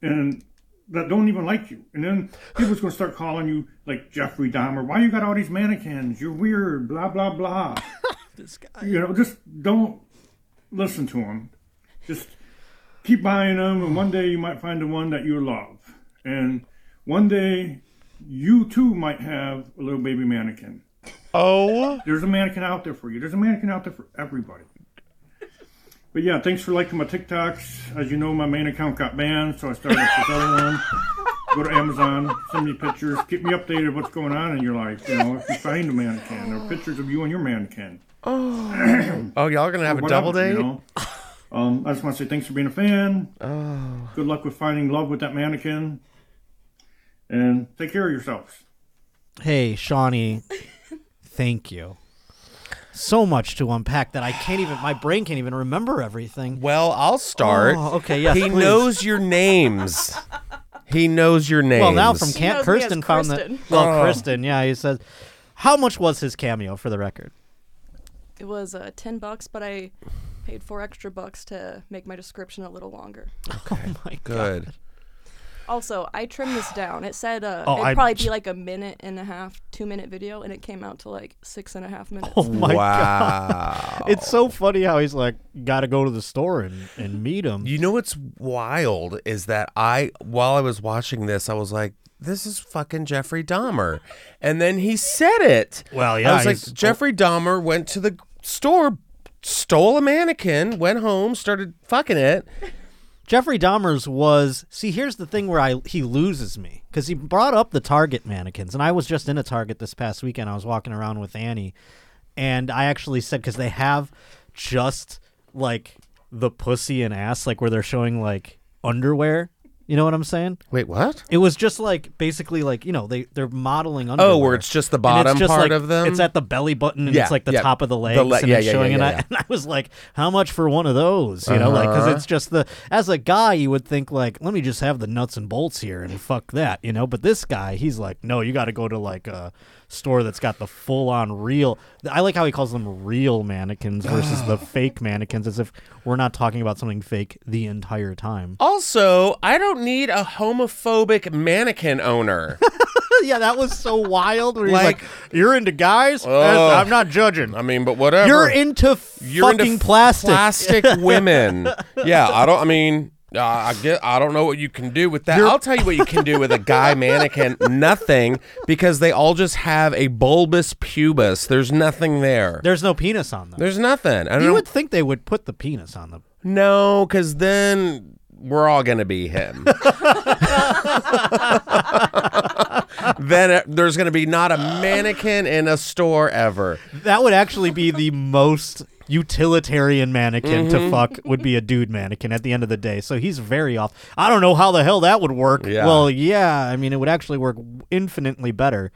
[SPEAKER 8] and that don't even like you. And then people's gonna start calling you like Jeffrey Dahmer. Why you got all these mannequins? You're weird. Blah blah blah. this guy. You know, just don't listen to them. Just keep buying them, and one day you might find the one that you love. And one day, you too might have a little baby mannequin.
[SPEAKER 2] oh,
[SPEAKER 8] There's a mannequin out there for you. There's a mannequin out there for everybody. But yeah, thanks for liking my TikToks. As you know, my main account got banned, so I started up this other one. Go to Amazon, send me pictures, keep me updated what's going on in your life. You know, if you find a mannequin or pictures of you and your mannequin.
[SPEAKER 2] oh, y'all are gonna have a
[SPEAKER 8] Whatever,
[SPEAKER 2] double date.
[SPEAKER 8] You know? um, I just want to say thanks for being a fan. Oh. Good luck with finding love with that mannequin. And take care of yourselves.
[SPEAKER 1] Hey, Shawnee, thank you. So much to unpack that I can't even. My brain can't even remember everything.
[SPEAKER 2] Well, I'll start.
[SPEAKER 1] Oh, okay, yes,
[SPEAKER 2] He
[SPEAKER 1] please.
[SPEAKER 2] knows your names. he knows your names.
[SPEAKER 1] Well, now from
[SPEAKER 4] He
[SPEAKER 1] Camp
[SPEAKER 4] knows me as
[SPEAKER 1] Kirsten found
[SPEAKER 4] Kristen.
[SPEAKER 1] that. Well, Kristen, Oh. yeah, he says. How much was his cameo for the record?
[SPEAKER 4] It was uh, ten bucks, but I paid four extra bucks to make my description a little longer.
[SPEAKER 1] Oh my
[SPEAKER 2] good.
[SPEAKER 4] Also, I trimmed this down. It said uh,
[SPEAKER 1] Oh,
[SPEAKER 4] it'd
[SPEAKER 1] I-
[SPEAKER 4] probably be like a minute and a half, two minute video, and it came out to like six and a half minutes.
[SPEAKER 1] Oh my
[SPEAKER 2] wow.
[SPEAKER 1] It's so funny how he's like, gotta go to the store and, and meet him.
[SPEAKER 2] You know what's wild is that I, while I was watching this, I was like, this is fucking Jeffrey Dahmer. And then he said it.
[SPEAKER 1] Well, yeah,
[SPEAKER 2] I was
[SPEAKER 1] he's-
[SPEAKER 2] like, Jeffrey Dahmer went to the store, stole a mannequin, went home, started fucking it.
[SPEAKER 1] Jeffrey Dahmer's was see. Here's the thing where I he loses me because he brought up the Target mannequins, and I was just in a Target this past weekend. I was walking around with Annie, and I actually said because they have just like the pussy and ass, like where they're showing like underwear. You know what I'm saying?
[SPEAKER 2] Wait, what?
[SPEAKER 1] It was just like basically like you know they they're modeling underwear.
[SPEAKER 2] Oh, where it's just the
[SPEAKER 1] And it's
[SPEAKER 2] bottom
[SPEAKER 1] just,
[SPEAKER 2] part
[SPEAKER 1] like,
[SPEAKER 2] of them?
[SPEAKER 1] It's at the belly button and
[SPEAKER 2] Yeah,
[SPEAKER 1] it's like the
[SPEAKER 2] yeah.
[SPEAKER 1] top of the
[SPEAKER 2] The
[SPEAKER 1] legs
[SPEAKER 2] le-
[SPEAKER 1] and
[SPEAKER 2] yeah,
[SPEAKER 1] it's
[SPEAKER 2] yeah,
[SPEAKER 1] showing
[SPEAKER 2] yeah,
[SPEAKER 1] and,
[SPEAKER 2] yeah,
[SPEAKER 1] I,
[SPEAKER 2] yeah.
[SPEAKER 1] and I was like, how much for one of those? You know, like because
[SPEAKER 2] Uh-huh.
[SPEAKER 1] it's just the as a guy you would think like, let me just have the nuts and bolts here and fuck that, you know. But this guy, he's like, no, you got to go to like a store that's got the full on real. I like how he calls them real mannequins versus the fake mannequins, as if we're not talking about something fake the entire time.
[SPEAKER 2] Also, I don't need a homophobic mannequin owner.
[SPEAKER 1] yeah, that was so wild. Where he's
[SPEAKER 2] Like-
[SPEAKER 1] like, "You're into guys?
[SPEAKER 2] Oh.
[SPEAKER 1] I'm not judging.
[SPEAKER 2] I mean, but whatever.
[SPEAKER 1] You're into
[SPEAKER 2] You're into
[SPEAKER 1] fucking
[SPEAKER 2] f-
[SPEAKER 1] plastic.
[SPEAKER 2] plastic women. Yeah, I don't. I mean, uh, I get. I don't know what you can do with that. I'll tell you what you can do with a guy mannequin. Nothing, because they all just have a bulbous pubis. There's nothing there.
[SPEAKER 1] There's no penis on them.
[SPEAKER 2] There's nothing. I don't
[SPEAKER 1] you
[SPEAKER 2] know.
[SPEAKER 1] would think they would put the penis on them.
[SPEAKER 2] No, because then we're all gonna be him. then uh, there's gonna be not a mannequin in a store ever.
[SPEAKER 1] That would actually be the most utilitarian mannequin
[SPEAKER 2] Mm-hmm.
[SPEAKER 1] to fuck would be a dude mannequin at the end of the day. So he's very off. I don't know how the hell that would work.
[SPEAKER 2] Yeah.
[SPEAKER 1] Well, yeah, I mean it would actually work infinitely better.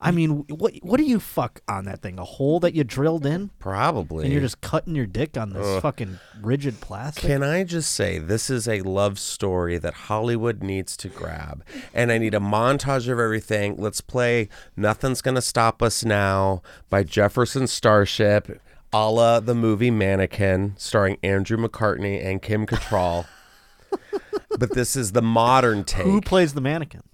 [SPEAKER 1] I mean, what what do you fuck on that thing? A hole that you drilled in?
[SPEAKER 2] Probably.
[SPEAKER 1] And you're just cutting your dick on this fucking rigid plastic?
[SPEAKER 2] Can I just say this is a love story that Hollywood needs to grab? And I need a montage of everything. Let's play Nothing's Gonna Stop Us Now by Jefferson Starship, a la the movie Mannequin, starring Andrew McCartney and Kim Cattrall. but this is the modern take.
[SPEAKER 1] Who plays the mannequin?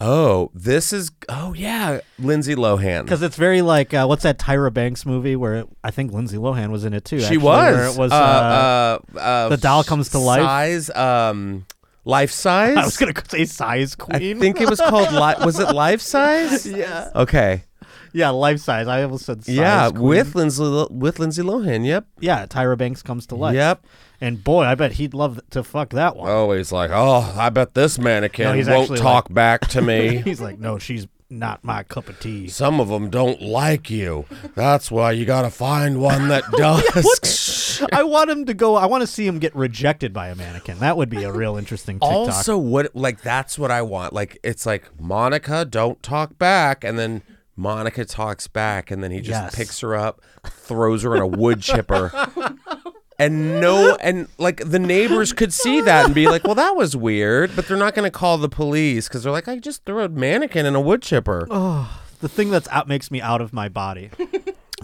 [SPEAKER 2] oh, this is, oh yeah, Lindsay Lohan.
[SPEAKER 1] Because it's very like uh, what's that Tyra Banks movie where it, I think Lindsay Lohan was in it too.
[SPEAKER 2] She
[SPEAKER 1] actually,
[SPEAKER 2] was.
[SPEAKER 1] Where it was.
[SPEAKER 2] Uh,
[SPEAKER 1] Uh,
[SPEAKER 2] uh, uh,
[SPEAKER 1] The Doll Comes to Life?
[SPEAKER 2] Size, um, life size.
[SPEAKER 1] I was gonna say size queen.
[SPEAKER 2] I think it was called. Li- was it life size?
[SPEAKER 1] yeah,
[SPEAKER 2] Okay.
[SPEAKER 1] yeah, life size. I almost said size
[SPEAKER 2] yeah,
[SPEAKER 1] queen.
[SPEAKER 2] with Lindsay Lo- with Lindsay Lohan. Yep.
[SPEAKER 1] yeah, Tyra Banks comes to life.
[SPEAKER 2] Yep.
[SPEAKER 1] And boy, I bet he'd love to fuck that one.
[SPEAKER 2] Oh, he's like, oh, I bet this
[SPEAKER 1] No,
[SPEAKER 2] mannequin
[SPEAKER 1] he's
[SPEAKER 2] won't
[SPEAKER 1] actually
[SPEAKER 2] talk back to me.
[SPEAKER 1] He's like, no, she's not my cup of tea.
[SPEAKER 2] Some of them don't like you. That's why you gotta find one that does.
[SPEAKER 1] I want him to go. I want to see him get rejected by a mannequin. That would be a real interesting TikTok.
[SPEAKER 2] also, what like that's what I want. Like it's like Monica, don't talk back, and then Monica talks back, and then he just
[SPEAKER 1] Yes. Oh,
[SPEAKER 2] picks her up, throws her in a wood chipper. And no, and like the neighbors could see that and be like, "Well, that was weird," but they're not going to call the police because they're like, "I just threw a mannequin in a wood chipper."
[SPEAKER 1] Oh. the thing that's out makes me out of my body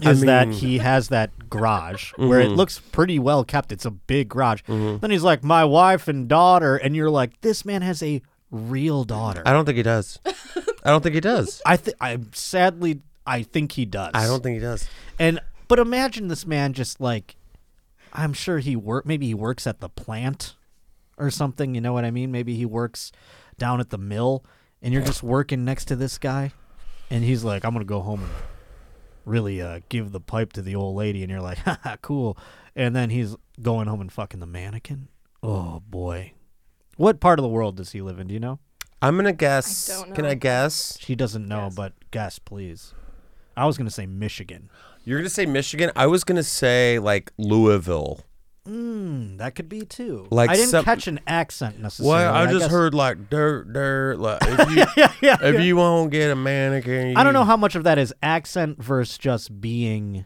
[SPEAKER 1] is that he has that garage where
[SPEAKER 2] Mm-hmm.
[SPEAKER 1] it looks pretty well kept. It's a big garage. Then he's like, my wife and daughter, and you're like, this man has a real daughter.
[SPEAKER 2] I don't think he does. I don't think he does.
[SPEAKER 1] I th- I sadly I think he does.
[SPEAKER 2] I don't think he does.
[SPEAKER 1] And but imagine this man just like, I'm sure he work. Maybe he works at the plant or something. You know what I mean? Maybe he works down at the mill, and you're just working next to this guy, and he's like, I'm gonna go home and really uh, give the pipe to the old lady, and you're like, "Ha ha, cool. And then he's going home and fucking the mannequin. Oh boy. What part of the world does he live in? Do you know?
[SPEAKER 2] I'm gonna guess.
[SPEAKER 4] don't
[SPEAKER 2] Can
[SPEAKER 4] know.
[SPEAKER 2] I guess?
[SPEAKER 1] She doesn't know, but guess, please. I was going to say Michigan.
[SPEAKER 2] You're gonna say Michigan. I was gonna say like Louisville.
[SPEAKER 1] Mm, that could be too.
[SPEAKER 2] Like
[SPEAKER 1] I didn't
[SPEAKER 2] some-
[SPEAKER 1] catch an accent necessarily.
[SPEAKER 2] Well, I just
[SPEAKER 1] guess-
[SPEAKER 2] heard like dirt, dirt. Like if you,
[SPEAKER 1] yeah,
[SPEAKER 2] if you won't get a mannequin, you,
[SPEAKER 1] I don't know how much of that is accent versus just being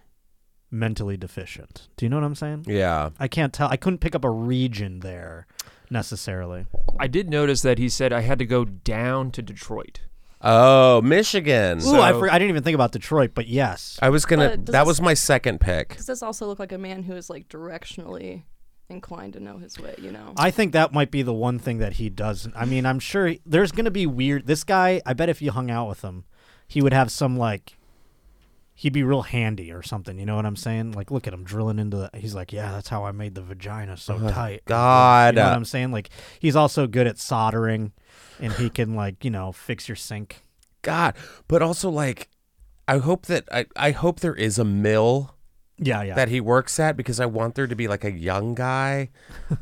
[SPEAKER 1] mentally deficient. Do you know what I'm saying?
[SPEAKER 2] Yeah,
[SPEAKER 1] I can't tell. I couldn't pick up a region there necessarily.
[SPEAKER 3] I did notice that he said I had to go down to Detroit.
[SPEAKER 2] Oh, Michigan.
[SPEAKER 1] Ooh, I,
[SPEAKER 3] So-
[SPEAKER 1] for, I didn't even think about Detroit, but yes.
[SPEAKER 2] I was gonna.
[SPEAKER 4] But does
[SPEAKER 2] That
[SPEAKER 4] this-
[SPEAKER 2] was my second pick.
[SPEAKER 4] Does this also look like a man who is like directionally inclined to know his way? You know.
[SPEAKER 1] I think that might be the one thing that he doesn't. I mean, I'm sure he- there's going to be weird. This guy, I bet if you hung out with him, he would have some like. He'd be real handy or something. You know what I'm saying? Like, look at him drilling into. The, he's like, yeah, that's how I made the vagina so tight.
[SPEAKER 2] Uh-huh. God.
[SPEAKER 1] Oh,
[SPEAKER 2] uh,
[SPEAKER 1] you know what I'm saying? Like, he's also good at soldering, and he can like you know fix your sink.
[SPEAKER 2] God, but also like, I hope that I, I hope there is a mill
[SPEAKER 1] Yeah, yeah.
[SPEAKER 2] that he works at because I want there to be like a young guy,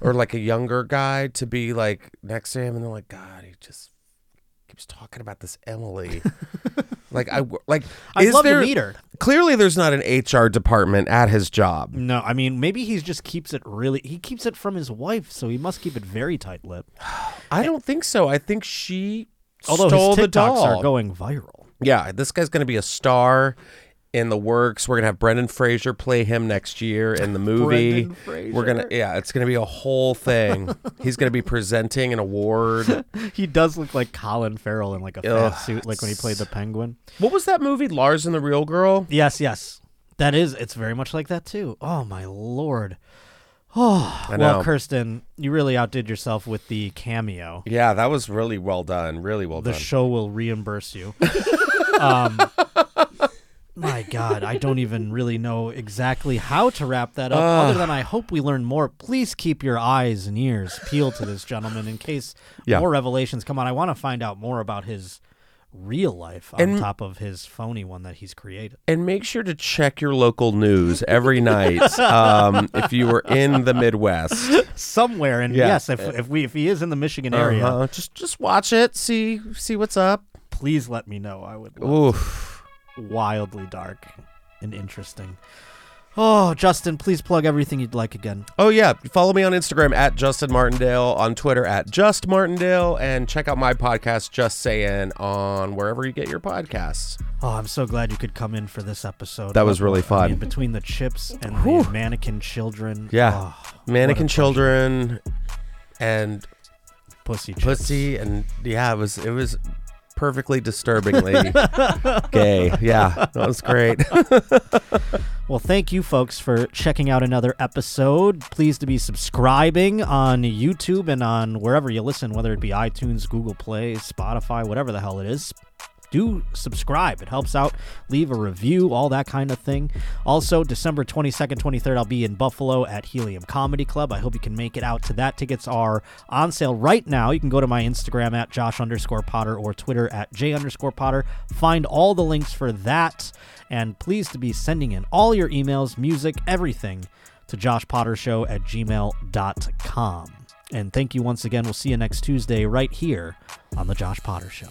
[SPEAKER 2] or like a younger guy to be like next to him, and they're like, God, he just keeps talking about this Emily. like I like.
[SPEAKER 1] I'd
[SPEAKER 2] is
[SPEAKER 1] love
[SPEAKER 2] there,
[SPEAKER 1] to meet her.
[SPEAKER 2] Clearly, there's not an HR department at his job.
[SPEAKER 1] No, I mean maybe he just keeps it really. He keeps it from his wife, so he must keep it very tight lip.
[SPEAKER 2] I don't think so. I think she
[SPEAKER 1] Although
[SPEAKER 2] stole
[SPEAKER 1] his
[SPEAKER 2] the
[SPEAKER 1] TikToks
[SPEAKER 2] doll.
[SPEAKER 1] are going viral.
[SPEAKER 2] Yeah, this guy's going to be a star in the works. We're going to have Brendan Fraser play him next year in the movie.
[SPEAKER 1] Brendan Fraser.
[SPEAKER 2] We're going to yeah, it's going to be a whole thing. He's going to be presenting an award.
[SPEAKER 1] He does look like Colin Farrell in like a
[SPEAKER 2] Ugh,
[SPEAKER 1] fat suit, like when he played the Penguin.
[SPEAKER 2] what was that movie Lars and the Real Girl?
[SPEAKER 1] Yes, yes, that is. It's very much like that too. Oh my lord. Oh,
[SPEAKER 2] I
[SPEAKER 1] well,
[SPEAKER 2] know.
[SPEAKER 1] Kirsten, you really outdid yourself with the cameo.
[SPEAKER 2] Yeah, that was really well done. Really well
[SPEAKER 1] The
[SPEAKER 2] done.
[SPEAKER 1] show will reimburse you. um, my God, I don't even really know exactly how to wrap that up,
[SPEAKER 2] Ah.
[SPEAKER 1] other than I hope we learn more. Please keep your eyes and ears peeled to this gentleman in case
[SPEAKER 2] Yeah.
[SPEAKER 1] more revelations come on. I want to find out more about his real life on
[SPEAKER 2] And-
[SPEAKER 1] top of his phony one that he's created.
[SPEAKER 2] and make sure to check your local news every night um, if you were in the Midwest.
[SPEAKER 1] Somewhere, and
[SPEAKER 2] Yeah.
[SPEAKER 1] yes, if, if we if he is in the Michigan area,
[SPEAKER 2] Uh-huh. Just just watch it. See see what's up.
[SPEAKER 1] please let me know. I would. love
[SPEAKER 2] Oof.
[SPEAKER 1] wildly dark and interesting. Oh, Justin, please plug everything you'd like again.
[SPEAKER 2] Oh yeah. Follow me on Instagram at Justin Martindale, on Twitter at Just Martindale, and check out my podcast Just Sayin on wherever you get your podcasts.
[SPEAKER 1] Oh, I'm so glad you could come in for this episode.
[SPEAKER 2] That was really
[SPEAKER 1] I mean,
[SPEAKER 2] fun.
[SPEAKER 1] between the chips and the mannequin children.
[SPEAKER 2] Yeah.
[SPEAKER 1] oh,
[SPEAKER 2] Mannequin children and
[SPEAKER 1] pussy chips.
[SPEAKER 2] pussy and yeah, it was it was perfectly disturbingly gay. Yeah. That was great.
[SPEAKER 1] Well, thank you folks for checking out another episode. Please to be subscribing on YouTube and on wherever you listen, whether it be iTunes, Google Play, Spotify, whatever the hell it is. Do subscribe. It helps out. Leave a review, all that kind of thing. Also, December 22nd, 23rd, I'll be in Buffalo at Helium Comedy Club. I hope you can make it out to that. Tickets are on sale right now. You can go to my Instagram at Josh underscore Potter or Twitter at J underscore Potter. Find all the links for that and please to be sending in all your emails, music, everything to joshpottershow at gmail.com. And thank you once again. We'll see you next Tuesday right here on The Josh Potter Show.